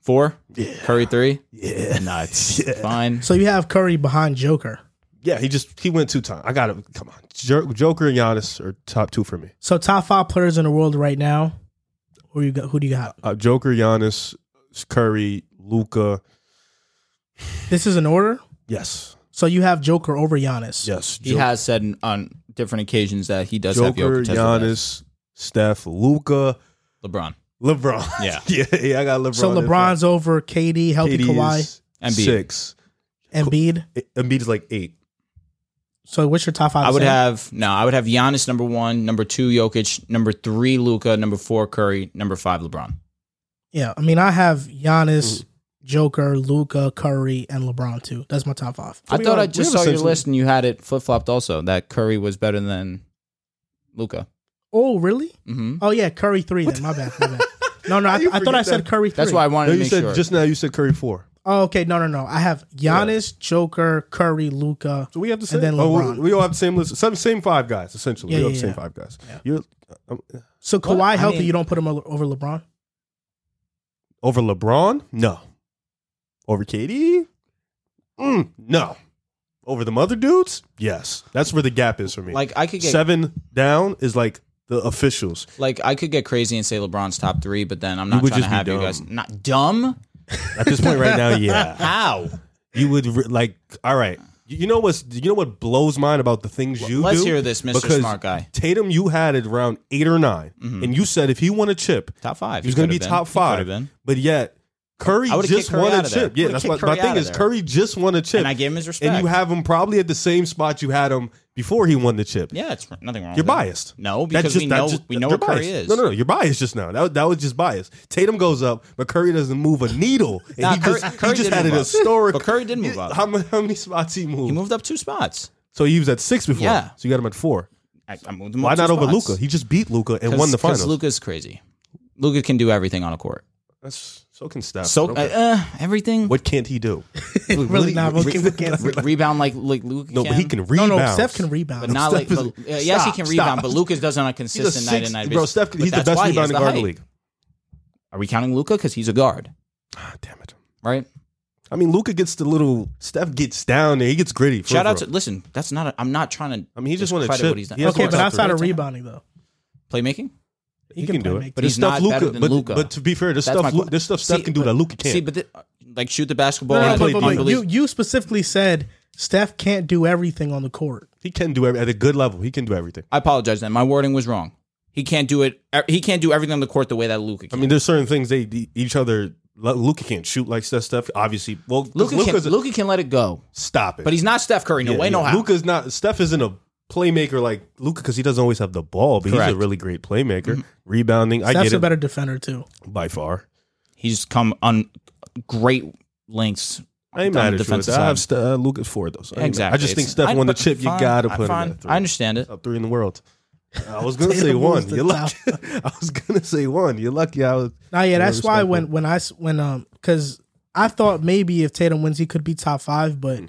Speaker 2: Four? Yeah. Curry three? Yeah. Nuts. Fine.
Speaker 1: so you have Curry behind Joker.
Speaker 3: Yeah, he just he went two times. I got to come on. Jo- Joker and Giannis are top two for me.
Speaker 1: So top five players in the world right now. Who you got? Who do you got?
Speaker 3: Uh, Joker, Giannis, Curry, Luca.
Speaker 1: This is an order.
Speaker 3: Yes,
Speaker 1: So you have Joker over Giannis.
Speaker 3: yes.
Speaker 2: He
Speaker 3: Jo-
Speaker 2: has said on different occasions that he does have Jokic.
Speaker 3: Joker,
Speaker 2: as the best.
Speaker 3: Giannis, Steph, Luca,
Speaker 2: LeBron.
Speaker 3: LeBron.
Speaker 2: Yeah.
Speaker 3: yeah, yeah. I got LeBron.
Speaker 1: So
Speaker 3: in
Speaker 1: LeBron's over KD, healthy
Speaker 3: KD
Speaker 1: Kawhi,
Speaker 3: is
Speaker 2: Embiid.
Speaker 3: six.
Speaker 1: Embiid.
Speaker 3: I- Embiid is like eight.
Speaker 1: So what's your top five?
Speaker 2: I would
Speaker 1: Sam?
Speaker 2: have no. I would have Giannis number one, number two Jokic, number three Luca, number four Curry, number five LeBron.
Speaker 1: Yeah, I mean I have Giannis,
Speaker 2: Mm.
Speaker 1: Joker, Luca, Curry, and LeBron too. That's my top five.
Speaker 2: I
Speaker 3: We
Speaker 2: thought
Speaker 3: are-
Speaker 2: I just
Speaker 3: we are
Speaker 2: saw your
Speaker 3: essentially-
Speaker 2: list and you had it flip flopped. Also, that Curry was better than Luca.
Speaker 1: Oh really?
Speaker 2: hmm
Speaker 1: Oh yeah, Curry three. Then my bad. My bad. No, no, I,
Speaker 3: You
Speaker 1: I thought I
Speaker 3: forget
Speaker 1: said
Speaker 3: that.
Speaker 1: Curry. Three.
Speaker 2: That's why I wanted
Speaker 3: No,
Speaker 2: to
Speaker 3: you
Speaker 2: make
Speaker 3: said
Speaker 2: sure.
Speaker 3: just now. You said Curry four.
Speaker 1: Oh, okay. No, no, no. I have Giannis, Joker, Curry, Luca.
Speaker 3: So we have the same.
Speaker 1: then
Speaker 3: oh,
Speaker 1: LeBron.
Speaker 3: we, we all have the same list. Same, same five guys essentially.
Speaker 1: Yeah,
Speaker 3: we all
Speaker 1: yeah,
Speaker 3: have the same
Speaker 1: yeah.
Speaker 3: five guys. You're um,
Speaker 1: So Kawhi
Speaker 2: I
Speaker 1: healthy,
Speaker 2: mean-
Speaker 1: you don't put him o- over LeBron.
Speaker 3: over LeBron? No. Over KD? Mm, no. Over the mother dudes? Yes. That's where the gap is for me.
Speaker 2: Like I could get
Speaker 3: seven down is like the officials.
Speaker 2: like I could get crazy and say LeBron's top three, but then I'm not
Speaker 3: would
Speaker 2: trying to
Speaker 3: just be
Speaker 2: have you
Speaker 3: dumb.
Speaker 2: guys not dumb.
Speaker 3: At this point right now, yeah.
Speaker 2: How?
Speaker 3: You would re- like. All right. You you know what's you know what blows mine about the things you
Speaker 2: Let's
Speaker 3: do?
Speaker 2: hear this, Mr.
Speaker 3: Because
Speaker 2: Smart Guy. Mm-hmm.
Speaker 3: Tatum, you had it around eight or 9 and you said if he won a chip,
Speaker 2: Top five.
Speaker 3: he was
Speaker 2: He
Speaker 3: going to be
Speaker 2: could've been.
Speaker 3: top
Speaker 2: He
Speaker 3: five.
Speaker 2: could've been.
Speaker 3: But yet, Curry
Speaker 2: I would've
Speaker 3: just
Speaker 2: kicked Curry
Speaker 3: won
Speaker 2: out
Speaker 3: a
Speaker 2: of there.
Speaker 3: chip. Yeah,
Speaker 2: Would've
Speaker 3: that's my,
Speaker 2: kicked
Speaker 3: my
Speaker 2: Curry out
Speaker 3: thing
Speaker 2: of
Speaker 3: is
Speaker 2: there.
Speaker 3: Curry just won a chip,
Speaker 2: And I gave him his respect.
Speaker 3: And you have him probably at the same spot you had him before he won the chip.
Speaker 2: yeah, it's nothing wrong.
Speaker 3: You're
Speaker 2: with it.
Speaker 3: biased.
Speaker 2: No,
Speaker 3: That's
Speaker 2: because we
Speaker 3: that's
Speaker 2: know we know
Speaker 3: you're
Speaker 2: what Curry
Speaker 3: biased.
Speaker 2: is.
Speaker 3: No, no, no. You're biased just now. That, was- that was just biased. Tatum goes up, but Curry doesn't move a needle. And
Speaker 2: Nah,
Speaker 3: he
Speaker 2: Curry-
Speaker 3: just,
Speaker 2: Curry
Speaker 3: he just
Speaker 2: did
Speaker 3: had
Speaker 2: move
Speaker 3: an
Speaker 2: up.
Speaker 3: historic.
Speaker 2: But Curry did move up.
Speaker 3: How, many- how many spots he moved?
Speaker 2: He moved up two spots.
Speaker 3: So he was at six before.
Speaker 2: Yeah.
Speaker 3: So you got him at four.
Speaker 2: I, I moved him
Speaker 3: Why
Speaker 2: up two
Speaker 3: not over
Speaker 2: spots.
Speaker 3: Luca? He just beat Luca and won the finals.
Speaker 2: Luca's crazy. Luca can do everything on a court.
Speaker 3: That's so can Steph.
Speaker 2: So
Speaker 3: Okay.
Speaker 2: uh, uh, everything
Speaker 3: what can't he do?
Speaker 1: really not. We can, we can't.
Speaker 2: Re- rebound like like Luca.
Speaker 3: No,
Speaker 2: can,
Speaker 3: but he can
Speaker 1: No,
Speaker 3: rebound.
Speaker 1: no. Steph can rebound.
Speaker 2: But not like
Speaker 3: Steph
Speaker 2: but,
Speaker 3: is-
Speaker 2: uh, yes, he
Speaker 3: stop,
Speaker 2: can
Speaker 3: stop.
Speaker 2: rebound, but Luca's does it on a
Speaker 3: He's a
Speaker 2: consistent
Speaker 3: six,
Speaker 2: night and night
Speaker 3: bro.
Speaker 2: basis.
Speaker 3: Steph,
Speaker 2: But
Speaker 3: he's the
Speaker 2: that's
Speaker 3: best
Speaker 2: why he has
Speaker 3: rebounding guard in the
Speaker 2: height.
Speaker 3: league.
Speaker 2: Are we counting Luca because he's a guard,
Speaker 3: Ah, damn it.
Speaker 2: right?
Speaker 3: I mean, Luca gets the little Steph gets down there. He gets gritty. for
Speaker 2: Shout out
Speaker 3: real.
Speaker 2: to listen. That's not. A, I'm not trying to.
Speaker 3: I mean, he just won a
Speaker 2: discredit
Speaker 3: chip.
Speaker 2: What he's done.
Speaker 3: He has
Speaker 1: Okay,
Speaker 3: worked
Speaker 1: but
Speaker 3: out the
Speaker 1: outside of
Speaker 3: rest.
Speaker 1: rebounding though,
Speaker 2: playmaking.
Speaker 1: he, can, play make.
Speaker 3: But
Speaker 2: he's
Speaker 3: it's stuff
Speaker 2: not
Speaker 3: Luka,
Speaker 2: better than
Speaker 3: but,
Speaker 2: Luka.
Speaker 3: But to be fair, there's
Speaker 2: That's my
Speaker 3: stuff Lu-
Speaker 2: point.
Speaker 3: there's stuff Steph
Speaker 2: See,
Speaker 3: can do
Speaker 2: but-
Speaker 3: that Luca can't.
Speaker 2: See, but the, like shoot the basketball.
Speaker 1: No, no,
Speaker 2: and
Speaker 1: no,
Speaker 3: played
Speaker 1: but, but
Speaker 2: unbelievable.
Speaker 1: you you specifically said Steph can't do everything on the court.
Speaker 3: he can do every, at a good level. He can do everything.
Speaker 2: I apologize. Then my wording was wrong. He can't do it. er, He can't do everything on the court the way that Luca
Speaker 3: I
Speaker 2: can.
Speaker 3: mean, there's certain things they they- each other. Luca can't shoot like Steph. Steph obviously. Well,
Speaker 2: Luca can.
Speaker 3: Luca's
Speaker 2: Luka can let it go,
Speaker 3: stop it.
Speaker 2: but he's not Steph Curry. No way, no how.
Speaker 3: Luca's not. Steph isn't a playmaker like Luca because he doesn't always have the ball, but he's
Speaker 2: Correct. Mm-hmm.
Speaker 3: a really great playmaker. Rebounding, I
Speaker 1: Steph's a
Speaker 3: get it
Speaker 1: better defender too.
Speaker 3: by far.
Speaker 2: He's come on great lengths.
Speaker 3: I
Speaker 2: on
Speaker 3: ain't mad
Speaker 2: the
Speaker 3: at you. with
Speaker 2: defensive
Speaker 3: that. I have
Speaker 2: side.
Speaker 3: Ste- uh, Luca's four though. So I ain't mad.
Speaker 2: Exactly.
Speaker 3: I just think
Speaker 2: It's-
Speaker 3: Steph
Speaker 2: I-
Speaker 3: won the
Speaker 2: but
Speaker 3: chip. You
Speaker 2: fine,
Speaker 3: gotta
Speaker 2: I-
Speaker 3: put him
Speaker 2: fine.
Speaker 3: in.
Speaker 2: I
Speaker 3: Three.
Speaker 2: understand it.
Speaker 3: Top three in the world. I was gonna say
Speaker 1: Tatum
Speaker 3: one.
Speaker 1: was the
Speaker 3: You're lucky.
Speaker 1: top.
Speaker 3: I was gonna say one. You're lucky. I was.
Speaker 1: Nah, yeah, that's why
Speaker 3: respectful.
Speaker 1: when when I s- when um because I thought maybe if Tatum wins he could be top five, but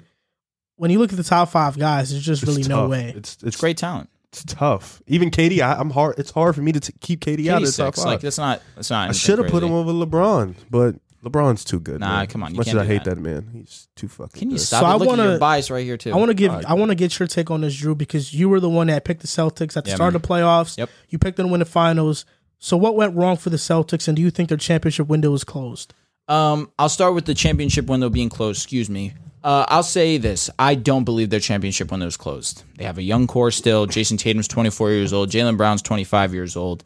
Speaker 1: when you look at the top five guys, there's just
Speaker 3: Hmm. It's
Speaker 1: really no
Speaker 3: tough.
Speaker 1: way.
Speaker 3: It's
Speaker 2: It's
Speaker 3: it's
Speaker 2: great talent.
Speaker 3: It's tough. Even Katie, I, I'm hard. It's hard for me to t- keep Katie out of
Speaker 2: Katie
Speaker 3: the top
Speaker 2: six.
Speaker 3: five.
Speaker 2: Like that's not. That's not.
Speaker 3: I should have put him
Speaker 2: on.
Speaker 3: over LeBron, but LeBron's too good.
Speaker 2: Nah,
Speaker 3: man.
Speaker 2: come on,
Speaker 3: As
Speaker 2: you
Speaker 3: much
Speaker 2: can't
Speaker 3: as I
Speaker 2: do
Speaker 3: hate
Speaker 2: that.
Speaker 3: that. man, he's too fucking.
Speaker 2: Can you
Speaker 3: good.
Speaker 2: stop?
Speaker 1: So I
Speaker 2: I want
Speaker 1: wanna-
Speaker 2: to bias right here too.
Speaker 1: I want to give
Speaker 3: Alright.
Speaker 1: I want to get your take on this, Drew, because you were the one that picked the Celtics at the
Speaker 2: Yeah,
Speaker 1: start of the playoffs.
Speaker 2: Yep.
Speaker 1: You picked them to win the finals. So what went wrong for the Celtics, and do you think their championship window is closed?
Speaker 2: Um, I'll start with the championship window being closed. Excuse me. Uh, I'll say this: I don't believe their championship window is closed. They have a young core still. Jason Tatum's 24 years old. Jalen Brown's 25 years old.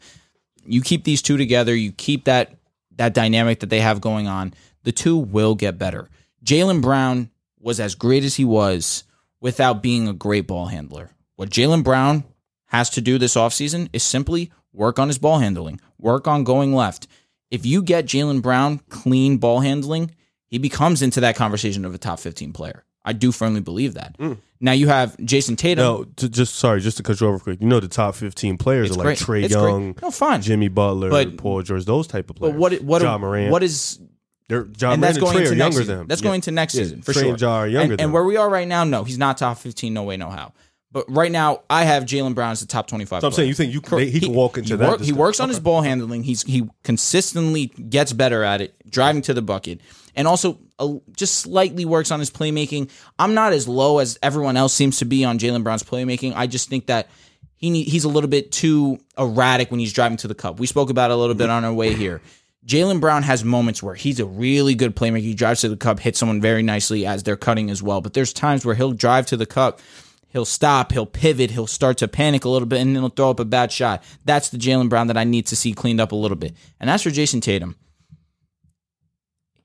Speaker 2: You keep these two together. You keep that that dynamic that they have going on. The two will get better. Jalen Brown was as great as he was without being a great ball handler. What Jalen Brown has to do this offseason is simply work on his ball handling, work on going left. If you get Jalen Brown clean ball handling, he becomes into that conversation of a top 15 player. I do firmly believe that. Now you have Jason Tatum.
Speaker 3: Mm. No, to, just sorry, just to cut you over quick. You know the top fifteen players
Speaker 2: It's
Speaker 3: are like
Speaker 2: great.
Speaker 3: Trey
Speaker 2: It's great.
Speaker 3: Young,
Speaker 2: No, fine.
Speaker 3: Jimmy Butler,
Speaker 2: But-
Speaker 3: Paul George, those type of players.
Speaker 2: but what what
Speaker 3: John Moran?
Speaker 2: what is
Speaker 3: They're, John
Speaker 2: and
Speaker 3: Moran
Speaker 2: that's
Speaker 3: and
Speaker 2: going
Speaker 3: Trey
Speaker 2: into
Speaker 3: are
Speaker 2: next
Speaker 3: younger
Speaker 2: season.
Speaker 3: than him.
Speaker 2: That's
Speaker 3: Yeah.
Speaker 2: going into next
Speaker 3: Yeah,
Speaker 2: season for
Speaker 3: Trey
Speaker 2: sure.
Speaker 3: and Ja are younger
Speaker 2: and,
Speaker 3: than
Speaker 2: and
Speaker 3: him.
Speaker 2: where we are right now, no, he's not top 15. No way, no how. But right now, I have Jalen Brown as the top 25.
Speaker 3: So I'm saying you think you can, he, can walk into
Speaker 2: he
Speaker 3: that.
Speaker 2: work- he
Speaker 3: discussion.
Speaker 2: works on his ball handling. He's he consistently gets better at it, driving to the bucket, and also uh, just slightly works on his playmaking. I'm not as low as everyone else seems to be on Jalen Brown's playmaking. I just think that he need, he's a little bit too erratic when he's driving to the cup. We spoke about it a little bit on our way here. Jalen Brown has moments where he's a really good playmaker. He drives to the cup, hits someone very nicely as they're cutting as well. But there's times where he'll drive to the cup, he'll stop, he'll pivot, he'll start to panic a little bit, and then he'll throw up a bad shot. That's the Jalen Brown that I need to see cleaned up a little bit. And that's for Jason Tatum.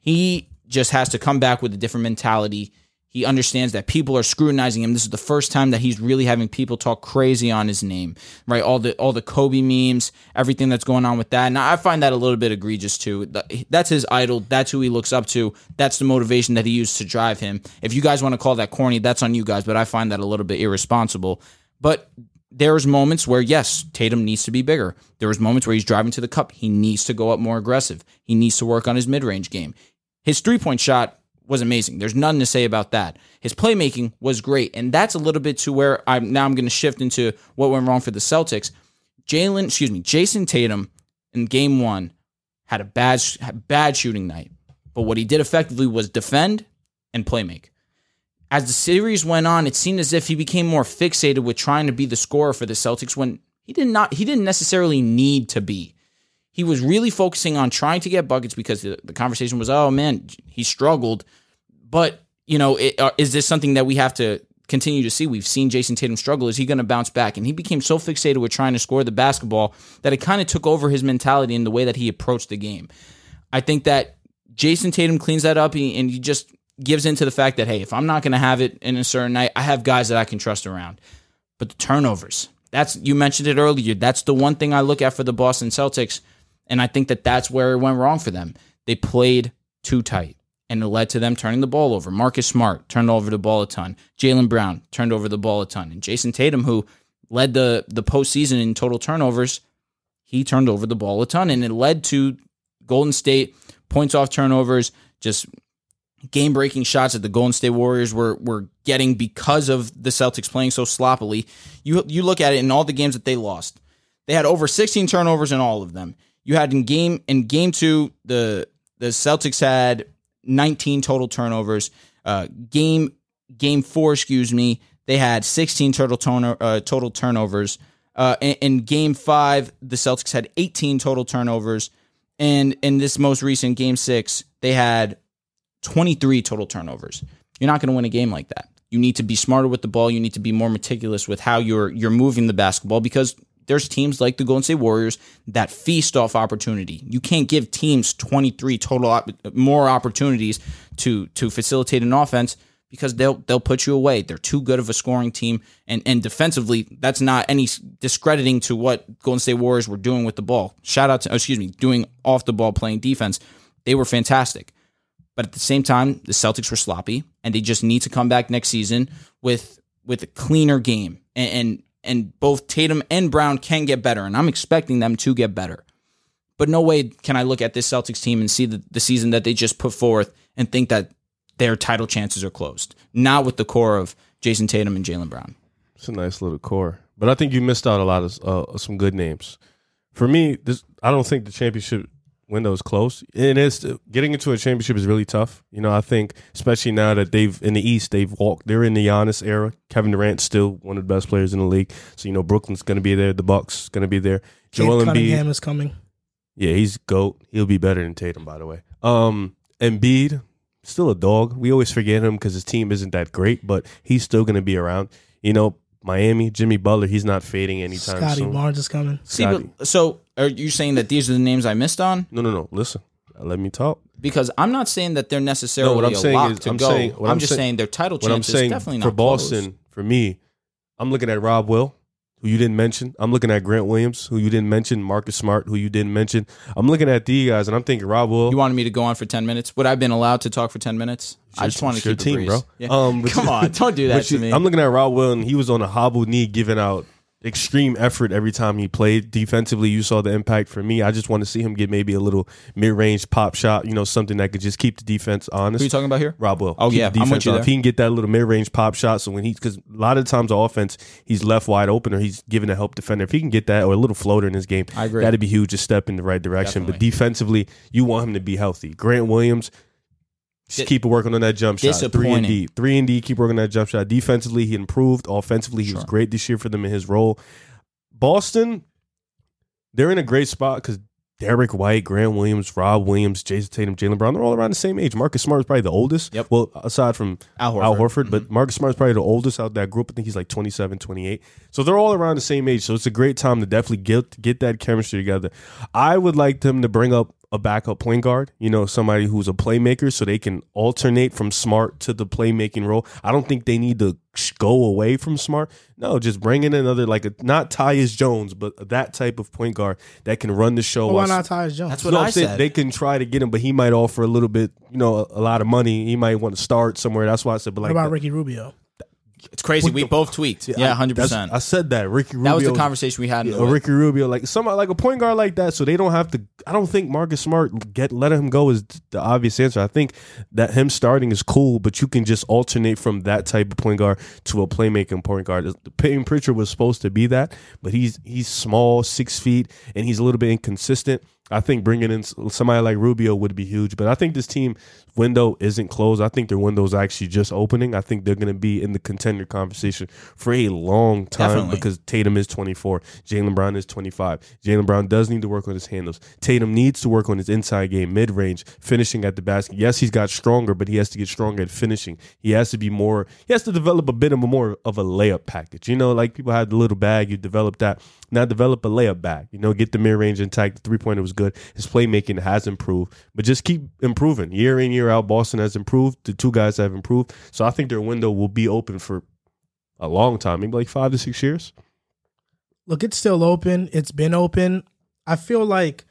Speaker 2: He just has to come back with a different mentality. He understands that people are scrutinizing him. This is the first time that he's really having people talk crazy on his name, right? All the all the Kobe memes, everything that's going on with that, and I find that a little bit egregious too. Th- That's his idol. That's who he looks up to. That's the motivation that he used to drive him. If you guys want to call that corny, that's on you guys. But I find that a little bit irresponsible. But there's moments where yes, Tatum needs to be bigger. There was moments where he's driving to the cup. He needs to go up more aggressive. He needs to work on his mid-range game. His three-point shot was amazing. There's nothing to say about that. His playmaking was great, and that's a little bit to where I'm now. I'm going to shift into what went wrong for the Celtics. Jalen, excuse me, Jason Tatum in Game One had a bad had bad shooting night, but what he did effectively was defend and playmake as the series went on, it seemed as if he became more fixated with trying to be the scorer for the Celtics when he did not he didn't necessarily need to be. He was really focusing on trying to get buckets because the, the conversation was, "Oh man, he struggled." But, you know, it, uh, is this something that we have to continue to see? We've seen Jason Tatum struggle. Is he going to bounce back? And he became so fixated with trying to score the basketball that it kind of took over his mentality and the way that he approached the game. I think that Jason Tatum cleans that up he- and he just gives into the fact that, hey, if I'm not going to have it in a certain night, I have guys that I can trust around. But the turnovers, that's, you mentioned it earlier. That's the one thing I look at for the Boston Celtics. And I think that that's where it went wrong for them. They played too tight and it led to them turning the ball over. Marcus Smart turned over the ball a ton. Jalen Brown turned over the ball a ton. And Jason Tatum, who led the, the postseason in total turnovers, he turned over the ball a ton. And it led to Golden State points off turnovers, just game breaking shots that the Golden State Warriors were were getting because of the Celtics playing so sloppily. You you look at it in all the games that they lost. They had over 16 turnovers in all of them. You had in game in game 2 the the Celtics had 19 total turnovers. Uh, game game four, excuse me, they had 16 total turno- uh, total turnovers. Uh, in, in game five, the Celtics had 18 total turnovers, and in this most recent game six, they had 23 total turnovers. You're not going to win a game like that. You need to be smarter with the ball. You need to be more meticulous with how you're you're moving the basketball because there's teams like the Golden State Warriors that feast off opportunity. You can't give teams 23 total op- more opportunities to to facilitate an offense because they'll they'll put you away. They're too good of a scoring team and and defensively, that's not any s- discrediting to what Golden State Warriors were doing with the ball. Shout out to oh, excuse me, doing off the ball playing defense. They were fantastic. But at the same time, the Celtics were sloppy, and they just need to come back next season with with a cleaner game. And and, and both Tatum and Brown can get better, and I'm expecting them to get better. But no way can I look at this Celtics team and see the, the season that they just put forth and think that their title chances are closed. Not with the core of Jason Tatum and Jalen Brown.
Speaker 3: It's a nice little core, but I think you missed out a lot of uh, some good names. For me, this I don't think the championship window is close. It is getting into a championship is really tough. You know, I think especially now that they've in the East, they've walked. They're in the Giannis era. Kevin Durant's still one of the best players in the league. So you know, Brooklyn's going to be there. The Bucks going to be there. Joel
Speaker 1: Kate
Speaker 3: Embiid.
Speaker 1: Cunningham is coming.
Speaker 3: Yeah, he's goat. He'll be better than Tatum, by the way. Um, Embiid, still a dog. We always forget him because his team isn't that great, but he's still going to be around. You know, Miami, Jimmy Butler, he's not fading anytime
Speaker 1: Scotty
Speaker 3: soon.
Speaker 1: Barnes is coming.
Speaker 2: See,
Speaker 3: Scotty.
Speaker 2: but, so are you saying that these are the names I missed on?
Speaker 3: no, no, no. Listen, uh, let me talk.
Speaker 2: Because I'm not saying that they're necessarily
Speaker 3: No, what I'm
Speaker 2: a
Speaker 3: saying
Speaker 2: lock
Speaker 3: is-
Speaker 2: to
Speaker 3: I'm
Speaker 2: go.
Speaker 3: saying-
Speaker 2: I'm,
Speaker 3: what I'm
Speaker 2: just
Speaker 3: saying-
Speaker 2: saying their title
Speaker 3: What I'm
Speaker 2: chances
Speaker 3: saying
Speaker 2: definitely not
Speaker 3: for Boston,
Speaker 2: closed.
Speaker 3: for me, I'm looking at Rob Will, who you didn't mention. I'm looking at Grant Williams, who you didn't mention. Marcus Smart, who you didn't mention. I'm looking at these guys, and I'm thinking Rob Will.
Speaker 2: You wanted me to go on for ten minutes. Would I have been allowed to talk for ten minutes? I just want to
Speaker 3: it's your
Speaker 2: keep
Speaker 3: team,
Speaker 2: it brief.
Speaker 3: bro.
Speaker 2: Yeah.
Speaker 3: Um, but-
Speaker 2: Come on, don't do
Speaker 3: But
Speaker 2: that to
Speaker 3: you-
Speaker 2: me.
Speaker 3: I'm looking at Rob Will, and he was on a hobbled knee, giving out extreme effort every time he played. Defensively, you saw the impact for me. I just want to see him get maybe a little mid range pop shot, you know, something that could just keep the defense honest.
Speaker 2: Who are you talking about here?
Speaker 3: Rob Will.
Speaker 2: Oh,
Speaker 3: Keep
Speaker 2: yeah,
Speaker 3: the
Speaker 2: I'm with
Speaker 3: defense
Speaker 2: you
Speaker 3: on.
Speaker 2: there.
Speaker 3: If he can get that little mid range pop shot, so when he because a lot of times on offense he's left wide open or he's giving a help defender. If he can get that or a little floater in his game,
Speaker 2: I agree.
Speaker 3: That'd be huge. A step in the right direction. But defensively, you want him to be healthy. Grant Williams. Just
Speaker 2: Di-
Speaker 3: keep working on that jump shot. Three and
Speaker 2: Disappointing.
Speaker 3: D. Three and D. Keep working on that jump shot. Defensively, he improved. Offensively, he was
Speaker 2: Sure.
Speaker 3: great this year for them in his role. Boston, they're in a great spot because Derek White, Grant Williams, Rob Williams, Jason Tatum, Jalen Brown, they're all around the same age. Marcus Smart is probably the oldest.
Speaker 2: Yep.
Speaker 3: Well, aside from
Speaker 2: Al Horford.
Speaker 3: Al Horford, but Marcus Smart is probably the oldest out of that group. I think he's like 27, 28. So they're all around the same age. So it's a great time to definitely get get that chemistry together. I would like them to bring up a backup point guard, you know, somebody who's a playmaker so they can alternate from smart to the playmaking role. I don't think they need to sh- go away from smart. No, just bring in another like a not Tyus Jones, but that type of point guard that can run the show.
Speaker 1: Why
Speaker 3: while-
Speaker 1: not Tyus Jones?
Speaker 2: That's
Speaker 3: you
Speaker 2: what
Speaker 3: know
Speaker 2: I
Speaker 3: I'm saying?
Speaker 2: said.
Speaker 3: They can try to get him, but he might offer a little bit, you know, a, a lot of money. He might want to start somewhere. That's why I said, but
Speaker 1: what
Speaker 3: like,
Speaker 1: about
Speaker 3: the-
Speaker 1: Ricky Rubio?
Speaker 2: it's crazy. We both tweaked. Yeah,
Speaker 3: I-
Speaker 2: hundred
Speaker 3: that's-
Speaker 2: percent.
Speaker 3: I said that Ricky Rubio.
Speaker 2: That was the conversation we had. In
Speaker 3: Yeah,
Speaker 2: the
Speaker 3: or Ricky Rubio, like some like a point guard like that, so they don't have to. I don't think Marcus Smart get letting him go is the obvious answer. I think that him starting is cool, but you can just alternate from that type of point guard to a playmaking point guard. Peyton Pritchard was supposed to be that, but he's he's small, six feet, and he's a little bit inconsistent. I think bringing in s- somebody like Rubio would be huge, but I think this team window isn't closed. I think their window's actually just opening. I think they're going to be in the contender conversation for a long time
Speaker 2: Definitely.
Speaker 3: because Tatum is 24, Jalen Brown is 25. Jalen Brown does need to work on his handles. Tatum needs to work on his inside game, mid range, finishing at the basket. Yes, he's got stronger, but he has to get stronger at finishing. He has to be more. He has to develop a bit of a more of a layup package. You know, like people had the little bag, you develop that. Now develop a layup bag. You know, get the mid range intact. The three pointer was good. His playmaking has improved, but just keep improving year in year out. Boston has improved. The two guys have improved. So I think their window will be open for. A long time, maybe like five to six years.
Speaker 1: Look, it's still open. It's been open. I feel like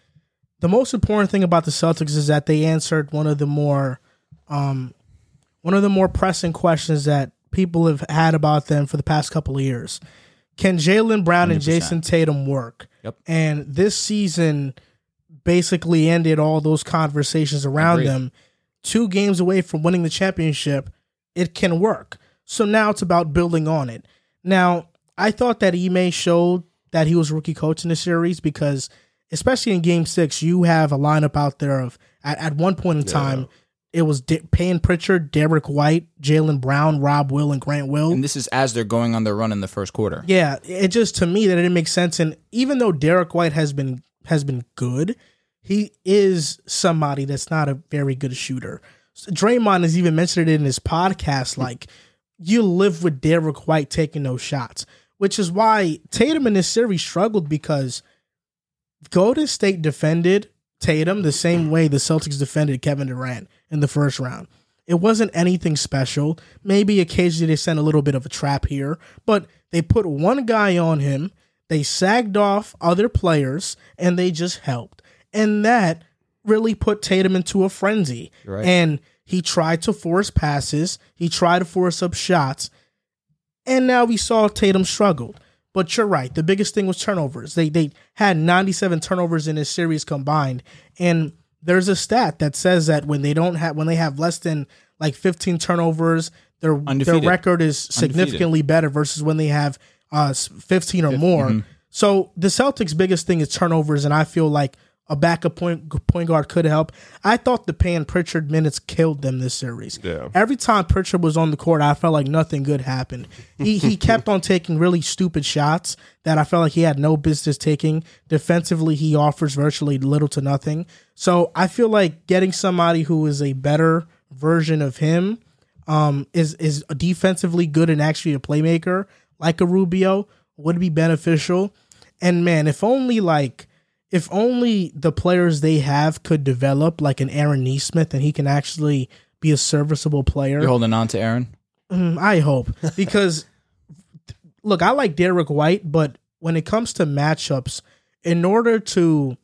Speaker 1: the most important thing about the Celtics is that they answered one of the more um one of the more pressing questions that people have had about them for the past couple of years. Can Jalen Brown and
Speaker 2: 100%.
Speaker 1: Jason Tatum work?
Speaker 2: Yep.
Speaker 1: And this season basically ended all those conversations around
Speaker 2: Agreed.
Speaker 1: them. Two games away from winning the championship, it can work. So now it's about building on it. Now, I thought that Ime showed that he was rookie coach in the series because, especially in game six, you have a lineup out there of, at, at one point in time, It was D- Payne Pritchard, Derek White, Jalen Brown, Rob Will, and Grant Will.
Speaker 2: And this is as they're going on their run in the first quarter.
Speaker 1: Yeah, it just to me that it didn't make sense. And even though Derek White has been has been good, he is somebody that's not a very good shooter. Draymond has even mentioned it in his podcast. Like you live with Derek White taking those shots, which is why Tatum in this series struggled because Golden State defended Tatum the same way the Celtics defended Kevin Durant in the first round. It wasn't anything special. Maybe occasionally they sent a little bit of a trap here, but they put one guy on him, they sagged off other players, and they just helped. And that really put Tatum into a frenzy.
Speaker 2: You're right.
Speaker 1: And he tried to force passes, he tried to force up shots, and now we saw Tatum struggled. But you're right. The biggest thing was turnovers. They they had 97 turnovers in this series combined, and there's a stat that says that when they don't have when they have less than like 15 turnovers, their
Speaker 2: Undefeated.
Speaker 1: their record is significantly better versus when they have uh 15 or more. So the Celtics' biggest thing is turnovers, and I feel like a backup point point guard could help. I thought the Pan Pritchard minutes killed them this series.
Speaker 3: Yeah.
Speaker 1: Every time Pritchard was on the court, I felt like nothing good happened. He he kept on taking really stupid shots that I felt like he had no business taking. Defensively, he offers virtually little to nothing. So I feel like getting somebody who is a better version of him um, is is defensively good and actually a playmaker like a Rubio would be beneficial. And man, if only like if only the players they have could develop like an Aaron Neesmith and he can actually be a serviceable player.
Speaker 2: You're holding on to Aaron.
Speaker 1: Mm, I hope because look, I like Derek White, but when it comes to matchups, in order to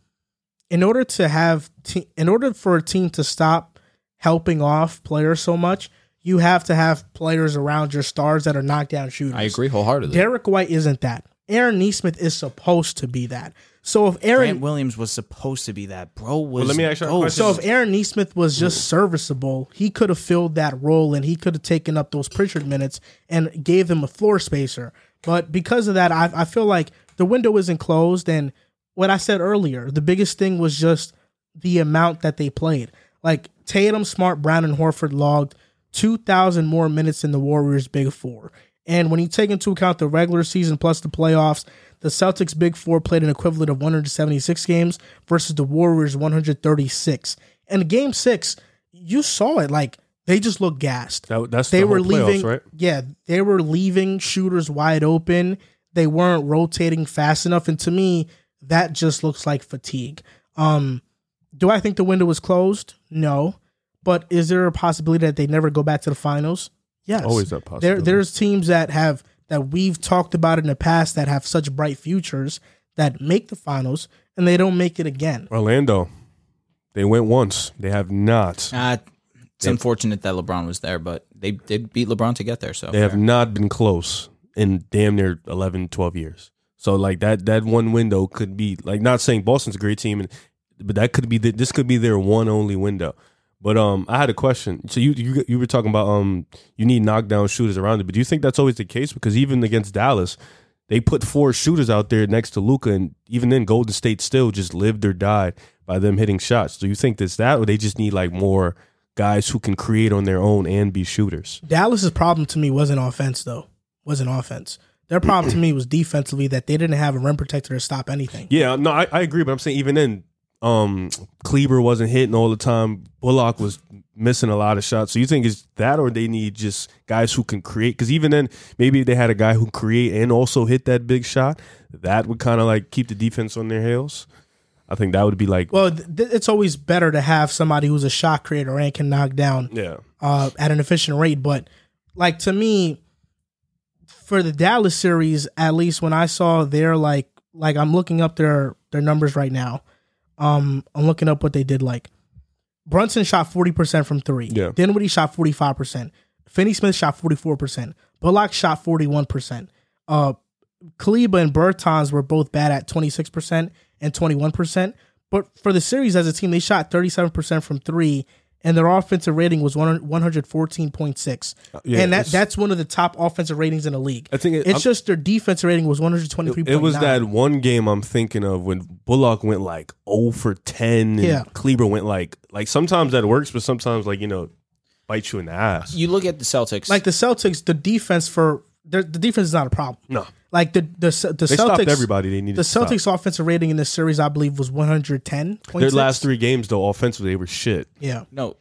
Speaker 1: in order to have te- in order for a team to stop helping off players so much, you have to have players around your stars that are knockdown shooters.
Speaker 2: I agree wholeheartedly.
Speaker 1: Derek White isn't that. Aaron Neesmith is supposed to be that. So if Aaron
Speaker 2: Grant Williams was supposed to be that. Bro was.
Speaker 3: let me ask you a
Speaker 2: oh,
Speaker 3: question.
Speaker 1: so if Aaron Neesmith was just serviceable, he could have filled that role and he could have taken up those Pritchard minutes and gave them a floor spacer. But because of that, I, I feel like the window isn't closed. And what I said earlier, the biggest thing was just the amount that they played. Like Tatum, Smart, Brown, and Horford logged 2,000 more minutes than the Warriors' Big Four. And when you take into account the regular season plus the playoffs, the Celtics' Big Four played an equivalent of 176 games versus the Warriors' 136. And game six, you saw it. Like, they just looked gassed
Speaker 3: That, that's
Speaker 1: they
Speaker 3: the
Speaker 1: were
Speaker 3: whole playoffs,
Speaker 1: leaving
Speaker 3: right?
Speaker 1: yeah they were leaving shooters wide open they weren't rotating fast enough and to me that just looks like fatigue um do i think the window was closed no but is there a possibility that they never go back to the finals yes
Speaker 3: Always that
Speaker 1: there
Speaker 3: possibility.
Speaker 1: there's teams that have that we've talked about in the past that have such bright futures that make the finals and they don't make it again
Speaker 3: Orlando, they went once. They have not.
Speaker 2: Uh, it's unfortunate that LeBron was there, but they did beat LeBron to get there. So
Speaker 3: They have not been close in damn near 11, 12 years. So like that that one window could be like not saying Boston's a great team, and, but that could be the, this could be their one only window. But um, I had a question. So you you you were talking about um, you need knockdown shooters around it, but do you think that's always the case? Because even against Dallas, they put four shooters out there next to Luca, and even then, Golden State still just lived or died by them hitting shots. Do you think that's that, or they just need like more guys who can create on their own and be shooters?
Speaker 1: Dallas's problem to me wasn't offense though. Wasn't offense. Their problem to me was defensively that they didn't have a rim protector to stop anything.
Speaker 3: Yeah, no, I, I agree, but I'm saying even then, um, Kleber wasn't hitting all the time. Bullock was missing a lot of shots. So you think it's that, or they need just guys who can create? Because even then, maybe if they had a guy who create and also hit that big shot, that would kind of like keep the defense on their heels. I think that would be like,
Speaker 1: Well, th- th- it's always better to have somebody who's a shot creator and can knock down
Speaker 3: yeah,
Speaker 1: uh, at an efficient rate. But like to me, for the Dallas series, at least when I saw their like like I'm looking up their their numbers right now. Um, I'm looking up what they did. Like Brunson shot 40 percent from three.
Speaker 3: Yeah.
Speaker 1: Dinwiddie shot 45 percent. Finney Smith shot 44 percent. Bullock shot 41 percent. Uh, Kleba and Bertans were both bad at 26% and 21%. But for the series as a team, they shot 37% from three and their offensive rating was 100 114.6.
Speaker 3: Uh, yeah,
Speaker 1: and that
Speaker 3: it's-
Speaker 1: that's one of the top offensive ratings in the league.
Speaker 3: I think it-
Speaker 1: it's
Speaker 3: I'm-
Speaker 1: just their defensive rating was 123.9.
Speaker 3: It was that one game I'm thinking of when Bullock went like 0 for 10 and
Speaker 1: Yeah.
Speaker 3: Kleber went like like sometimes that works, but sometimes like, you know, bite you in the ass.
Speaker 2: You look at the Celtics.
Speaker 1: like the Celtics, the defense for their, the defense is not a problem.
Speaker 3: No.
Speaker 1: Like the the the
Speaker 3: They stopped
Speaker 1: Celtics
Speaker 3: everybody they needed
Speaker 1: The
Speaker 3: to stop.
Speaker 1: Celtics offensive rating in this series, I believe, was 110.
Speaker 3: Their last three games though, offensively, they were shit.
Speaker 1: Yeah.
Speaker 2: No,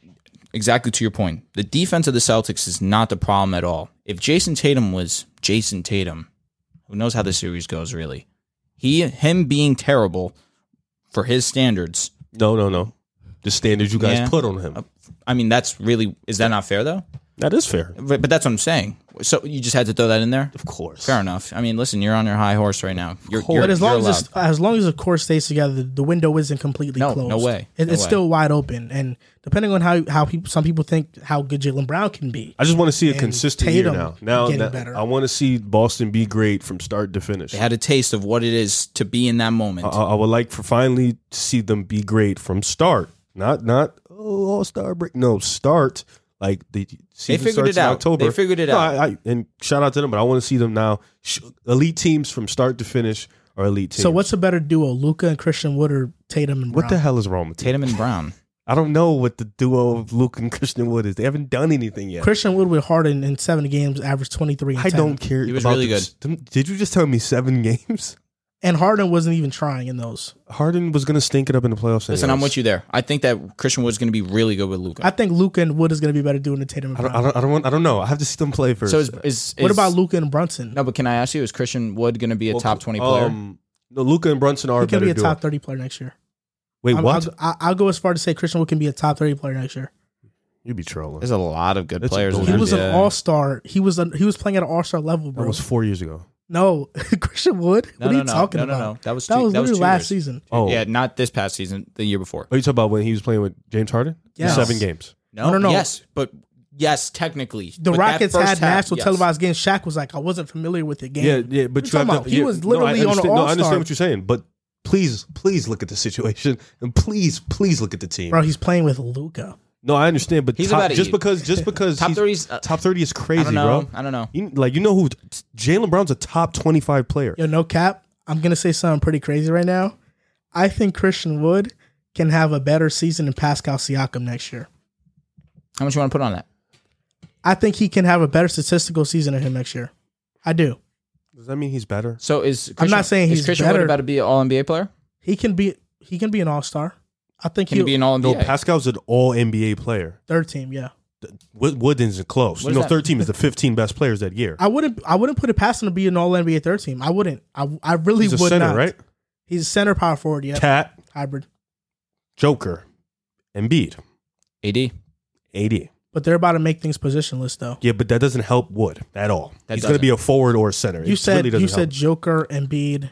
Speaker 2: exactly to your point. The defense of the Celtics is not the problem at all. If Jason Tatum was Jason Tatum, who knows how the series goes really. He him being terrible for his standards.
Speaker 3: No, no, no. The standards you guys
Speaker 2: Yeah. Uh,
Speaker 3: put on him.
Speaker 2: I mean, that's really is that not fair though?
Speaker 3: That is fair.
Speaker 2: But, but that's what I'm saying. So you just had to throw that in there.
Speaker 3: Of course.
Speaker 2: Fair enough. I mean, listen, you're on your high horse right now. You're, you're,
Speaker 1: But as
Speaker 2: you're
Speaker 1: long as
Speaker 2: allowed.
Speaker 1: this, as long as the core stays together, the, the window isn't completely
Speaker 2: No,
Speaker 1: closed.
Speaker 2: no way.
Speaker 1: It,
Speaker 2: No
Speaker 1: it's
Speaker 2: way.
Speaker 1: still wide open, and depending on how how people some people think how good Jalen Brown can be.
Speaker 3: I just want to see a
Speaker 1: And
Speaker 3: consistent
Speaker 1: Tatum
Speaker 3: year now. Now,
Speaker 1: getting
Speaker 3: now-
Speaker 1: better.
Speaker 3: I want to see Boston be great from start to finish.
Speaker 2: they had a taste of what it is to be in that moment.
Speaker 3: I, I would like for finally to see them be great from start, not not oh all star break. No start like the season
Speaker 2: figured
Speaker 3: starts
Speaker 2: it
Speaker 3: in
Speaker 2: out.
Speaker 3: October.
Speaker 2: They figured it
Speaker 3: No,
Speaker 2: out.
Speaker 3: I, I, and shout out to them, but I want to see them now. Sh- elite teams from start to finish are elite teams.
Speaker 1: So what's a better duo, Luca and Christian Wood, or Tatum and Brown?
Speaker 3: what the hell is wrong with Tatum?
Speaker 2: Tatum and Brown.
Speaker 3: I don't know what the duo of Luke and Christian Wood is. They haven't done anything yet.
Speaker 1: Christian Wood with Harden in seven games averaged twenty three.
Speaker 3: I don't care.
Speaker 2: He was
Speaker 3: about
Speaker 2: really
Speaker 3: the- them- Did you just tell me seven games?
Speaker 1: And Harden wasn't even trying in those.
Speaker 3: Harden was going to stink it up in the playoffs.
Speaker 2: Listen, I'm with you there. I think that Christian Wood's going to be really good with Luca.
Speaker 1: I think Luca and Wood is going to be better doing than Tatum and
Speaker 3: I
Speaker 1: Brown.
Speaker 3: don't, I don't. I don't. Want, I don't know. I have to see them play first.
Speaker 2: So is, is,
Speaker 1: what
Speaker 2: is-
Speaker 1: about Luca and Brunson?
Speaker 2: No, but can I ask you, is Christian Wood going to be a top 20 player?
Speaker 3: Um, no, Luca and Brunson are
Speaker 1: He can
Speaker 3: better
Speaker 1: be a
Speaker 3: duo.
Speaker 1: top thirty player next year.
Speaker 3: Wait,
Speaker 1: I'm-
Speaker 3: what?
Speaker 1: I'll, I'll, I'll go as far to say Christian Wood can be a top thirty player next year.
Speaker 3: you be trolling.
Speaker 2: There's a lot of good
Speaker 3: That's
Speaker 2: players. in
Speaker 1: He
Speaker 3: adorable.
Speaker 2: that.
Speaker 1: was an
Speaker 2: Yeah.
Speaker 1: all star. He was an, he was playing at an all star level,
Speaker 3: That
Speaker 1: bro.
Speaker 3: was four years ago.
Speaker 1: no, Christian Wood. what
Speaker 2: No,
Speaker 1: are
Speaker 2: no,
Speaker 1: you
Speaker 2: no,
Speaker 1: talking
Speaker 2: no, no,
Speaker 1: about?
Speaker 2: no. That was
Speaker 1: that
Speaker 2: two-
Speaker 1: was
Speaker 2: that was
Speaker 1: literally
Speaker 2: two
Speaker 1: last
Speaker 2: years.
Speaker 1: season.
Speaker 3: Oh,
Speaker 2: Yeah, not this past season, the year before.
Speaker 3: Are you talking about when he was playing with James Harden?
Speaker 1: Yes.
Speaker 3: Seven games.
Speaker 2: No,
Speaker 1: no, no.
Speaker 2: Yes, but yes, technically.
Speaker 1: The
Speaker 2: But that
Speaker 1: Rockets
Speaker 2: first
Speaker 1: had
Speaker 2: half,
Speaker 1: national
Speaker 2: yes.
Speaker 1: televised games. Shaq was like, I wasn't familiar with the game.
Speaker 3: Yeah, yeah. But
Speaker 1: What you
Speaker 3: you
Speaker 1: talking
Speaker 3: have to,
Speaker 1: about? He
Speaker 3: yeah,
Speaker 1: was
Speaker 3: no,
Speaker 1: literally
Speaker 3: I
Speaker 1: on an
Speaker 3: understand- No, I
Speaker 1: all-star.
Speaker 3: understand what you're saying, but please, please look at the situation and please, please look at the team.
Speaker 1: bro, he's playing with Luca.
Speaker 3: No, I understand, but
Speaker 2: He's
Speaker 3: top-
Speaker 2: about to
Speaker 3: just
Speaker 2: eat.
Speaker 3: because just because
Speaker 2: Top
Speaker 3: he's-
Speaker 2: 30's, uh,
Speaker 3: top thirty is crazy,
Speaker 2: I don't know.
Speaker 3: bro.
Speaker 2: I don't know.
Speaker 3: You, like you know who Jalen Brown's a top twenty five player.
Speaker 1: Yo, no cap. I'm gonna say something pretty crazy right now. I think Christian Wood can have a better season than Pascal Siakam next year.
Speaker 2: How much you want to put on that?
Speaker 1: I think he can have a better statistical season than him next year. I do.
Speaker 3: Does that mean he's better?
Speaker 2: So is Christian,
Speaker 1: I'm not saying
Speaker 2: is
Speaker 1: he's
Speaker 2: Christian
Speaker 1: better.
Speaker 2: Wood about to be an All NBA player?
Speaker 1: He can be he can be an all star. I think
Speaker 2: Can he
Speaker 1: he'll
Speaker 2: be an All
Speaker 3: No,
Speaker 2: NBA?
Speaker 3: Pascal's an All NBA player.
Speaker 1: third team, yeah.
Speaker 3: Wo- Wooden's close.
Speaker 2: What
Speaker 3: You
Speaker 2: does
Speaker 3: know,
Speaker 2: that-
Speaker 3: thirteen is the fifteen best players that year.
Speaker 1: I wouldn't. I wouldn't put it past him to be an All NBA third team. I wouldn't. I, I really
Speaker 3: He's a
Speaker 1: would
Speaker 3: center,
Speaker 1: not.
Speaker 3: right?
Speaker 1: He's a center power forward. Yeah,
Speaker 3: Cat,
Speaker 1: hybrid.
Speaker 3: Joker, Embiid,
Speaker 2: AD.
Speaker 3: AD.
Speaker 1: But they're about to make things positionless though.
Speaker 3: Yeah, but that doesn't help Wood at all.
Speaker 2: That
Speaker 3: He's going to
Speaker 2: doesn't.
Speaker 3: be a forward or a center.
Speaker 1: You
Speaker 3: It
Speaker 1: said
Speaker 3: really doesn't
Speaker 1: you said
Speaker 3: help.
Speaker 1: Joker and Bede.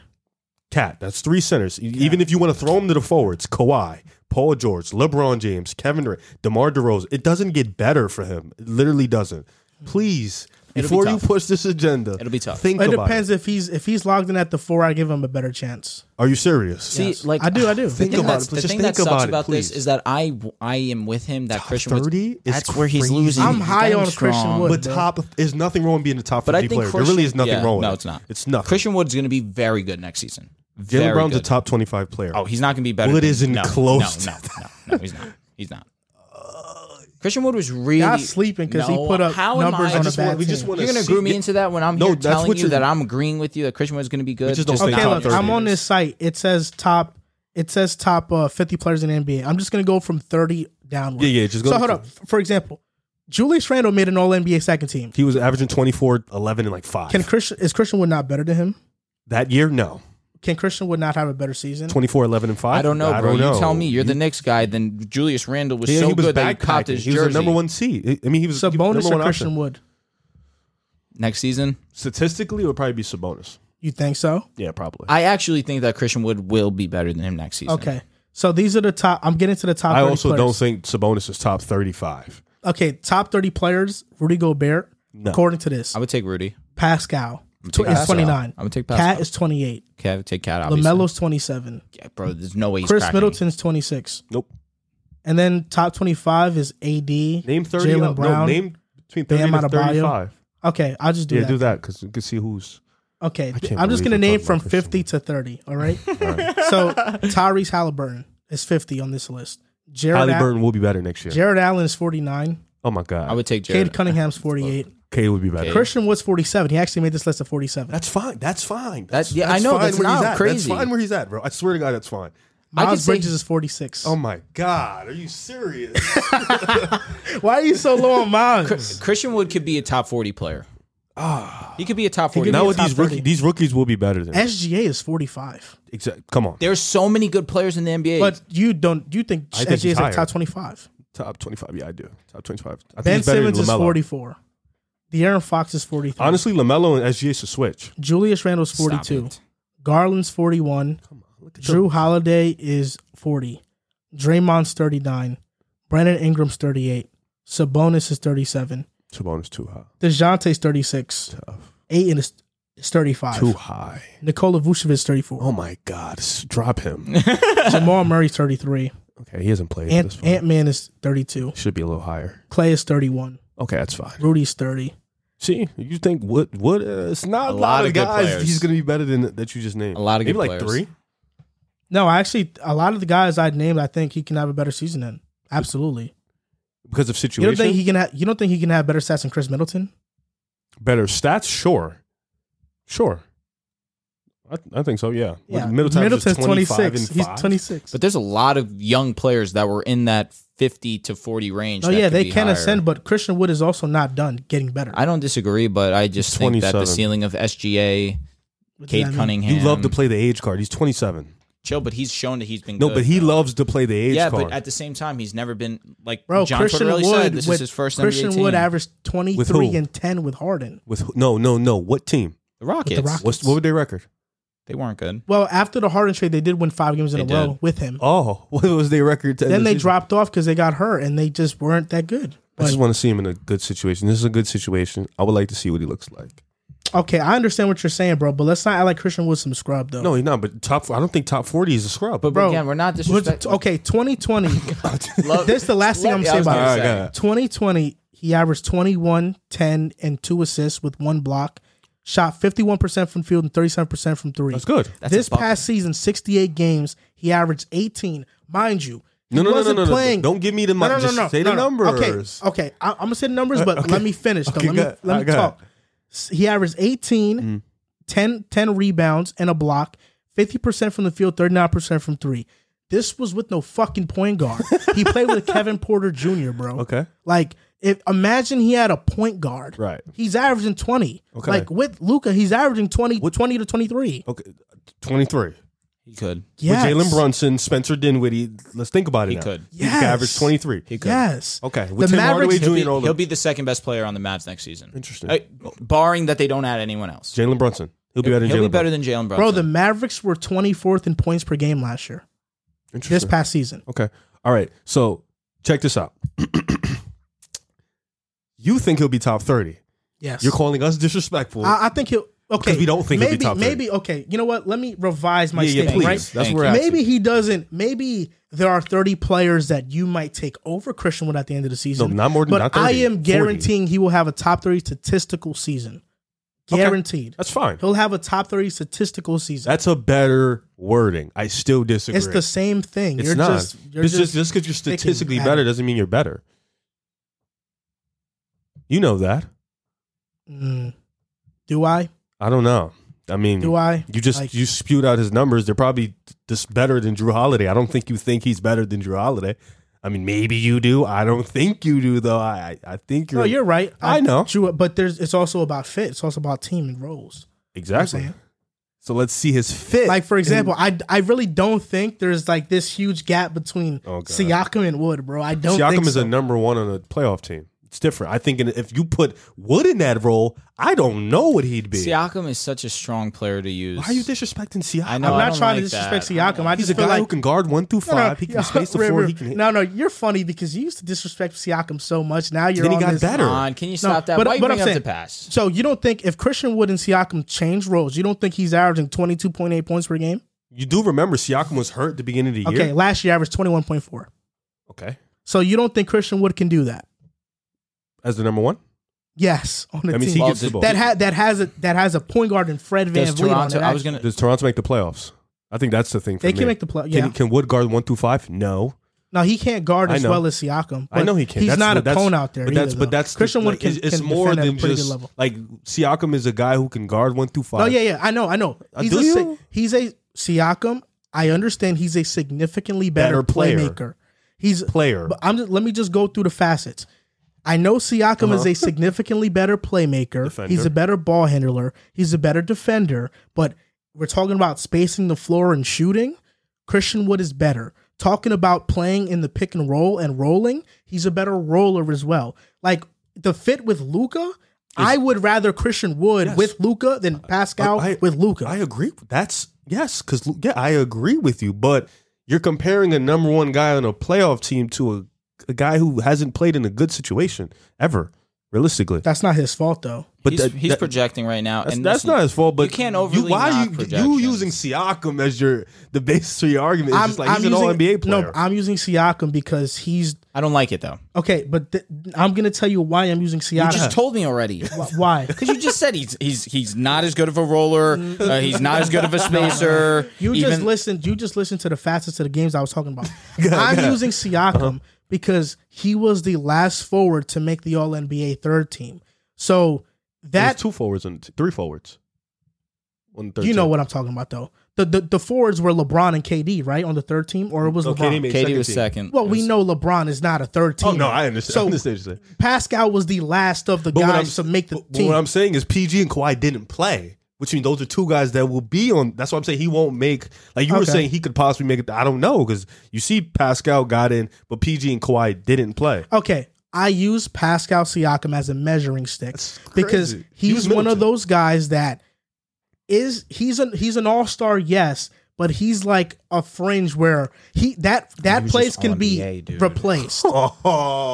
Speaker 3: Cat. That's three centers. E- Even if you want to throw him to the forwards, Kawhi, Paul George, LeBron James, Kevin Durant, DeMar DeRozan. It doesn't get better for him. It literally doesn't. Please,
Speaker 2: It'll be
Speaker 3: before you
Speaker 2: tough.
Speaker 3: push this agenda,
Speaker 2: It'll be tough.
Speaker 3: Think
Speaker 1: It
Speaker 3: about
Speaker 1: depends if he's if he's logged in at the four. I give him a better chance.
Speaker 3: Are you serious?
Speaker 2: See,
Speaker 1: Yes.
Speaker 2: like
Speaker 1: I do, I do.
Speaker 2: The
Speaker 1: Think
Speaker 2: thing
Speaker 3: about
Speaker 2: that's-
Speaker 3: it, please.
Speaker 2: The
Speaker 3: Just
Speaker 2: thing that
Speaker 3: think
Speaker 2: sucks
Speaker 3: about it,
Speaker 2: about this
Speaker 3: please.
Speaker 2: is that I I am with him. That Christian Wood's-
Speaker 3: 30 is
Speaker 2: That's where he's
Speaker 3: crazy.
Speaker 2: losing.
Speaker 1: I'm
Speaker 2: He's
Speaker 1: high
Speaker 2: getting
Speaker 1: on Christian
Speaker 2: strong.
Speaker 1: Wood.
Speaker 3: But
Speaker 1: bro.
Speaker 3: top, there's nothing wrong with being the top 50 player. there really is nothing
Speaker 2: yeah,
Speaker 3: wrong with
Speaker 2: No,
Speaker 3: it.
Speaker 2: it's not.
Speaker 3: It's nothing.
Speaker 2: Christian Wood's going to be very good next season.
Speaker 3: Jalen
Speaker 2: Very
Speaker 3: Brown's
Speaker 2: good.
Speaker 3: a top 25 player.
Speaker 2: Oh, he's not going to be better.
Speaker 3: Wood
Speaker 2: than-
Speaker 3: isn't
Speaker 2: no,
Speaker 3: close
Speaker 2: No, no,
Speaker 3: to
Speaker 2: no, no, he's not. He's not. Christian Wood was really
Speaker 1: Y'all sleeping 'cause he
Speaker 2: No,
Speaker 1: put up
Speaker 2: how am
Speaker 1: numbers
Speaker 2: I-
Speaker 1: on
Speaker 3: just
Speaker 1: a bad
Speaker 3: want- we
Speaker 1: team.
Speaker 3: just want-
Speaker 2: You're going to
Speaker 3: see-
Speaker 2: groom me into that when I'm
Speaker 3: No,
Speaker 2: here
Speaker 3: that's
Speaker 2: telling
Speaker 3: what
Speaker 2: you
Speaker 3: you're-
Speaker 2: that I'm agreeing with you that Christian Wood's going to be good.
Speaker 3: just don't think
Speaker 1: okay,
Speaker 3: top
Speaker 1: look,
Speaker 3: 30
Speaker 1: I'm on
Speaker 3: is.
Speaker 1: this site. It says top. It says top uh, 50 players in the NBA. I'm just gonna go from 30 downward.
Speaker 3: Yeah, yeah, just go
Speaker 1: So
Speaker 3: to-
Speaker 1: hold up. For example, Julius Randle made an All NBA second team.
Speaker 3: He was averaging 24, 11, and like five.
Speaker 1: Can Christian is Christian Wood not better than him?
Speaker 3: that year, no.
Speaker 1: Can Christian Wood not have a better season?
Speaker 3: 24, 11, and five.
Speaker 2: I don't know, bro. You tell me. You're the Knicks guy. Then Julius Randle was
Speaker 3: Yeah,
Speaker 2: so
Speaker 3: he was
Speaker 2: good that he
Speaker 3: backpacking.
Speaker 2: popped his
Speaker 3: He was the
Speaker 2: jersey.
Speaker 3: number one seed. I I mean, he was he was
Speaker 1: Sabonis
Speaker 3: number
Speaker 1: or
Speaker 3: one
Speaker 1: Christian
Speaker 3: option.
Speaker 1: Wood?
Speaker 2: Next season,
Speaker 3: Statistically, it would probably be Sabonis.
Speaker 1: You think so?
Speaker 3: Yeah, probably.
Speaker 2: I
Speaker 3: I,
Speaker 2: actually think that Christian Wood will be better than him next season.
Speaker 1: Okay. So these are the top. I'm getting to the top. 30
Speaker 3: also
Speaker 1: players.
Speaker 3: don't think Sabonis is top 35.
Speaker 1: Okay, top 30 players. Rudy Gobert,
Speaker 3: No.
Speaker 1: according to this,
Speaker 2: I would take Rudy.
Speaker 1: Pascal tw-
Speaker 2: taking
Speaker 1: is 29.
Speaker 2: I would take
Speaker 1: Cat
Speaker 2: Pascal.
Speaker 1: is 28.
Speaker 2: Okay, I would take Cat. Obviously,
Speaker 1: LaMelo's 27.
Speaker 2: Yeah, bro. There's no way. He's
Speaker 1: Chris
Speaker 2: cracking.
Speaker 1: Middleton's 26.
Speaker 3: Nope.
Speaker 1: And then top 25 is AD.
Speaker 3: Name thirty.
Speaker 1: Jaylen
Speaker 3: up-
Speaker 1: Brown,
Speaker 3: No, name between thirty
Speaker 1: Bam
Speaker 3: and
Speaker 1: Adebayo.
Speaker 3: thirty-five.
Speaker 1: Okay, I'll just do
Speaker 3: yeah,
Speaker 1: that.
Speaker 3: do that because you can see who's.
Speaker 1: Okay,
Speaker 3: can't
Speaker 1: I'm just
Speaker 3: believe
Speaker 1: gonna
Speaker 3: we're
Speaker 1: name
Speaker 3: talking
Speaker 1: from
Speaker 3: about Christian.
Speaker 1: 50 to 30. All right. So Tyrese Halliburton is 50 on this list. Jared Al-
Speaker 3: Halliburton will be better next year.
Speaker 1: Jared Allen is 49.
Speaker 3: oh my
Speaker 2: I
Speaker 3: god,
Speaker 2: would take Jared.
Speaker 1: Cade Cunningham's 48.
Speaker 3: K would be better.
Speaker 1: Christian Wood's 47. He actually made this list at 47.
Speaker 3: That's fine. That's fine.
Speaker 2: That's- yeah, I know, that's
Speaker 3: where
Speaker 2: not
Speaker 3: he's at.
Speaker 2: crazy.
Speaker 3: That's fine where he's at, bro. I swear to God, that's fine.
Speaker 2: I could
Speaker 1: Miles
Speaker 2: say-
Speaker 1: Bridges is 46.
Speaker 3: Oh my God, are you serious?
Speaker 1: Why are you so low on Miles?
Speaker 2: Christian Wood could be a top forty player. Ah, he could be a top
Speaker 1: could
Speaker 2: forty.
Speaker 1: be
Speaker 3: Not
Speaker 2: player.
Speaker 1: a
Speaker 3: with
Speaker 1: top
Speaker 3: these rookies.
Speaker 1: 30.
Speaker 3: These rookies will be better than.
Speaker 1: SGA is 45.
Speaker 3: Exactly. Come on,
Speaker 2: There's so many good players in the NBA.
Speaker 1: But you don't. You think,
Speaker 3: think
Speaker 1: SGA
Speaker 3: he's
Speaker 1: is like
Speaker 3: higher.
Speaker 1: top 25?
Speaker 3: top twenty-five. Yeah, I do. Top twenty-five. I think
Speaker 1: Ben
Speaker 3: he's better than
Speaker 1: Simmons is
Speaker 3: LaMelo.
Speaker 1: 44. De'Aaron Fox is 43.
Speaker 3: Honestly, Lamelo and SGA should switch.
Speaker 1: Julius Randle's
Speaker 2: Stop
Speaker 1: 42.
Speaker 2: it.
Speaker 1: Garland's 41. Drew Holiday is 40. Draymond's 39. Brandon Ingram's 38. Sabonis is 37.
Speaker 3: Sabonis too high.
Speaker 1: DeJounte's 36. Ayton is, is 35.
Speaker 3: Too high.
Speaker 1: Nikola Vucevic is 34.
Speaker 3: Oh my God, s- drop him.
Speaker 1: Jamal Murray's 33.
Speaker 3: okay, he hasn't played. this
Speaker 1: Ant,
Speaker 3: far.
Speaker 1: Ant-Man is 32.
Speaker 3: should be a little higher.
Speaker 1: Clay is 31.
Speaker 3: Okay, that's fine.
Speaker 1: Rudy's 30.
Speaker 3: See, you think what? What? Uh, it's not a, lot,
Speaker 2: lot
Speaker 3: of
Speaker 2: of good
Speaker 3: guys.
Speaker 2: players.
Speaker 3: He's going to be better than that you just named.
Speaker 2: A lot of
Speaker 3: maybe
Speaker 2: good
Speaker 3: like
Speaker 2: players.
Speaker 3: three.
Speaker 1: No, actually, a lot of the guys I named, I think he can have a better season than. Absolutely.
Speaker 3: because of
Speaker 1: You
Speaker 3: situation.
Speaker 1: don't think he can? Ha- you don't think he can have better stats than Chris Middleton?
Speaker 3: better stats? Sure, sure. I, I think so. Yeah. Middleton
Speaker 1: Middleton's
Speaker 3: Middleton's twenty six.
Speaker 1: He's twenty six.
Speaker 2: But there's a lot of young players that were in that 50 to 40 range.
Speaker 1: Oh
Speaker 2: that
Speaker 1: yeah,
Speaker 2: could
Speaker 1: they
Speaker 2: be
Speaker 1: can
Speaker 2: higher.
Speaker 1: ascend, but Christian Wood is also not done getting better.
Speaker 2: I don't disagree, but I just think that the
Speaker 3: 27.
Speaker 2: ceiling of SGA,
Speaker 1: What does
Speaker 2: Cade
Speaker 1: that mean?
Speaker 2: Cunningham,
Speaker 3: You love to play the age card. He's twenty seven.
Speaker 2: Chill, but he's shown that he's been
Speaker 3: No,
Speaker 2: good,
Speaker 3: but he
Speaker 2: though.
Speaker 3: loves to play the age
Speaker 2: Yeah,
Speaker 3: card
Speaker 2: but at the same time, he's never been like
Speaker 1: Bro,
Speaker 2: John
Speaker 1: Christian
Speaker 2: Tortorella
Speaker 1: Wood.
Speaker 2: said. This
Speaker 1: with-
Speaker 2: is his first
Speaker 1: Christian
Speaker 2: NBA team.
Speaker 1: Wood averaged twenty
Speaker 3: With
Speaker 1: three
Speaker 3: who?
Speaker 1: and ten with Harden.
Speaker 3: with who- no, no, no. What team?
Speaker 2: the Rockets.
Speaker 1: Rockets.
Speaker 3: What's what was their record?
Speaker 2: They weren't good.
Speaker 1: Well, after the Harden trade, they did win five games in
Speaker 2: They
Speaker 1: a row
Speaker 2: did.
Speaker 1: with him.
Speaker 3: Oh, what was their record? to end
Speaker 1: then
Speaker 3: the
Speaker 1: they
Speaker 3: season?
Speaker 1: dropped off because they got hurt and they just weren't that good.
Speaker 3: I
Speaker 1: But,
Speaker 3: just want to see him in a good situation. This is a good situation. I would like to see what he looks like.
Speaker 1: okay, I understand what you're saying, bro. But let's not act like Christian Wood's some scrub though.
Speaker 3: No, he's not. But top, I don't think top forty is a scrub. But
Speaker 2: But
Speaker 1: Bro,
Speaker 2: again, we're not
Speaker 1: Wood-
Speaker 2: disrespecting.
Speaker 1: okay, twenty twenty. this is the last thing I'm
Speaker 2: Yeah, I
Speaker 1: saying
Speaker 2: was
Speaker 1: about
Speaker 2: gonna
Speaker 1: this.
Speaker 3: All right, go ahead.
Speaker 1: 2020, he averaged 21, 10, and two assists with one block. Shot 51% from field and 37% from three.
Speaker 3: that's good.
Speaker 2: That's
Speaker 1: this
Speaker 2: a bump.
Speaker 1: past season, 68 games, he averaged 18. Mind you, he
Speaker 3: No, no, no, no,
Speaker 1: wasn't
Speaker 3: no, no.
Speaker 1: playing.
Speaker 3: Don't give me the. No, no, just Say the numbers. Uh,
Speaker 1: Okay, okay. I, am gonna say the numbers, but let me finish. Though.
Speaker 3: Okay,
Speaker 1: let me
Speaker 3: go-
Speaker 1: let me
Speaker 3: go Mm. ahead.
Speaker 1: talk. S- He averaged 18, 10, 10 rebounds and a block, 50% from the field, 39% from three. This was with no fucking point guard. he played with Kevin Porter Jr., bro.
Speaker 3: Okay.
Speaker 1: Like, if imagine he had a point guard.
Speaker 3: Right.
Speaker 1: He's averaging 20.
Speaker 3: Okay.
Speaker 1: Like with Luca, he's averaging 20, 20 to 23.
Speaker 3: Okay, twenty three.
Speaker 2: He could.
Speaker 1: uh, Yes.
Speaker 3: With Jalen Brunson, Spencer Dinwiddie. Let's think about it.
Speaker 2: He
Speaker 3: now.
Speaker 2: could.
Speaker 3: He could average
Speaker 1: Yes.
Speaker 3: twenty three.
Speaker 2: He could.
Speaker 1: Yes.
Speaker 3: Okay,
Speaker 1: The
Speaker 3: with Tim
Speaker 1: Mavericks-
Speaker 3: Hardaway
Speaker 2: He'll be,
Speaker 3: Jr. all
Speaker 2: he'll
Speaker 3: the-
Speaker 2: be the second best player on the Mavs next season.
Speaker 3: Interesting.
Speaker 2: Uh, barring that they don't add anyone else.
Speaker 3: Jalen Brunson. He'll be better. than
Speaker 2: He'll be
Speaker 3: Jalen
Speaker 2: better
Speaker 3: Brunson.
Speaker 2: than Jalen Brunson.
Speaker 1: Bro, the Mavericks were 24th in points per game last year, this
Speaker 3: Interesting.
Speaker 1: past season.
Speaker 3: Okay. All right. So check this out. you think he'll be top thirty?
Speaker 1: Yes.
Speaker 3: You're calling us disrespectful.
Speaker 1: I, I think he'll. Okay.
Speaker 3: we don't think he'll
Speaker 1: maybe,
Speaker 3: be top three.
Speaker 1: Maybe, okay. You know what? Let me revise my
Speaker 3: yeah, yeah,
Speaker 1: statement,
Speaker 3: please.
Speaker 1: right?
Speaker 3: That's
Speaker 2: Thank
Speaker 3: where
Speaker 1: Maybe he doesn't. Maybe there are 30 players that you might take over Christian Wood at the end of the season.
Speaker 3: No, not more than-
Speaker 1: But
Speaker 3: not
Speaker 1: I
Speaker 3: 30,
Speaker 1: am
Speaker 3: 40.
Speaker 1: guaranteeing he will have a top three statistical season.
Speaker 3: Okay.
Speaker 1: Guaranteed.
Speaker 3: That's fine.
Speaker 1: He'll have a top three statistical season.
Speaker 3: That's a better wording. I still disagree.
Speaker 1: it's the same thing.
Speaker 3: It's
Speaker 1: you're
Speaker 3: not.
Speaker 1: just you're
Speaker 3: it's just
Speaker 1: just,
Speaker 3: just because you're
Speaker 1: sticking
Speaker 3: statistically
Speaker 1: at
Speaker 3: better
Speaker 1: it.
Speaker 3: doesn't mean you're better. You know that.
Speaker 1: Mm. do I?
Speaker 3: I don't know. I mean,
Speaker 1: Do I?
Speaker 3: Mm. you just
Speaker 1: Like-
Speaker 3: you spewed out his numbers. They're probably just better than Drew Holiday. I don't think you think he's better than Drew Holiday. I mean, maybe you do. I don't think you do, though. I I I think you're.
Speaker 1: no, you're right.
Speaker 3: I know.
Speaker 1: Drew, but there's it's also about fit. It's also about team and roles.
Speaker 3: exactly.
Speaker 1: I'm saying.
Speaker 3: so let's see his fit.
Speaker 1: Like for example, I I really don't think there's like this huge gap between
Speaker 3: Oh, God.
Speaker 1: Siakam and Wood, bro. I don't.
Speaker 3: Siakam
Speaker 1: think
Speaker 3: is
Speaker 1: so.
Speaker 3: a number one on a playoff team. It's different. I think in- if you put Wood in that role, I don't know what he'd be.
Speaker 2: Siakam is such a strong player to use.
Speaker 3: Why are you disrespecting Siakam?
Speaker 2: I know.
Speaker 1: I'm
Speaker 2: I
Speaker 1: not
Speaker 2: don't
Speaker 1: trying to
Speaker 2: like that.
Speaker 1: disrespect
Speaker 2: I
Speaker 1: Siakam. I
Speaker 3: He's
Speaker 1: just
Speaker 3: a
Speaker 1: feel
Speaker 3: guy
Speaker 1: like
Speaker 3: who can guard one through
Speaker 1: No,
Speaker 3: five.
Speaker 1: no,
Speaker 3: he can
Speaker 1: yeah,
Speaker 3: space the
Speaker 1: right,
Speaker 3: four.
Speaker 1: right.
Speaker 3: He can hit.
Speaker 1: No, no, you're funny because you used to disrespect Siakam so much. Now you're
Speaker 3: Then he
Speaker 1: on
Speaker 3: got
Speaker 1: this-
Speaker 3: better.
Speaker 2: Come on, can you stop that?
Speaker 1: but-
Speaker 2: Why you
Speaker 1: but
Speaker 2: bring
Speaker 1: I'm
Speaker 2: up
Speaker 1: saying-
Speaker 2: the pass?
Speaker 1: So you don't think if Christian Wood and Siakam change roles, you don't think he's averaging 22.8 points per game?
Speaker 3: You do remember Siakam was hurt at the beginning of the
Speaker 1: Okay,
Speaker 3: year.
Speaker 1: last year averaged 21.4.
Speaker 3: Okay.
Speaker 1: So you don't think Christian Wood can do that?
Speaker 3: As the number one?
Speaker 1: Yes, on the
Speaker 3: That means he
Speaker 1: team
Speaker 2: Well,
Speaker 3: gets the
Speaker 2: did-
Speaker 3: ball.
Speaker 1: that ha- that has a that has a point guard in Fred Van
Speaker 2: Does
Speaker 1: Vliet. on
Speaker 2: Toronto?
Speaker 1: it,
Speaker 2: I was
Speaker 1: actually.
Speaker 2: gonna.
Speaker 3: Does Toronto make the playoffs? I think that's the thing for
Speaker 1: They
Speaker 3: me.
Speaker 1: can make the play.
Speaker 3: Can,
Speaker 1: Yeah.
Speaker 3: can Wood guard one through five? No.
Speaker 1: no, he can't guard
Speaker 3: I
Speaker 1: as
Speaker 3: know.
Speaker 1: well as Siakam.
Speaker 3: I
Speaker 1: but
Speaker 3: know he can.
Speaker 1: He's
Speaker 3: That's
Speaker 1: not
Speaker 3: the-
Speaker 1: a
Speaker 3: that's-
Speaker 1: cone out there.
Speaker 3: But that's
Speaker 1: either,
Speaker 3: but
Speaker 1: though.
Speaker 3: that's the-
Speaker 1: Christian Wood
Speaker 3: like,
Speaker 1: can.
Speaker 3: it's, it's
Speaker 1: can
Speaker 3: more
Speaker 1: defend at a
Speaker 3: than
Speaker 1: pretty
Speaker 3: just
Speaker 1: good level.
Speaker 3: like Siakam is a guy who can guard one through five.
Speaker 1: No, yeah, yeah. I know, I know.
Speaker 3: Uh,
Speaker 1: He's
Speaker 3: do
Speaker 1: a,
Speaker 3: you?
Speaker 1: si- he's a Siakam. I understand he's a significantly better,
Speaker 3: Better player.
Speaker 1: playmaker. He's
Speaker 3: Player.
Speaker 1: but I'm just, let me just go through the facets. I know Siakam is a significantly better playmaker. He's
Speaker 3: Uh-huh. Defender.
Speaker 1: a better ball handler. He's a better defender. But we're talking about spacing the floor and shooting. Christian Wood is better. Talking about playing in the pick and roll and rolling, he's a better roller as well. Like the fit with Luca, I would rather Christian Wood with Luca than Pascal
Speaker 3: I-
Speaker 1: with Luca.
Speaker 3: I agree. with- That's yes, because yeah, I agree with you. But you're comparing a number one guy on a playoff team to a, a guy who hasn't played in a good situation ever, realistically.
Speaker 1: That's not his fault though.
Speaker 3: But
Speaker 2: he's,
Speaker 3: that-
Speaker 2: he's
Speaker 3: that-
Speaker 2: projecting right now,
Speaker 3: that's,
Speaker 2: and
Speaker 3: that's
Speaker 2: listen,
Speaker 3: not his fault. But
Speaker 2: you can't overly
Speaker 3: why are
Speaker 2: knock
Speaker 3: you
Speaker 2: projections.
Speaker 3: you using Siakam as your the basis for your argument? It's just like he's an
Speaker 1: using-
Speaker 3: all NBA player.
Speaker 1: No, I'm using Siakam because he's
Speaker 2: I don't like it though.
Speaker 1: okay. But th- I'm gonna tell you why I'm using
Speaker 2: You
Speaker 1: Siakam.
Speaker 2: just told me already.
Speaker 1: Wh- why?
Speaker 2: Because you just said he's he's he's not as good of a roller. Uh, he's not as good of a spacer.
Speaker 1: You just
Speaker 2: even-
Speaker 1: listened. You just listened to the facets of the games I was talking about. I'm using Siakam
Speaker 3: Uh-huh.
Speaker 1: because he was the last forward to make the All NBA third team. So
Speaker 3: There's
Speaker 1: that
Speaker 3: two forwards and t- three forwards. On the third
Speaker 1: you know
Speaker 3: team.
Speaker 1: what I'm talking about though. The, the the forwards were LeBron and KD, right, on the third team, or it was
Speaker 3: No,
Speaker 1: LeBron.
Speaker 3: made
Speaker 2: Katie was
Speaker 3: team.
Speaker 2: second.
Speaker 1: well, we know LeBron is not a third team.
Speaker 3: Oh no, I understand.
Speaker 1: So
Speaker 3: I understand what you're saying.
Speaker 1: Pascal was the last of the guys to make the
Speaker 3: but- but
Speaker 1: team.
Speaker 3: What I'm saying is PG and Kawhi didn't play, which means those are two guys that will be on. That's what I'm saying. He won't make like you were
Speaker 1: Okay.
Speaker 3: saying. He could possibly make it. I don't know because you see Pascal got in, but PG and Kawhi didn't play.
Speaker 1: okay, I use Pascal Siakam as a measuring stick
Speaker 3: crazy.
Speaker 1: because
Speaker 3: Use
Speaker 1: he's one of
Speaker 3: Middleton.
Speaker 1: those guys that is he's an he's an all star, yes, but he's like a fringe where he that that
Speaker 2: was
Speaker 1: place
Speaker 2: just
Speaker 1: can be
Speaker 2: All-NBA, dude.
Speaker 1: replaced.
Speaker 3: Oh,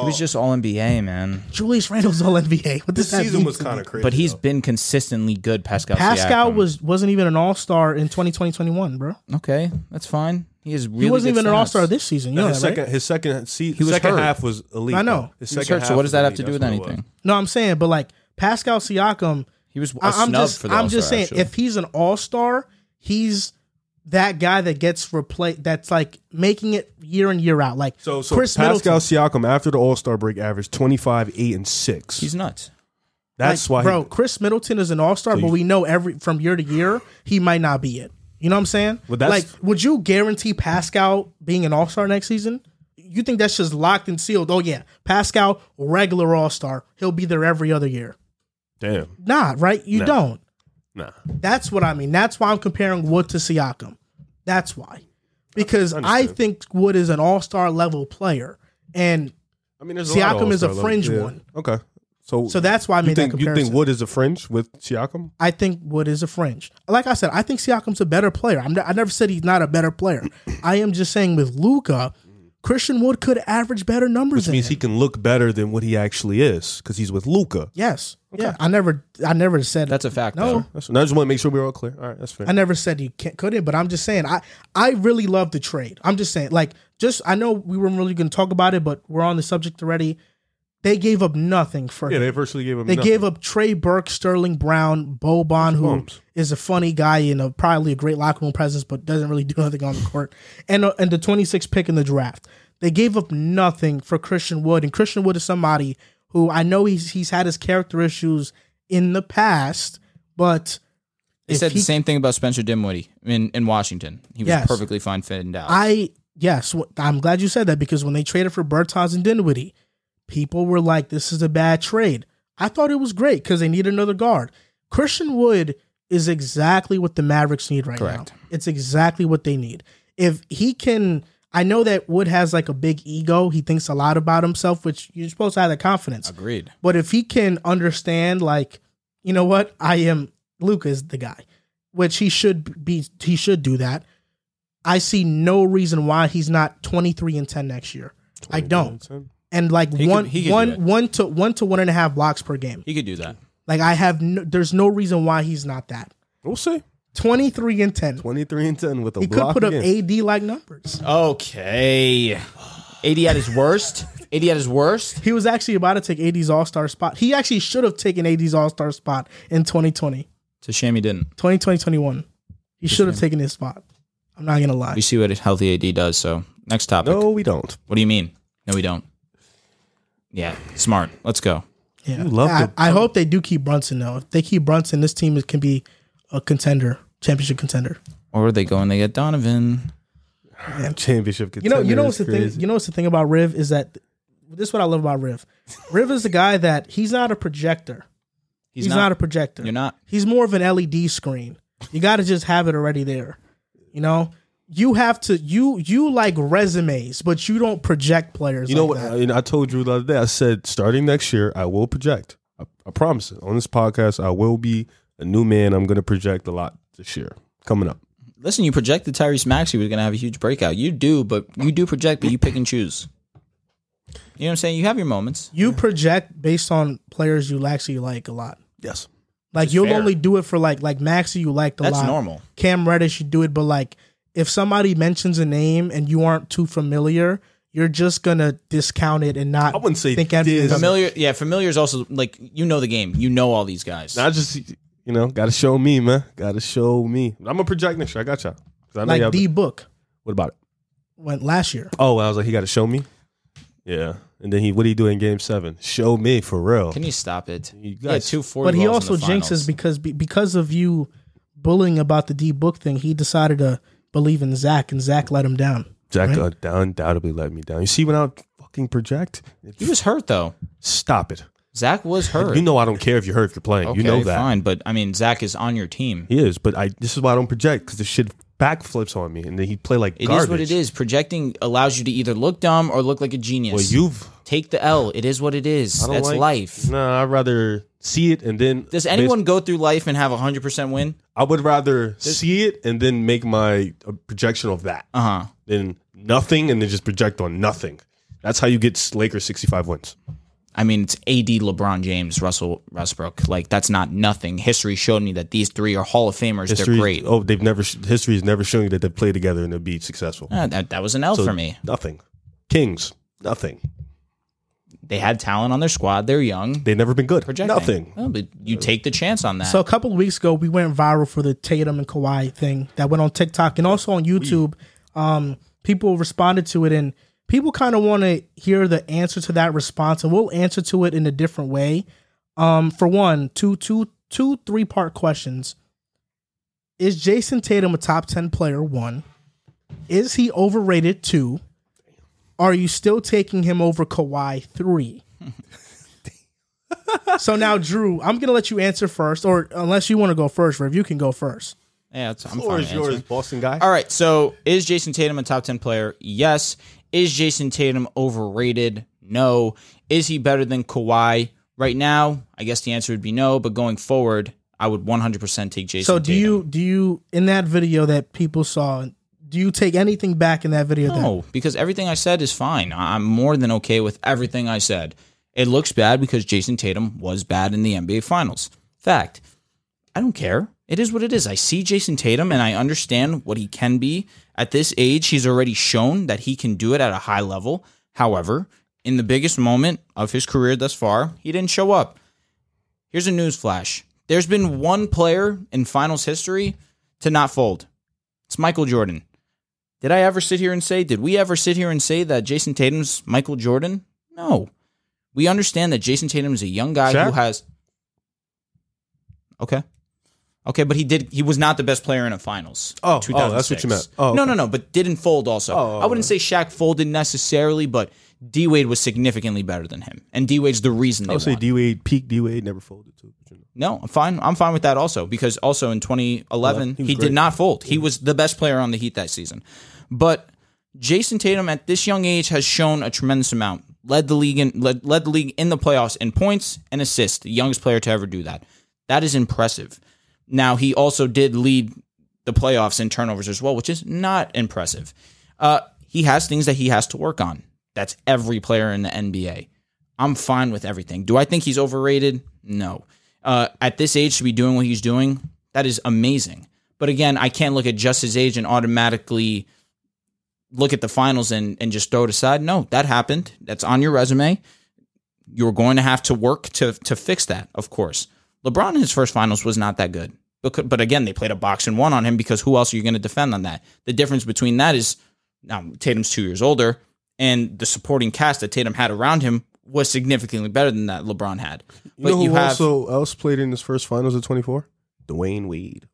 Speaker 2: He was just all NBA man,
Speaker 1: Julius Randle's all NBA. What does
Speaker 3: this
Speaker 1: that
Speaker 3: season
Speaker 1: mean
Speaker 3: was
Speaker 1: to
Speaker 3: kind of
Speaker 1: me?
Speaker 3: crazy.
Speaker 2: but he's
Speaker 3: though.
Speaker 2: been consistently good. Pascal.
Speaker 1: Pascal
Speaker 2: Siakam.
Speaker 1: was wasn't even an all star in 2020-21, bro.
Speaker 2: okay. That's fine. He is. Really
Speaker 1: He wasn't
Speaker 2: good
Speaker 1: even an
Speaker 2: stats.
Speaker 1: all star this season. You know
Speaker 3: his
Speaker 1: that, right?
Speaker 3: second his second se-
Speaker 2: was
Speaker 3: second
Speaker 2: hurt.
Speaker 3: half was elite.
Speaker 1: I know.
Speaker 3: though. His
Speaker 2: He was
Speaker 3: second
Speaker 2: hurt,
Speaker 3: half
Speaker 2: so what does
Speaker 3: was
Speaker 2: that have
Speaker 3: elite.
Speaker 2: to do with
Speaker 3: That's what it was.
Speaker 2: anything?
Speaker 1: No, I'm saying, but like Pascal Siakam,
Speaker 2: He was a
Speaker 1: I-
Speaker 2: snub
Speaker 1: I'm just,
Speaker 2: for the
Speaker 1: I'm just
Speaker 2: All-Star,
Speaker 1: saying,
Speaker 2: actually.
Speaker 1: if he's an all star, he's that guy that gets replaced. That's like making it year in year out. Like
Speaker 3: So, so
Speaker 1: Chris
Speaker 3: Pascal
Speaker 1: Middleton,
Speaker 3: Siakam after the All Star break averaged 25, 8, and 6.
Speaker 2: he's nuts.
Speaker 3: That's why.
Speaker 1: like,
Speaker 3: he-
Speaker 1: bro. Chris Middleton is an all star, but
Speaker 3: you-
Speaker 1: we know every from year to year he might not be it. You know what I'm saying?
Speaker 3: Well, that's-
Speaker 1: like, would you guarantee Pascal being an all star next season? You think that's just locked and sealed? Oh yeah, Pascal, regular all star. He'll be there every other year.
Speaker 3: damn.
Speaker 1: Nah, right? You don't.
Speaker 3: Nah.
Speaker 1: That's what I mean. That's why I'm comparing Wood to Siakam. That's why. Because I think Wood is an all star level player. And
Speaker 3: I mean, there's
Speaker 1: Siakam is a fringe one.
Speaker 3: Okay. So,
Speaker 1: so that's why I
Speaker 3: you
Speaker 1: made that
Speaker 3: think you
Speaker 1: comparison.
Speaker 3: think Wood is a fringe with Siakam?
Speaker 1: I think Wood is a fringe. Like I said, I think Siakam's a better player. I'm, I never said he's not a better player. I am just saying with Luca, Christian Wood could average better numbers
Speaker 3: Which
Speaker 1: than
Speaker 3: means
Speaker 1: him.
Speaker 3: he can look better than what he actually is because he's with Luca.
Speaker 1: Yes. Yeah. I never I never said
Speaker 2: That's a fact.
Speaker 1: No.
Speaker 2: though.
Speaker 3: That's, and I just want to make sure we're all clear. All right, that's fair.
Speaker 1: I never said you can't, couldn't, but I'm just saying I I really love the trade. I'm just saying like just I know we weren't really going to talk about it, but we're on the subject already. They gave up nothing for
Speaker 3: yeah,
Speaker 1: him.
Speaker 3: they virtually gave him.
Speaker 1: They gave up Trey Burke, Sterling Brown, Boban, who is
Speaker 3: bums.
Speaker 1: a funny guy and a, probably a great locker room presence, but doesn't really do nothing on the court, and uh, and the 26th pick in the draft. They gave up nothing for Christian Wood, and Christian Wood is somebody who I know he's he's had his character issues in the past, but
Speaker 2: They
Speaker 1: if
Speaker 2: said
Speaker 1: he-
Speaker 2: the same thing about Spencer Dinwiddie in, in Washington. He was
Speaker 1: Yes.
Speaker 2: perfectly fine fitting out.
Speaker 1: I yes, wh- I'm glad you said that because when they traded for Bertans and Dinwiddie, people were like, "This is a bad trade." I thought it was great because they need another guard. Christian Wood is exactly what the Mavericks need right
Speaker 2: Correct.
Speaker 1: now. It's exactly what they need. If he can, I know that Wood has like a big ego. He thinks a lot about himself, which you're supposed to have that confidence.
Speaker 2: Agreed.
Speaker 1: But if he can understand, like, you know what, I am Luca is the guy, which he should be. He should do that. I see no reason why he's not twenty three and ten next year. I don't. And like
Speaker 2: He could-
Speaker 1: one,
Speaker 2: he could do
Speaker 1: one,
Speaker 2: it.
Speaker 1: one to one to one and a half blocks per game.
Speaker 2: He could do that.
Speaker 1: Like I have, no, there's no reason why he's not that
Speaker 3: We'll see.
Speaker 1: twenty three and ten.
Speaker 3: Twenty three and ten with a
Speaker 1: He could
Speaker 3: block.
Speaker 1: put up
Speaker 3: again.
Speaker 1: AD like numbers.
Speaker 2: Okay. AD at his worst. AD at his worst.
Speaker 1: He was actually about to take AD's All Star spot. He actually should have taken AD's All Star spot in 2020,
Speaker 2: It's a shame he didn't.
Speaker 1: 2020, 21. He should have taken his spot. I'm not gonna lie.
Speaker 2: We see what a healthy AD does. So next topic.
Speaker 3: No, we don't.
Speaker 2: What do you mean? No, we don't. Yeah, smart. Let's go.
Speaker 1: Yeah.
Speaker 3: You love
Speaker 1: I,
Speaker 3: the-
Speaker 1: I hope they do keep Brunson though. If they keep Brunson, this team can be a contender, championship contender.
Speaker 2: Or they go and they get Donovan.
Speaker 3: Championship
Speaker 1: You know, you know what's the
Speaker 3: contender is
Speaker 1: thing.
Speaker 3: crazy.
Speaker 1: You know what's the thing about Riv is that this is what I love about Riv. Riv is the guy that he's not a projector. He's, not, a projector.
Speaker 2: You're not.
Speaker 1: He's more of an LED screen. You got to just have it already there. You know, you have to. You you like resumes, but you don't project players.
Speaker 3: You know
Speaker 1: like
Speaker 3: what?
Speaker 1: that.
Speaker 3: I, you know, I told you the other day. I said starting next year, I will project. I, I promise it on this podcast. I will be a new man. I'm going to project a lot this year coming up.
Speaker 2: Listen, you projected Tyrese Maxey was going to have a huge breakout. You do, but you do project, but you pick and choose. You know what I'm saying? You have your moments.
Speaker 1: You project based on players you actually like a lot.
Speaker 3: Yes,
Speaker 1: Like you'll
Speaker 2: fair.
Speaker 1: only do it for like like Maxi you liked a
Speaker 2: That's
Speaker 1: lot.
Speaker 2: normal.
Speaker 1: Cam Reddish you do it, but like if somebody mentions a name and you aren't too familiar, you're just gonna discount it and not.
Speaker 3: I wouldn't say
Speaker 1: think anything
Speaker 3: dis-
Speaker 1: of it.
Speaker 2: Familiar, yeah. Familiar is also like you know the game. You know all these guys.
Speaker 3: I just you know got to show me, man. Got to show me. I'm gonna project next year. I got y'all. 'Cause I know y'all
Speaker 1: like D book
Speaker 3: what about it?
Speaker 1: went last year.
Speaker 3: Oh, I was like, he got to show me. Yeah, and then he what did he do in game seven? Show me for real.
Speaker 2: Can you stop it?
Speaker 3: You
Speaker 2: Yeah,
Speaker 3: guys-
Speaker 2: two forty.
Speaker 1: But he also jinxes because be- because of you bullying about the D book thing. He decided to believe in Zach, and Zach let him down.
Speaker 3: Jack uh, undoubtedly let me down. You see when I fucking project?
Speaker 2: He was hurt though.
Speaker 3: Stop it.
Speaker 2: Zach was hurt.
Speaker 3: You know I don't care if you're hurt if you're playing. you know
Speaker 2: Okay,
Speaker 3: that.
Speaker 2: Fine, but I mean, Zach is on your team.
Speaker 3: He is, but I. This is why I don't project because this shit backflips on me, and then he play like
Speaker 2: It is
Speaker 3: garbage.
Speaker 2: what it is. Projecting allows you to either look dumb or look like a genius.
Speaker 3: Well, you've.
Speaker 2: Take the L. It is what it is.
Speaker 3: I don't
Speaker 2: That's
Speaker 3: like-
Speaker 2: life.
Speaker 3: Nah, I'd rather see it and then.
Speaker 2: Does anyone go through life and have a hundred percent win?
Speaker 3: I would rather see it and then make my uh, projection of that
Speaker 2: Uh huh.
Speaker 3: than nothing, and then just project on nothing. That's how you get s- Lakers sixty-five wins.
Speaker 2: I mean, it's AD, LeBron James, Russell Westbrook. Like that's not nothing. History showed me that these three are Hall of Famers. They're great.
Speaker 3: Oh, they've never. sh- History has never shown you that they play together and they be successful.
Speaker 2: Uh, that, that was an L for me.
Speaker 3: Nothing. Kings. Nothing.
Speaker 2: They had talent on their squad. They're young.
Speaker 3: They've never been good.
Speaker 2: Projecting.
Speaker 3: Nothing.
Speaker 2: Well, but you take the chance on that.
Speaker 1: So a couple of weeks ago, we went viral for the Tatum and Kawhi thing that went on TikTok and also on YouTube. Um, people responded to it, and people kind of want to hear the answer to that response, and we'll answer to it in a different way. Um, for one, two, two, two, three part questions. Is Jason Tatum a top ten player? One. Is he overrated? Two. Are you still taking him over Kawhi? Three. So now, Drew, I'm gonna let you answer first, or unless you want to go first, Riv, you can go first.
Speaker 2: yeah, it's, I'm
Speaker 3: Or
Speaker 2: fine
Speaker 3: is
Speaker 2: answering.
Speaker 3: yours, Boston guy?
Speaker 2: All right. So is Jason Tatum a top 10 player? Yes. Is Jason Tatum overrated? No. Is he better than Kawhi? Right now, I guess the answer would be no, but going forward, I would 100% take Jason
Speaker 1: So do
Speaker 2: Tatum.
Speaker 1: you do you in that video that people saw? Do you take anything back in that video? that-
Speaker 2: No, because everything I said is fine. I- I'm more than okay with everything I said. It looks bad because Jason Tatum was bad in the NBA Finals. Fact. I don't care. It is what it is. I see Jason Tatum and I understand what he can be. At this age, he's already shown that he can do it at a high level. However, in the biggest moment of his career thus far, he didn't show up. Here's a news flash. There's been one player in finals history to not fold. It's Michael Jordan. Did I ever sit here and say, did we ever sit here and say that Jason Tatum's Michael Jordan? No. We understand that Jason Tatum is a young guy who
Speaker 3: Shaq?
Speaker 2: has. Okay. Okay, but he did. He was not the best player in a finals.
Speaker 3: Oh, oh, that's what
Speaker 2: 2006.
Speaker 3: you meant. Oh,
Speaker 2: no,
Speaker 3: okay.
Speaker 2: no, no. But didn't fold also.
Speaker 3: Oh,
Speaker 2: I wouldn't say Shaq folded necessarily, but D Wade was significantly better than him, and D Wade's the reason they
Speaker 3: I would say
Speaker 2: won.
Speaker 3: D Wade peak D Wade never folded too. but you know.
Speaker 2: No, I'm fine. I'm fine with that also because also in 2011
Speaker 3: He
Speaker 2: he,
Speaker 3: was great.
Speaker 2: did not fold. He was the best player on the Heat that season. But Jason Tatum at this young age has shown a tremendous amount. Led the league in led, led the league in the playoffs in points and assists. The youngest player to ever do that. That is impressive. Now he also did lead the playoffs in turnovers as well, which is not impressive. Uh, he has things that he has to work on. That's every player in the NBA. I'm fine with everything. Do I think he's overrated? No. Uh, at this age, to be doing what he's doing, that is amazing. But again, I can't look at just his age and automatically look at the finals and and just throw it aside. No, that happened. That's on your resume. You're going to have to work to to fix that, of course. LeBron in his first finals was not that good. But, but again, they played a box and one on him because who else are you going to defend on that? The difference between that is now Tatum's two years older, and the supporting cast that Tatum had around him was significantly better than that LeBron had.
Speaker 3: You know who also else played in his first finals at 24? Dwayne Wade.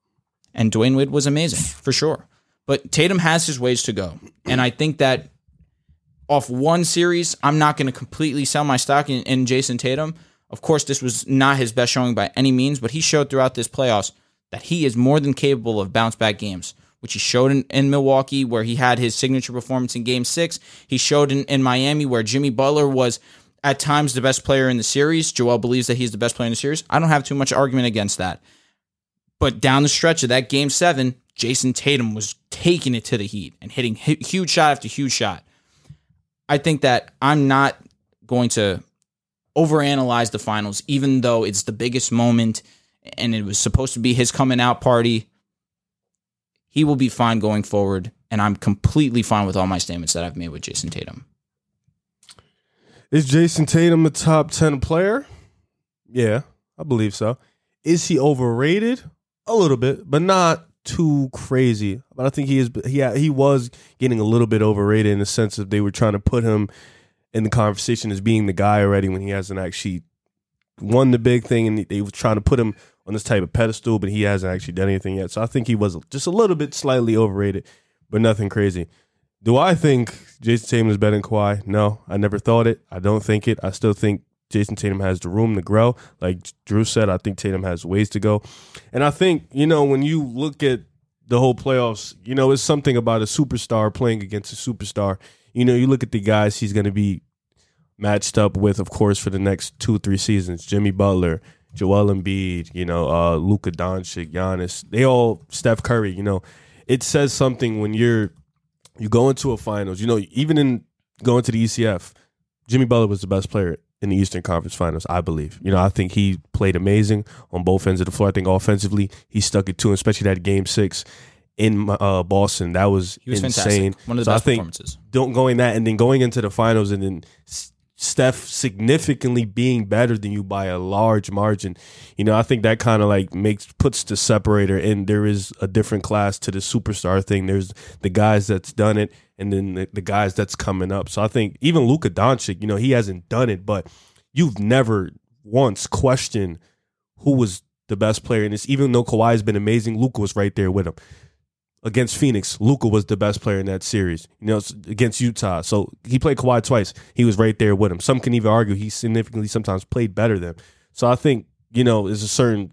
Speaker 2: and Dwayne Wade was amazing for sure. But Tatum has his ways to go, and I think that off one series, I'm not going to completely sell my stock in, in Jason Tatum. Of course, this was not his best showing by any means, but he showed throughout this playoffs that he is more than capable of bounce back games, which he showed in, in Milwaukee, where he had his signature performance in game six. He showed in, in Miami, where Jimmy Butler was at times the best player in the series. Joel believes that he's the best player in the series. I don't have too much argument against that. But down the stretch of that game seven, Jason Tatum was taking it to the Heat and hitting hu- huge shot after huge shot. I think that I'm not going to overanalyze the finals, even though it's the biggest moment and it was supposed to be his coming out party. He will be fine going forward, and I'm completely fine with all my statements that I've made with Jason Tatum.
Speaker 3: Is Jason Tatum a top 10 player? Yeah, I believe so. Is he overrated? A little bit, but not too crazy. But I think he is he he was getting a little bit overrated in the sense that they were trying to put him in the conversation as being the guy already when he hasn't actually won the big thing and they were trying to put him on this type of pedestal, but he hasn't actually done anything yet. So I think he was just a little bit slightly overrated, but nothing crazy. Do I think Jason Tatum is better than Kawhi? No, I never thought it. I don't think it. I still think Jason Tatum has the room to grow. Like Drew said, I think Tatum has ways to go. And I think, you know, when you look at the whole playoffs, you know, it's something about a superstar playing against a superstar. You know, you look at the guys he's going to be matched up with, of course, for the next two, three seasons. Jimmy Butler, Joel Embiid, you know, uh, Luka Doncic, Giannis. They all, Steph Curry, you know, it says something when you're you go into a finals. You know, even in going to the ECF, Jimmy Butler was the best player in the Eastern Conference Finals, I believe. You know, I think he played amazing on both ends of the floor. I think offensively, he stuck it too, especially that Game Six in uh, Boston. That was,
Speaker 2: He was
Speaker 3: insane.
Speaker 2: fantastic. One of the
Speaker 3: So I
Speaker 2: best
Speaker 3: think
Speaker 2: performances.
Speaker 3: don't going that and then going into the finals and then S- Steph significantly being better than you by a large margin. You know, I think that kind of like makes puts the separator in. There is a different class to the superstar thing. There's the guys that's done it and then the, the guys that's coming up. So I think even Luka Doncic, you know, he hasn't done it, but you've never once questioned who was the best player in this. Even though Kawhi's been amazing, Luka was right there with him against Phoenix, Luca was the best player in that series. You know, it's against Utah, so he played Kawhi twice. He was right there with him. Some can even argue he significantly sometimes played better than. So I think you know there's a certain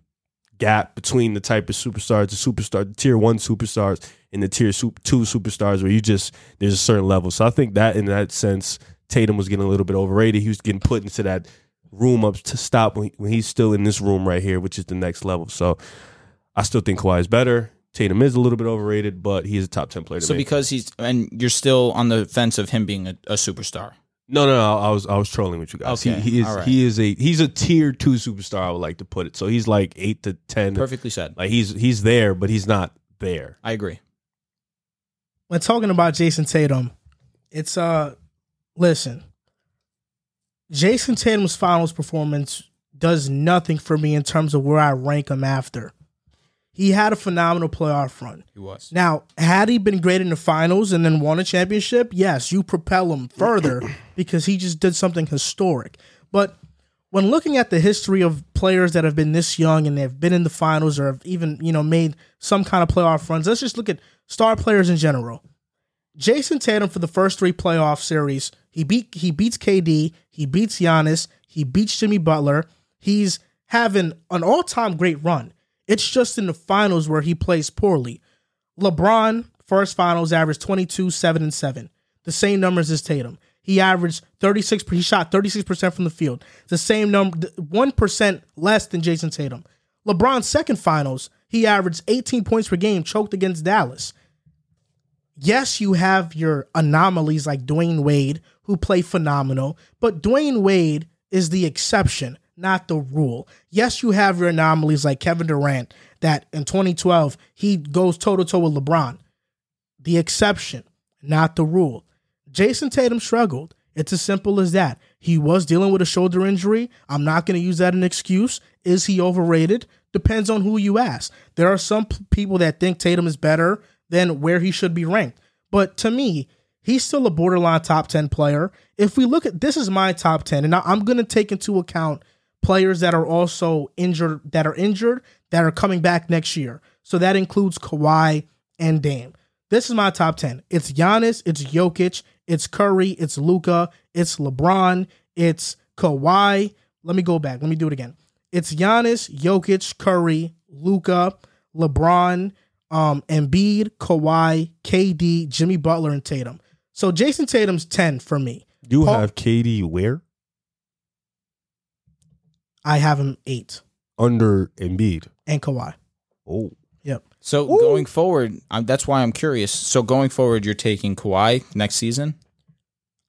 Speaker 3: gap between the type of superstars, the superstar, the tier one superstars, and the tier su- two superstars, where you just there's a certain level. So I think that in that sense, Tatum was getting a little bit overrated. He was getting put into that room up to stop when, when he's still in this room right here, which is the next level. So I still think Kawhi is better. Tatum is a little bit overrated, but he is a top ten player. To
Speaker 2: So
Speaker 3: me.
Speaker 2: because he's and you're still on the fence of him being a, a superstar.
Speaker 3: no, no, no, I was I was trolling with you guys.
Speaker 2: Okay,
Speaker 3: He, he is
Speaker 2: all right.
Speaker 3: he is a he's a tier two superstar. I would like to put it. So he's like eight to ten.
Speaker 2: Perfectly said.
Speaker 3: Like he's he's there, but he's not there.
Speaker 2: I agree.
Speaker 1: when talking about Jason Tatum, it's uh listen. Jason Tatum's finals performance does nothing for me in terms of where I rank him after. He had a phenomenal playoff run.
Speaker 2: He was.
Speaker 1: Now, had he been great in the finals and then won a championship, yes, you propel him further because he just did something historic. But when looking at the history of players that have been this young and they've been in the finals or have even, you know, made some kind of playoff runs, let's just look at star players in general. Jason Tatum for the first three playoff series, he beat he beats KD, he beats Giannis, he beats Jimmy Butler. He's having an all-time great run. It's just in the finals where he plays poorly. LeBron first finals averaged 22, 7, and 7. The same numbers as Tatum. He averaged 36 he shot 36% from the field. The same number 1% less than Jason Tatum. LeBron's second finals, he averaged 18 points per game choked against Dallas. Yes, you have your anomalies like Dwayne Wade who play phenomenal, but Dwayne Wade is the exception, not the rule. Yes, you have your anomalies like Kevin Durant that in 2012 he goes toe to toe with LeBron the exception. not the rule. Jason Tatum struggled. It's as simple as that. He was dealing with a shoulder injury. I'm not going to use that as an excuse. Is he overrated? Depends on who you ask. There are some p- people that think Tatum is better than where he should be ranked. But to me, he's still a borderline top 10 player. If we look at this is my top 10 and I- I'm going to take into account players that are also injured that are injured that are coming back next year. So that includes Kawhi and Dame. This is my top 10. It's Giannis, it's Jokic, it's Curry, it's Luca, it's LeBron, it's Kawhi. Let me go back. Let me do it again. It's Giannis, Jokic, Curry, Luca, LeBron, um, Embiid, Kawhi, KD, Jimmy Butler, and Tatum. So Jason Tatum's 10 for me.
Speaker 3: You
Speaker 1: Paul-
Speaker 3: have KD where?
Speaker 1: I have him eight
Speaker 3: Under Embiid.
Speaker 1: and Kawhi.
Speaker 3: Oh.
Speaker 1: Yep.
Speaker 2: So going forward, um, that's why I'm curious. So going forward, you're taking Kawhi next season.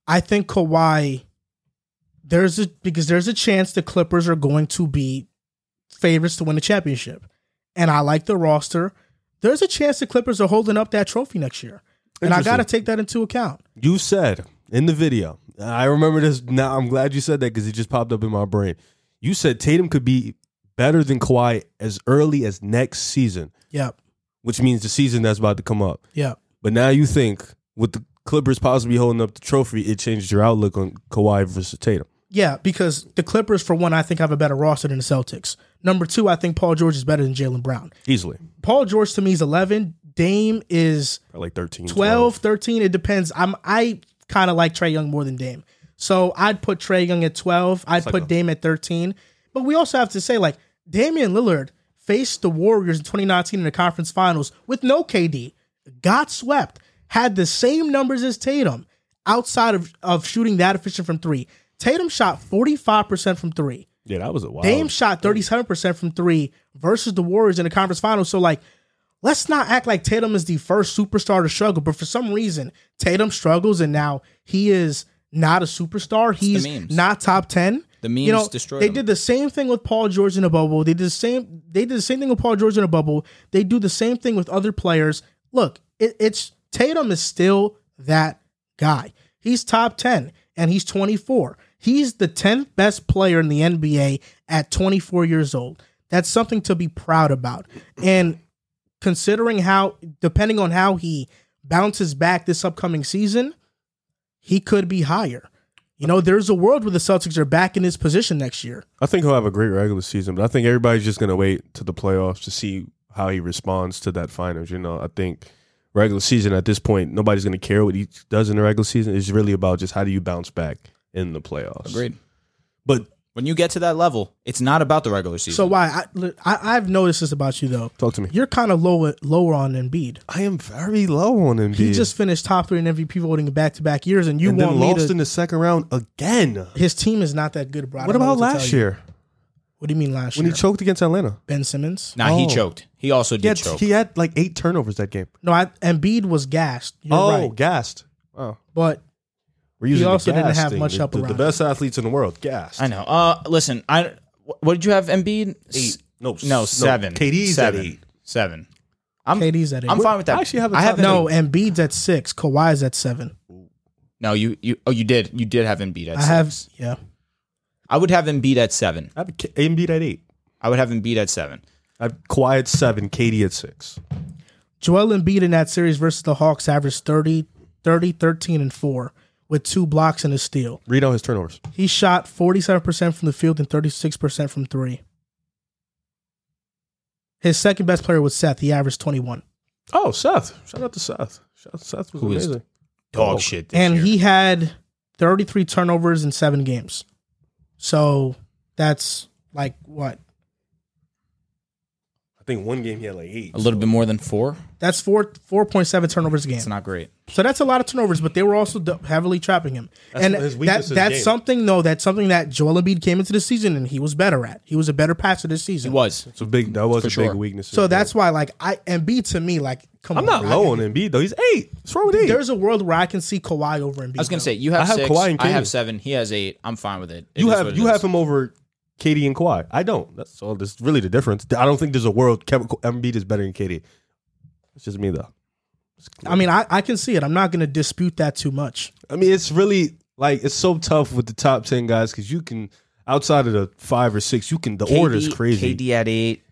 Speaker 1: I think Kawhi there's a because there's a chance the Clippers are going to be favorites to win the championship. And I like the roster. There's a chance the Clippers are holding up that trophy next year. And I
Speaker 3: Interesting.
Speaker 1: got to take that into account.
Speaker 3: You said in the video, I remember this now. I'm glad you said that because it just popped up in my brain. You said Tatum could be better than Kawhi as early as next season,
Speaker 1: Yep.
Speaker 3: which means the season that's about to come up.
Speaker 1: Yep.
Speaker 3: But now you think with the Clippers possibly holding up the trophy, it changed your outlook on Kawhi versus Tatum.
Speaker 1: Yeah, because the Clippers, for one, I think have a better roster than the Celtics. Number two, I think Paul George is better than Jalen Brown.
Speaker 3: Easily.
Speaker 1: Paul George to me is 11. Dame is
Speaker 3: Probably like 13.
Speaker 1: 12, 13, it depends. I'm I kind of like Trey Young more than Dame. So I'd put Trey Young at 12, I'd put Dame at 13. But we also have to say like Damian Lillard faced the Warriors in 2019 in the conference finals with no KD, got swept, had the same numbers as Tatum outside of, of shooting that efficient from 3. Tatum shot 45% from 3.
Speaker 3: Yeah, that was a wild.
Speaker 1: Dame shot 37% from three versus the Warriors in the conference finals. So, like, let's not act like Tatum is the first superstar to struggle. But for some reason, Tatum struggles, and now he is not a superstar. He's
Speaker 2: memes.
Speaker 1: not top 10.
Speaker 2: The memes
Speaker 1: you know,
Speaker 2: destroyed
Speaker 1: they
Speaker 2: him.
Speaker 1: did the same thing with Paul George in a bubble. They did the same. They did the same thing with Paul George in a bubble. They do the same thing with other players. Look, it, it's Tatum is still that guy. He's top ten and he's 24. He's the 10th best player in the NBA at 24 years old. That's something to be proud about. And considering how, depending on how he bounces back this upcoming season, he could be higher. You know, there's a world where the Celtics are back in this position next year.
Speaker 3: I think he'll have a great regular season, but I think everybody's just going to wait to the playoffs to see how he responds to that finals. You know, I think regular season at this point, nobody's going to care what he does in the regular season. It's really about just how do you bounce back in the playoffs.
Speaker 2: Agreed.
Speaker 3: But
Speaker 2: When you get to that level, it's not about the regular
Speaker 1: So
Speaker 2: season.
Speaker 1: why I, li- I I've noticed this about you though.
Speaker 3: talk to me.
Speaker 1: You're kind of lower lower on Embiid.
Speaker 3: I am very low on Embiid.
Speaker 1: He just finished top three in MVP voting in back to back years, and you
Speaker 3: and
Speaker 1: want
Speaker 3: then
Speaker 1: me
Speaker 3: lost
Speaker 1: to?
Speaker 3: in the second round again.
Speaker 1: his team is not that good, bro. I
Speaker 3: What
Speaker 1: don't know
Speaker 3: about
Speaker 1: to tell
Speaker 3: last
Speaker 1: you.
Speaker 3: year
Speaker 1: What do you mean last
Speaker 3: when
Speaker 1: year?
Speaker 3: he choked against Atlanta?
Speaker 1: ben Simmons.
Speaker 2: Nah, he
Speaker 3: Oh.
Speaker 2: choked. He also did
Speaker 3: He had,
Speaker 2: choke.
Speaker 3: he had like eight turnovers that game.
Speaker 1: No, I, Embiid was gassed. You're
Speaker 3: oh,
Speaker 1: right,
Speaker 3: gassed. Oh.
Speaker 1: but
Speaker 3: We're using the
Speaker 1: also didn't
Speaker 3: gas
Speaker 1: have
Speaker 3: thing.
Speaker 1: much
Speaker 3: the,
Speaker 1: up
Speaker 3: the, the
Speaker 1: around
Speaker 3: best athletes in the world. Gassed.
Speaker 2: I know. Uh, listen, I wh- what did you have? Embiid S-
Speaker 3: No, s-
Speaker 2: No, seven.
Speaker 3: KD's at
Speaker 2: seven.
Speaker 3: eight.
Speaker 2: Seven. I'm
Speaker 1: KD's at eight.
Speaker 2: I'm fine with that.
Speaker 3: I actually have a
Speaker 2: I
Speaker 3: top
Speaker 2: have
Speaker 3: ten.
Speaker 1: no, Embiid's at six. Kawhi's at seven.
Speaker 2: No, you you oh you did you did have Embiid at
Speaker 1: I
Speaker 2: six.
Speaker 1: have yeah.
Speaker 2: I would have Embiid at seven.
Speaker 3: I have K- Embiid at eight.
Speaker 2: I would have Embiid at seven.
Speaker 3: I have Kawhi at seven. KD at six.
Speaker 1: Joel Embiid in that series versus the Hawks averaged 30, 30, 13, and 4 with two blocks and a steal.
Speaker 3: Read out his turnovers.
Speaker 1: He shot 47% from the field and 36% from three. His second best player was Seth. He averaged 21.
Speaker 3: Oh, Seth. Shout out to Seth. Shout out to Seth was
Speaker 2: Who is-
Speaker 3: amazing.
Speaker 2: Dog
Speaker 3: Oh.
Speaker 2: shit. This
Speaker 1: and
Speaker 2: year.
Speaker 1: he had 33 turnovers in seven games. So that's like what?
Speaker 3: I think one game he had like eight.
Speaker 2: a little bit more than four.
Speaker 1: That's four 4.7 turnovers a game.
Speaker 2: It's not great.
Speaker 1: So that's a lot of turnovers, but they were also d- heavily trapping him.
Speaker 3: That's
Speaker 1: and
Speaker 3: his
Speaker 1: that,
Speaker 3: weakness is
Speaker 1: that's
Speaker 3: game.
Speaker 1: something, though, that's something that Joel Embiid came into the season and he was better at. He was a better passer this
Speaker 2: He
Speaker 1: season.
Speaker 2: was.
Speaker 3: It's a big. That was
Speaker 2: For
Speaker 3: a
Speaker 2: sure.
Speaker 3: big weakness.
Speaker 1: So that's why, like, I Embiid to me, like, come
Speaker 3: I'm
Speaker 1: on.
Speaker 3: not
Speaker 1: bro.
Speaker 3: low on Embiid though. He's eight. What's wrong with eight?
Speaker 1: There's a world where I can see Kawhi over Embiid.
Speaker 2: I was gonna
Speaker 1: though.
Speaker 2: say you have,
Speaker 3: I have
Speaker 2: six.
Speaker 3: Kawhi and
Speaker 2: I have
Speaker 3: KD.
Speaker 2: seven. He has eight. I'm fine with it. It
Speaker 3: you
Speaker 2: is what
Speaker 3: have
Speaker 2: it
Speaker 3: you
Speaker 2: is.
Speaker 3: have him over KD and Kawhi. I don't. That's all. That's really the difference. I don't think there's a world Kevin Embiid is better than KD. It's just me though.
Speaker 1: I mean, I, I can see it. I'm not going to dispute that too much.
Speaker 3: I mean, it's really like it's so tough with the top ten guys because you can outside of the five or six, you can the order is crazy.
Speaker 2: KD at eight.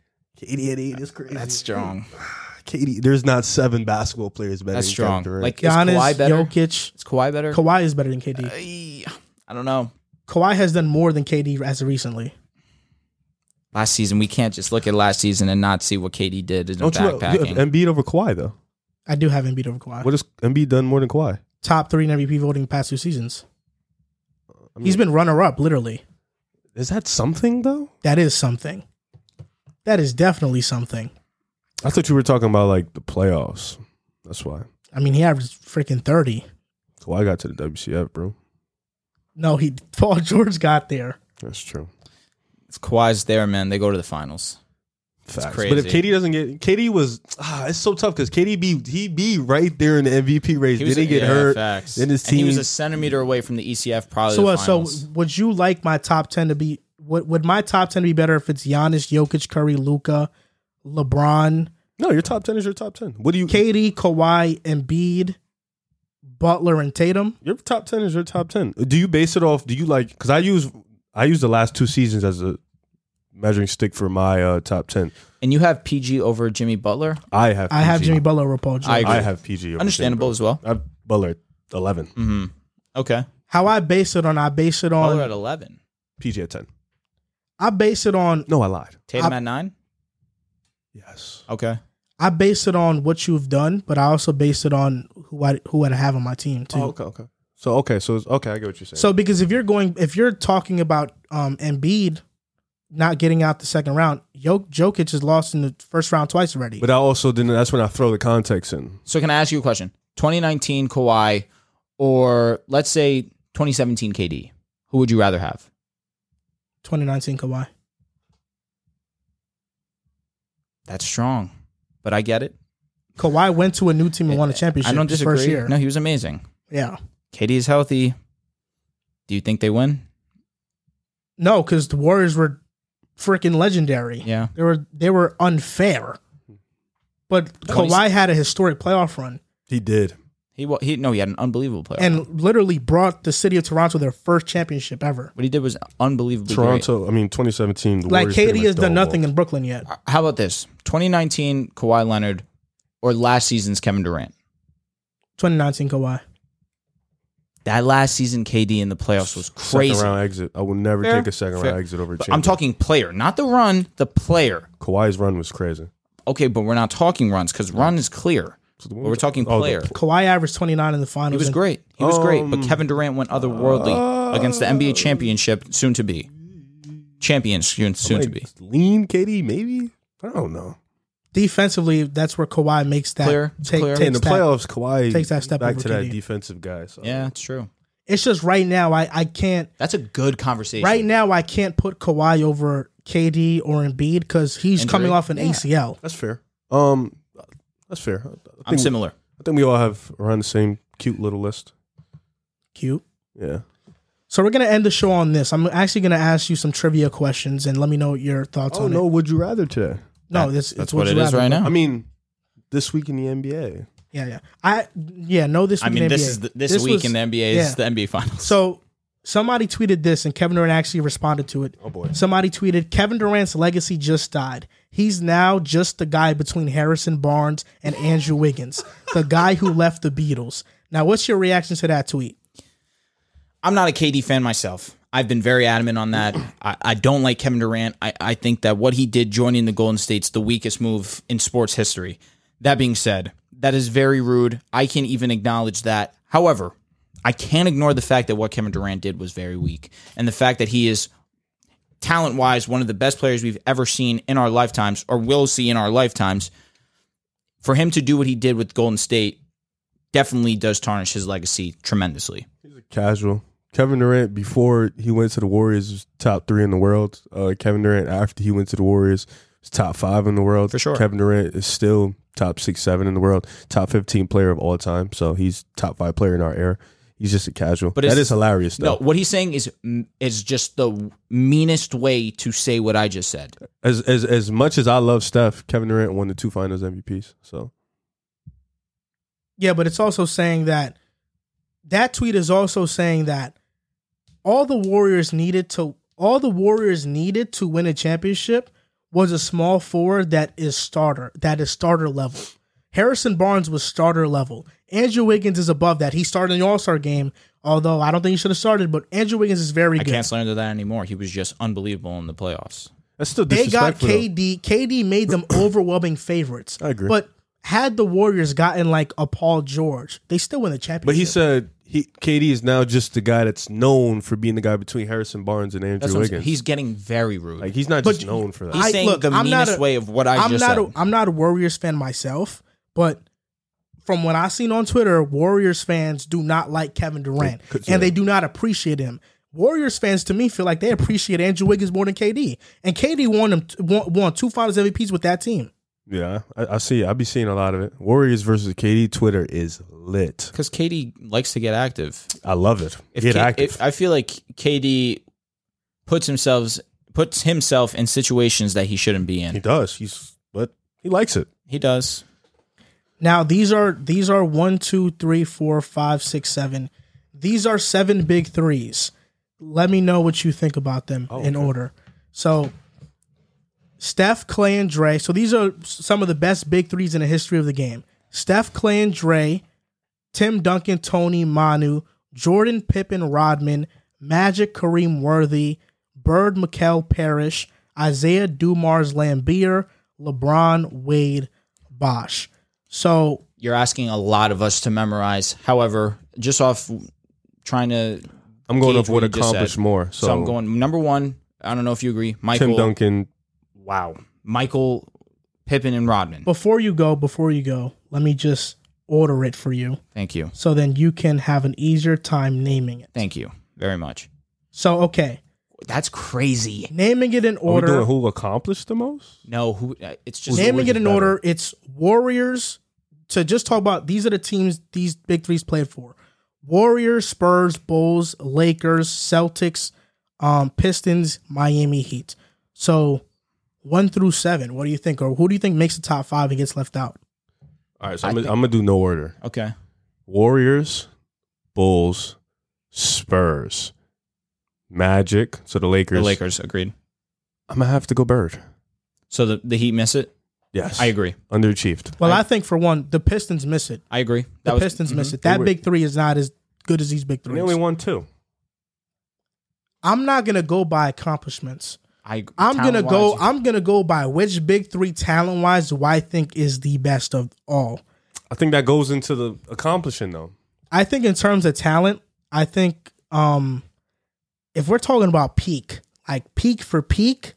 Speaker 3: KD at eight is crazy.
Speaker 2: That's strong.
Speaker 3: KD. There's not seven basketball players better.
Speaker 2: That's
Speaker 3: than
Speaker 2: strong.
Speaker 3: Kevin Durant.
Speaker 2: Like is
Speaker 1: Giannis,
Speaker 2: Kawhi better?
Speaker 1: Jokic,
Speaker 2: Is Kawhi better?
Speaker 1: Kawhi is better than KD.
Speaker 2: Ay, I don't know.
Speaker 1: Kawhi has done more than KD as of recently.
Speaker 2: Last season, we can't just look at last season and not see what KD did in
Speaker 3: don't you know,
Speaker 2: backpacking.
Speaker 3: Embiid over Kawhi though?
Speaker 1: I do have Embiid over Kawhi.
Speaker 3: What has Embiid done more than Kawhi?
Speaker 1: Top three in MVP voting the past two seasons.
Speaker 3: I mean,
Speaker 1: He's been runner up, literally.
Speaker 3: Is that something though?
Speaker 1: That is something. That is definitely something.
Speaker 3: I thought you were talking about like the playoffs. That's why
Speaker 1: I mean, he averaged freaking 30.
Speaker 3: Kawhi got to the WCF, bro.
Speaker 1: No, he Paul George got there.
Speaker 3: That's true.
Speaker 2: If Kawhi's there, man. They go to the finals.
Speaker 3: Facts.
Speaker 2: crazy.
Speaker 3: But if KD doesn't get KD was ah, it's so tough because KD be he be right there in the MVP race. Did he get
Speaker 2: yeah,
Speaker 3: hurt?
Speaker 2: Facts.
Speaker 3: Then his
Speaker 2: And he was
Speaker 3: team-
Speaker 2: a centimeter away from the ECF. Probably.
Speaker 1: So,
Speaker 2: the
Speaker 1: uh, so
Speaker 2: finals.
Speaker 1: would you like my top 10 to be, would, would my top 10 be better if it's Giannis, Jokic, Curry, Luca, LeBron,
Speaker 3: No, your top ten is your top ten. What do you?
Speaker 1: KD, Kawhi, Embiid, Butler, and Tatum?
Speaker 3: your top ten is your top ten. Do you base it off? Do you like? Because I use I use the last two seasons as a measuring stick for my uh, top ten.
Speaker 2: and you have PG over Jimmy Butler.
Speaker 3: I have
Speaker 1: I have
Speaker 3: PG.
Speaker 1: Jimmy Butler over Paul George.
Speaker 2: I agree.
Speaker 3: I have PG. over
Speaker 2: Understandable as well.
Speaker 3: Jimmy. I have Butler at eleven.
Speaker 2: Mm-hmm. Okay.
Speaker 1: How I base it on, I base it
Speaker 2: Butler at
Speaker 1: on,
Speaker 2: eleven.
Speaker 3: PG at ten.
Speaker 1: I base it on,
Speaker 3: No, I lied.
Speaker 2: Tatum at nine.
Speaker 3: Yes.
Speaker 2: Okay.
Speaker 1: I base it on what you've done, but I also base it on who I who I have on my team too.
Speaker 2: Oh.
Speaker 3: okay. Okay. So okay. So it's, okay. I get what you're saying.
Speaker 1: Oh, So because if you're going, if you're talking about um Embiid not getting out the second round, Jok- Jokic has lost in the first round twice already.
Speaker 3: but I also didn't. That's when I throw the context in.
Speaker 2: So can I ask you a question? 2019 Kawhi, or let's say 2017 KD. Who would you rather have?
Speaker 1: 2019 Kawhi.
Speaker 2: That's strong, but I get it.
Speaker 1: Kawhi went to a new team and won a championship.
Speaker 2: I don't
Speaker 1: his
Speaker 2: disagree.
Speaker 1: First year.
Speaker 2: No, he was amazing.
Speaker 1: Yeah.
Speaker 2: KD is healthy. Do you think they win?
Speaker 1: No, because the Warriors were freaking legendary.
Speaker 2: Yeah.
Speaker 1: They were they were unfair. But Kawhi had a historic playoff run
Speaker 3: He did.
Speaker 2: He wa- he no, he had an unbelievable player.
Speaker 1: and literally brought the city of Toronto their first championship ever.
Speaker 2: what he did was unbelievably great.
Speaker 3: Toronto. I mean, 2017. The
Speaker 1: Like
Speaker 3: Warriors pretty
Speaker 1: KD
Speaker 3: much
Speaker 1: has done
Speaker 3: dog
Speaker 1: nothing in Brooklyn yet.
Speaker 2: Uh, How about this? 2019 Kawhi Leonard or last season's Kevin Durant.
Speaker 1: 2019 Kawhi.
Speaker 2: That last season KD in the playoffs was
Speaker 3: walk.
Speaker 2: crazy.
Speaker 3: Second round exit. I will never
Speaker 2: Fair.
Speaker 3: take a second
Speaker 2: Fair.
Speaker 3: round exit over.
Speaker 2: But I'm
Speaker 3: Chamberlain.
Speaker 2: talking player, not the run, the player.
Speaker 3: Kawhi's run was crazy.
Speaker 2: Okay, but we're not talking runs because run is clear.
Speaker 3: So the
Speaker 2: But
Speaker 3: one
Speaker 2: we're talking
Speaker 3: oh, the
Speaker 2: player.
Speaker 1: Kawhi averaged 29 in the
Speaker 2: He
Speaker 1: finals.
Speaker 2: was
Speaker 1: and
Speaker 2: great. He was great. But
Speaker 3: Um,
Speaker 2: Kevin Durant went otherworldly against the NBA championship, soon to be champions, soon soon to
Speaker 3: like,
Speaker 2: be.
Speaker 3: lean KD. Maybe I don't know.
Speaker 1: Defensively, that's where Kawhi makes that
Speaker 2: Clear. It's
Speaker 1: take,
Speaker 2: clear.
Speaker 1: takes
Speaker 3: In the
Speaker 1: that-
Speaker 3: playoffs, Kawhi
Speaker 1: takes that step
Speaker 3: back
Speaker 1: over
Speaker 3: to that
Speaker 1: KD.
Speaker 3: defensive guy. So.
Speaker 2: Yeah, it's true.
Speaker 1: It's just right now I I can't
Speaker 2: That's a good conversation.
Speaker 1: right now I can't put Kawhi over KD or Embiid because he's
Speaker 2: Injury?
Speaker 1: coming off an
Speaker 2: Yeah.
Speaker 1: ACL.
Speaker 3: that's fair. Um, that's fair. I- I
Speaker 2: I'm
Speaker 3: think,
Speaker 2: similar.
Speaker 3: I think we all have around the same cute little list.
Speaker 1: Cute.
Speaker 3: Yeah.
Speaker 1: So we're gonna end the show on this. I'm actually gonna ask you some trivia questions and let me know your thoughts
Speaker 3: Oh
Speaker 1: on
Speaker 3: no,
Speaker 1: it.
Speaker 3: would you rather today?
Speaker 1: No, this
Speaker 2: That's
Speaker 1: it's
Speaker 2: what
Speaker 1: would
Speaker 2: it
Speaker 1: you
Speaker 2: is
Speaker 1: rather.
Speaker 2: right now.
Speaker 3: I mean, this week in the NBA.
Speaker 1: Yeah, yeah. I yeah. No, this.
Speaker 2: I
Speaker 1: week
Speaker 2: mean,
Speaker 1: in
Speaker 2: this
Speaker 1: NBA.
Speaker 2: is the, this, week
Speaker 1: was-
Speaker 2: in the NBA
Speaker 1: yeah.
Speaker 2: is the NBA Finals.
Speaker 1: So somebody tweeted this, and Kevin Durant actually responded to it.
Speaker 3: Oh boy.
Speaker 1: Somebody tweeted, "Kevin Durant's legacy just died. He's now just the guy between Harrison Barnes and Andrew Wiggins, the guy who left the Beatles." Now, what's your reaction to that tweet?
Speaker 2: I'm not a KD fan myself. I've been very adamant on that. I, I don't like Kevin Durant. I, I think that what he did joining the Golden State's the weakest move in sports history. That being said, that is very rude. I can even acknowledge that. However, I can't ignore the fact that what Kevin Durant did was very weak. And the fact that he is talent wise one of the best players we've ever seen in our lifetimes or will see in our lifetimes. For him to do what he did with Golden State definitely does tarnish his legacy tremendously.
Speaker 3: Casual. Kevin Durant before he went to the Warriors was top three in the world. Uh, Kevin Durant after he went to the Warriors was top five in the world.
Speaker 2: For sure.
Speaker 3: Kevin Durant is still top six, seven in the world. Top fifteen player of all time. So he's top five player in our era. He's just a casual. But
Speaker 2: it's-
Speaker 3: that is hilarious
Speaker 2: No,
Speaker 3: though.
Speaker 2: what he's saying is is just the meanest way to say what I just said.
Speaker 3: As as as much as I love Steph, Kevin Durant won the two Finals MVPs. So
Speaker 1: Yeah, but it's also saying that that tweet is also saying that all the Warriors needed to all the Warriors needed to win a championship was a small forward that is starter that is starter level. Harrison Barnes was starter level. Andrew Wiggins is above that. He started in the All Star game, although I don't think he should have started. But Andrew Wiggins is very
Speaker 2: I
Speaker 1: good.
Speaker 2: can't slander that anymore. He was just unbelievable in the playoffs.
Speaker 3: That's still
Speaker 1: they got
Speaker 3: disrespectful. though.
Speaker 1: KD. KD made them overwhelming favorites.
Speaker 3: I agree.
Speaker 1: But had the Warriors gotten like a Paul George, they still win the championship.
Speaker 3: But he said he KD is now just the guy that's known for being the guy between Harrison Barnes and Andrew
Speaker 2: That's what I'm saying.
Speaker 3: Wiggins.
Speaker 2: He's getting very rude.
Speaker 3: like he's not
Speaker 1: But
Speaker 3: just known for that.
Speaker 2: he's
Speaker 1: I-
Speaker 2: saying
Speaker 1: look,
Speaker 2: the
Speaker 1: I'm not
Speaker 2: meanest
Speaker 1: a-
Speaker 2: way of what I
Speaker 1: I'm
Speaker 2: just
Speaker 1: not.
Speaker 2: said.
Speaker 1: A, I'm not a Warriors fan myself, but from what I've seen on Twitter, Warriors fans do not like Kevin Durant, and they do not appreciate him. Warriors fans, to me, feel like they appreciate Andrew Wiggins more than KD, and KD won them won, won two Finals MVPs with that team.
Speaker 3: yeah, I, I see. I be seeing a lot of it. Warriors versus KD. Twitter is lit.
Speaker 2: because Katie likes to get active.
Speaker 3: I love it.
Speaker 2: If
Speaker 3: Get
Speaker 2: K-
Speaker 3: active.
Speaker 2: if- I feel like KD puts himself puts himself in situations that he shouldn't be
Speaker 3: he
Speaker 2: in.
Speaker 3: does. He's but he likes it.
Speaker 2: He does.
Speaker 1: Now these are these are one, two, three, four, five, six, seven. These are seven big threes. Let me know what you think about them in order. So Steph, Clay, and Dre. So these are s- some of the best big threes in the history of the game. Steph, Clay, and Dre, Tim Duncan, Tony, Manu, Jordan, Pippen, Rodman, Magic, Kareem Worthy, Bird, Mikel, Parrish, Isaiah, Dumars, Lambeer, LeBron, Wade, Bosch. So
Speaker 2: You're asking a lot of us to memorize. However, just off trying to,
Speaker 3: I'm going
Speaker 2: Gauge
Speaker 3: off what
Speaker 2: what you just
Speaker 3: accomplished
Speaker 2: said.
Speaker 3: more. So,
Speaker 2: so, I'm going number one. I don't know if you agree, Michael.
Speaker 3: Tim Duncan.
Speaker 2: Wow, Michael, Pippen, and Rodman.
Speaker 1: before you go, before you go, let me just order it for you
Speaker 2: Thank you,
Speaker 1: so then you can have an easier time naming it.
Speaker 2: thank you very much.
Speaker 1: So okay,
Speaker 2: That's crazy.
Speaker 1: naming it in
Speaker 3: Are we doing
Speaker 1: order.
Speaker 3: who accomplished the most?
Speaker 2: No, who? uh, It's just
Speaker 1: Naming it in
Speaker 3: better?
Speaker 1: order, it's Warriors to just talk about these are the teams these big threes played for. Warriors, Spurs, Bulls, Lakers, Celtics, um, Pistons, Miami Heat. So one through seven, what do you think? Or who do you think makes the top five and gets left out?
Speaker 3: All right, so
Speaker 2: I
Speaker 3: I'm gonna,
Speaker 2: think-
Speaker 3: I'm gonna do no order.
Speaker 2: okay.
Speaker 3: Warriors, Bulls, Spurs, Magic. So the Lakers.
Speaker 2: The Lakers agreed.
Speaker 3: I'm gonna have to go Bird.
Speaker 2: So the, the Heat miss it.
Speaker 3: Yes,
Speaker 2: I agree.
Speaker 3: Underachieved.
Speaker 1: Well, I, think for one, the Pistons miss it.
Speaker 2: I agree.
Speaker 1: The
Speaker 2: That was mm-hmm.
Speaker 1: Pistons miss it.
Speaker 3: mm-hmm. They
Speaker 1: That
Speaker 3: were-
Speaker 1: big three is not as good as these big
Speaker 3: And they only
Speaker 1: threes.
Speaker 3: won two.
Speaker 1: I'm not gonna go by accomplishments.
Speaker 2: I,
Speaker 1: I'm gonna go.
Speaker 2: talent-wise,
Speaker 1: I'm gonna go by which big three talent wise do I think is the best of all.
Speaker 3: I think that goes into the accomplishing though.
Speaker 1: I think in terms of talent, I think um if we're talking about peak, like peak for peak,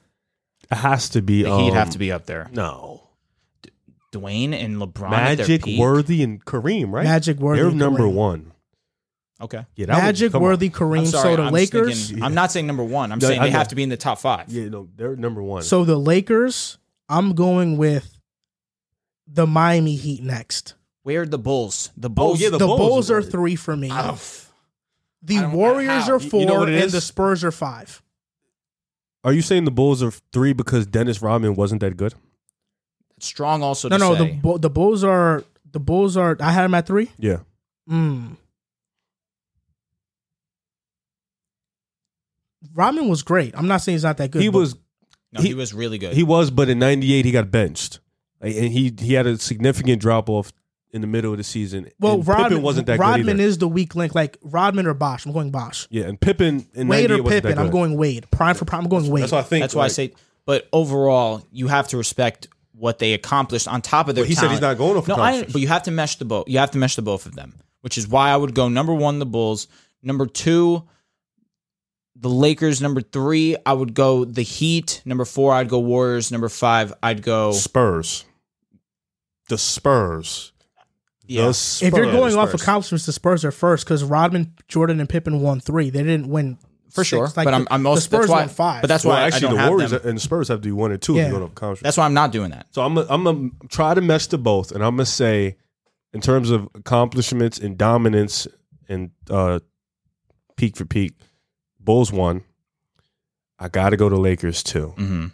Speaker 3: It has to be. um,
Speaker 2: the Heat have to be up there.
Speaker 3: no
Speaker 2: Dwayne and LeBron. at their
Speaker 3: Magic,
Speaker 2: peak.
Speaker 3: Worthy, and Kareem. Right,
Speaker 1: Magic Worthy,
Speaker 3: They're
Speaker 1: and
Speaker 3: number
Speaker 1: Kareem.
Speaker 3: one.
Speaker 2: Okay.
Speaker 3: Yeah, that would-
Speaker 1: Magic
Speaker 3: come on.
Speaker 1: Worthy, Kareem.
Speaker 2: I'm sorry.
Speaker 1: so the
Speaker 2: I'm just
Speaker 1: Lakers.
Speaker 2: thinking- I'm not saying number one. I'm
Speaker 3: No,
Speaker 2: saying
Speaker 3: I
Speaker 2: they
Speaker 3: know.
Speaker 2: have to be in the top five.
Speaker 3: Yeah, no, they're number one.
Speaker 1: So the Lakers. I'm going with the Miami Heat next.
Speaker 2: Where are the Bulls? The Bulls.
Speaker 3: Oh, yeah,
Speaker 1: The,
Speaker 3: The
Speaker 1: Bulls,
Speaker 3: Bulls Ah,
Speaker 1: are
Speaker 3: were-
Speaker 1: three for me.
Speaker 2: Ugh. I
Speaker 1: The
Speaker 2: don't-
Speaker 1: Warriors
Speaker 2: how?
Speaker 1: are
Speaker 3: You-
Speaker 1: four,
Speaker 3: you know what it
Speaker 1: and
Speaker 3: is?
Speaker 1: the Spurs are five.
Speaker 3: Are you saying the Bulls are three because Dennis Rodman wasn't that good?
Speaker 2: strong also.
Speaker 1: No,
Speaker 2: to
Speaker 1: no, the
Speaker 2: say.
Speaker 1: Bu- the Bulls are the Bulls are. I had them at three.
Speaker 3: Yeah. Hmm.
Speaker 1: Mm. Rodman was great. I'm not saying he's not that good.
Speaker 3: he
Speaker 1: but
Speaker 3: was
Speaker 2: no, he,
Speaker 3: he-
Speaker 2: was really good.
Speaker 3: he was, but in '98 he got benched, Like, and he he had a significant drop off in the middle of the season.
Speaker 1: well.
Speaker 3: and
Speaker 1: Rodman
Speaker 3: Pippen wasn't that
Speaker 1: Rodman
Speaker 3: good either.
Speaker 1: is the weak link. Like Rodman or Bosch. I'm going Bosch.
Speaker 3: yeah, and Pippen in
Speaker 1: Wade
Speaker 3: '98
Speaker 1: or
Speaker 3: wasn't that
Speaker 1: Pippen. I'm
Speaker 3: good.
Speaker 1: going Wade. Prime for prime. I'm going Wade.
Speaker 3: That's what I think.
Speaker 2: That's why I
Speaker 3: like,
Speaker 2: say. But overall, you have to respect what they accomplished on top of their.
Speaker 3: But he said he's
Speaker 2: talent.
Speaker 3: not going off
Speaker 2: No, I,
Speaker 3: accomplishments.
Speaker 2: but you have to mesh the both. You have to mesh the both of them, which is why I would go number one the Bulls, number two the Lakers, number three I would go the Heat, number four I'd go Warriors, number five I'd go
Speaker 3: Spurs. The Spurs.
Speaker 2: yeah.
Speaker 3: The Spurs.
Speaker 1: if you're going off
Speaker 3: Spurs.
Speaker 1: accomplishments, the Spurs are first because Rodman, Jordan, and Pippen won three. They didn't win
Speaker 2: for
Speaker 1: six.
Speaker 2: sure.
Speaker 1: Like,
Speaker 2: but
Speaker 1: the-
Speaker 2: I'm, I'm also
Speaker 1: the Spurs
Speaker 2: that's why,
Speaker 1: won five.
Speaker 2: But that's
Speaker 3: well,
Speaker 2: why
Speaker 3: actually,
Speaker 2: I don't
Speaker 3: the
Speaker 2: have
Speaker 3: Warriors
Speaker 2: them.
Speaker 3: and the Spurs have to be one and two if
Speaker 1: Yeah.
Speaker 3: you're going off accomplishments.
Speaker 2: That's why I'm not doing that.
Speaker 3: So I'm i I'm i try to mesh the both, and I'm gonna say, in terms of accomplishments and dominance and uh, peak for peak, Bulls won. I gotta go to Lakers two.
Speaker 2: Mm-hmm.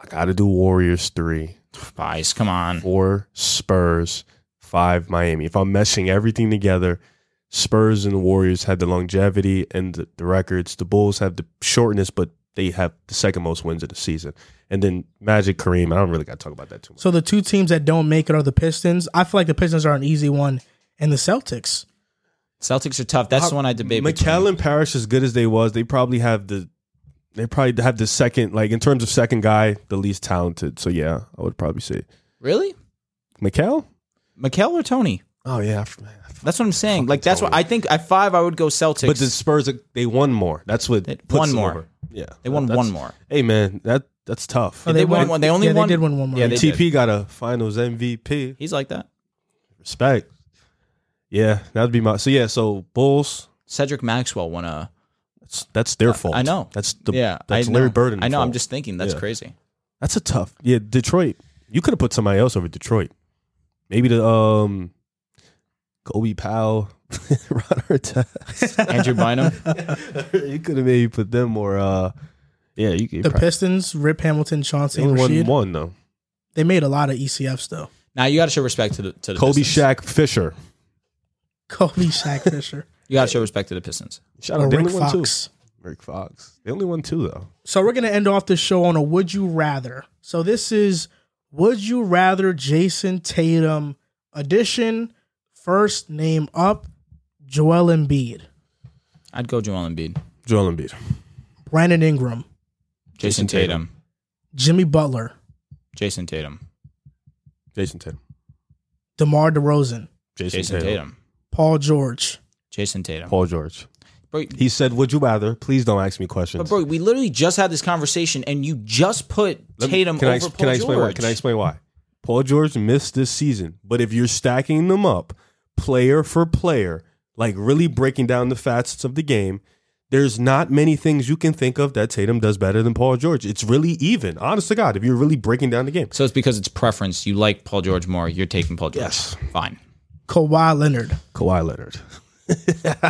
Speaker 3: I gotta do Warriors three,
Speaker 2: Spies, come on.
Speaker 3: four Spurs, five Miami. If I'm meshing everything together, Spurs and the Warriors had the longevity and the, the records. The Bulls have the shortness, but they have the second most wins of the season. And then Magic Kareem, I don't really got to talk about that too much.
Speaker 1: So the two teams that don't make it are the Pistons. I feel like the Pistons are an easy one, and the Celtics.
Speaker 2: Celtics are tough. That's the one I debate. between.
Speaker 3: McKellen Parrish, as good as they was, they probably have the they probably have the second, like in terms of second guy, the least talented. So yeah, I would probably say
Speaker 2: Really?
Speaker 3: Mikel.
Speaker 2: McKell or Tony?
Speaker 3: Oh yeah,
Speaker 2: That's what I'm saying. Like that's what I think. At five, I would go Celtics.
Speaker 3: but the Spurs uh, they won more. That's what
Speaker 2: They-
Speaker 3: puts
Speaker 2: one
Speaker 3: them
Speaker 2: more.
Speaker 3: over. Yeah,
Speaker 2: they won
Speaker 3: That's-
Speaker 2: one more.
Speaker 3: Hey man, that that's tough.
Speaker 1: Oh,
Speaker 2: they won one- they only
Speaker 1: yeah,
Speaker 2: won-
Speaker 1: They did win one more.
Speaker 2: Yeah, they-
Speaker 3: TP got a Finals MVP.
Speaker 2: He's like that.
Speaker 3: Respect. Yeah, that'd be my. So yeah, so Bulls.
Speaker 2: Cedric Maxwell won a.
Speaker 3: That's, that's their fault.
Speaker 2: I know.
Speaker 3: That's the
Speaker 2: yeah,
Speaker 3: That's
Speaker 2: I
Speaker 3: Larry
Speaker 2: know.
Speaker 3: Bird.
Speaker 2: I know. I'm
Speaker 3: fault.
Speaker 2: just thinking. That's
Speaker 3: Yeah.
Speaker 2: crazy.
Speaker 3: That's a tough. Yeah, Detroit. You could have put somebody else over Detroit. Maybe the um, Kobe Powell, Ron Artest.
Speaker 2: Andrew Bynum.
Speaker 3: you could have maybe put them or uh, yeah, you could.
Speaker 1: the
Speaker 3: probably-
Speaker 1: Pistons, Rip Hamilton, Chauncey,
Speaker 3: they only won
Speaker 1: Rashid.
Speaker 3: one though.
Speaker 1: They made a lot of ECFs though.
Speaker 2: Now you got to show respect to the to the
Speaker 3: Kobe,
Speaker 2: Pistons.
Speaker 3: Shaq, Fisher.
Speaker 1: Kobe, Shaq Fisher,
Speaker 2: You got to show respect to the Pistons.
Speaker 3: Shout
Speaker 1: or
Speaker 3: out. Oh, They
Speaker 1: Rick
Speaker 3: only won two.
Speaker 1: Fox.
Speaker 3: Rick Fox. They only won two though.
Speaker 1: So we're gonna end off the show on a would you rather. So this is would you rather Jason Tatum edition. First name up, Joel Embiid,
Speaker 2: I'd go Joel Embiid,
Speaker 3: Joel Embiid.
Speaker 1: Brandon Ingram,
Speaker 2: Jason
Speaker 3: Jason
Speaker 2: Tatum,
Speaker 1: Jimmy Butler,
Speaker 2: Jason Tatum,
Speaker 3: Jason Tatum.
Speaker 1: DeMar DeRozan,
Speaker 2: Jason Tatum,
Speaker 1: Paul George.
Speaker 2: Jason Tatum.
Speaker 3: Paul George.
Speaker 2: Bro,
Speaker 3: He said, "Would you rather? Please don't ask me questions."
Speaker 2: but bro, we literally just had this conversation, and you just put
Speaker 3: Let me-
Speaker 2: Tatum
Speaker 3: can I,
Speaker 2: over
Speaker 3: ex-
Speaker 2: Paul
Speaker 3: can I explain
Speaker 2: George.
Speaker 3: why? Can I explain why? Paul George missed this season, but if you're stacking them up, player for player, like really breaking down the facets of the game, there's not many things you can think of that Tatum does better than Paul George. It's really even, honest to God. If you're really breaking down the game,
Speaker 2: So it's because it's preference. You like Paul George more. You're taking Paul George.
Speaker 3: Yes.
Speaker 2: Fine.
Speaker 1: Kawhi Leonard,
Speaker 3: Kawhi Leonard.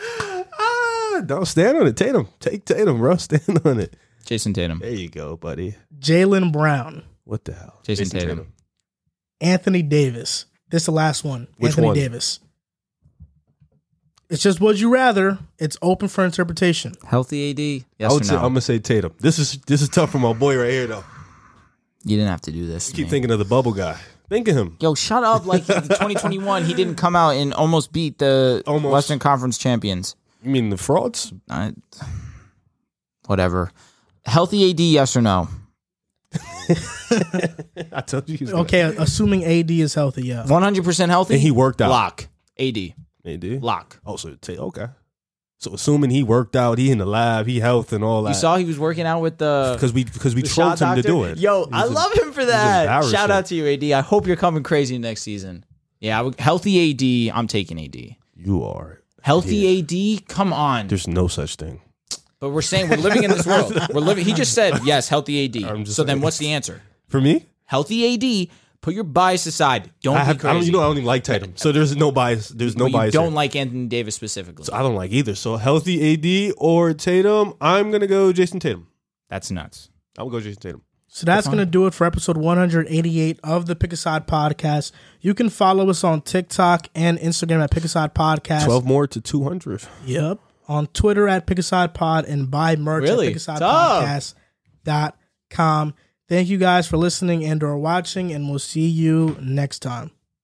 Speaker 3: ah, don't stand on it, Tatum. Take Tatum, bro. Stand on it.
Speaker 2: Jason Tatum.
Speaker 3: There you go, buddy.
Speaker 1: Jalen Brown,
Speaker 3: What the hell,
Speaker 2: Jason Tatum.
Speaker 1: Anthony Davis. This is the last one.
Speaker 3: Which
Speaker 1: Anthony
Speaker 3: one?
Speaker 1: Davis. It's just would you rather. It's open for interpretation.
Speaker 2: Healthy AD. Yes
Speaker 3: I would
Speaker 2: or
Speaker 3: say
Speaker 2: no?
Speaker 3: I'm gonna say Tatum. This is this is tough for my boy right here though.
Speaker 2: you didn't have to do this. to
Speaker 3: Keep
Speaker 2: me.
Speaker 3: thinking of the bubble guy. Think of him.
Speaker 2: Yo, shut up! Like 2021, he didn't come out and almost beat the
Speaker 3: Almost.
Speaker 2: Western Conference champions.
Speaker 3: You mean the frauds?
Speaker 2: I, whatever. Healthy AD, yes or no?
Speaker 3: I told you he's gonna-
Speaker 1: Okay, assuming AD is healthy, yeah.
Speaker 2: 100% healthy.
Speaker 3: And he worked out.
Speaker 2: Lock. AD.
Speaker 3: They did.
Speaker 2: Lock.
Speaker 3: Oh, so Tatum. Okay. So assuming he worked out, he in the lab, he health and all that.
Speaker 2: You saw he was working out with the.
Speaker 3: Uh, because we because we
Speaker 2: the
Speaker 3: trolled him
Speaker 2: shot doctor?
Speaker 3: to do it.
Speaker 2: Yo,
Speaker 3: He
Speaker 2: I
Speaker 3: was a-
Speaker 2: love him for that.
Speaker 3: embarrassing.
Speaker 2: Shout out to you, AD. I hope you're coming crazy next season. Yeah, I would, healthy AD. I'm taking AD.
Speaker 3: You are.
Speaker 2: Healthy AD. Come on.
Speaker 3: There's no such thing.
Speaker 2: But we're saying we're living in this world. We're living. He just said yes, healthy AD. So
Speaker 3: I'm just
Speaker 2: then,
Speaker 3: saying.
Speaker 2: what's the answer?
Speaker 3: For me,
Speaker 2: Healthy AD. Put your bias aside. Don't
Speaker 3: I,
Speaker 2: be
Speaker 3: have, I
Speaker 2: crazy.
Speaker 3: don't. You know, I don't even like Tatum. So there's no bias. There's no
Speaker 2: But you
Speaker 3: bias.
Speaker 2: don't
Speaker 3: here.
Speaker 2: like Anthony Davis specifically.
Speaker 3: I don't like either. So healthy AD or Tatum. I'm gonna go Jason Tatum.
Speaker 2: That's nuts.
Speaker 3: I'm gonna go Jason Tatum.
Speaker 1: So that's going to do it for episode 188 of the Pick Aside Podcast. You can follow us on TikTok and Instagram at Pick Aside Podcast.
Speaker 3: Twelve more to two hundred.
Speaker 1: Yep. On Twitter at Pick Aside Pod and buy merch
Speaker 2: Really?
Speaker 1: at
Speaker 2: Tough.
Speaker 1: pickasidepodcast.com. Thank you guys for listening and or watching, and we'll see you next time.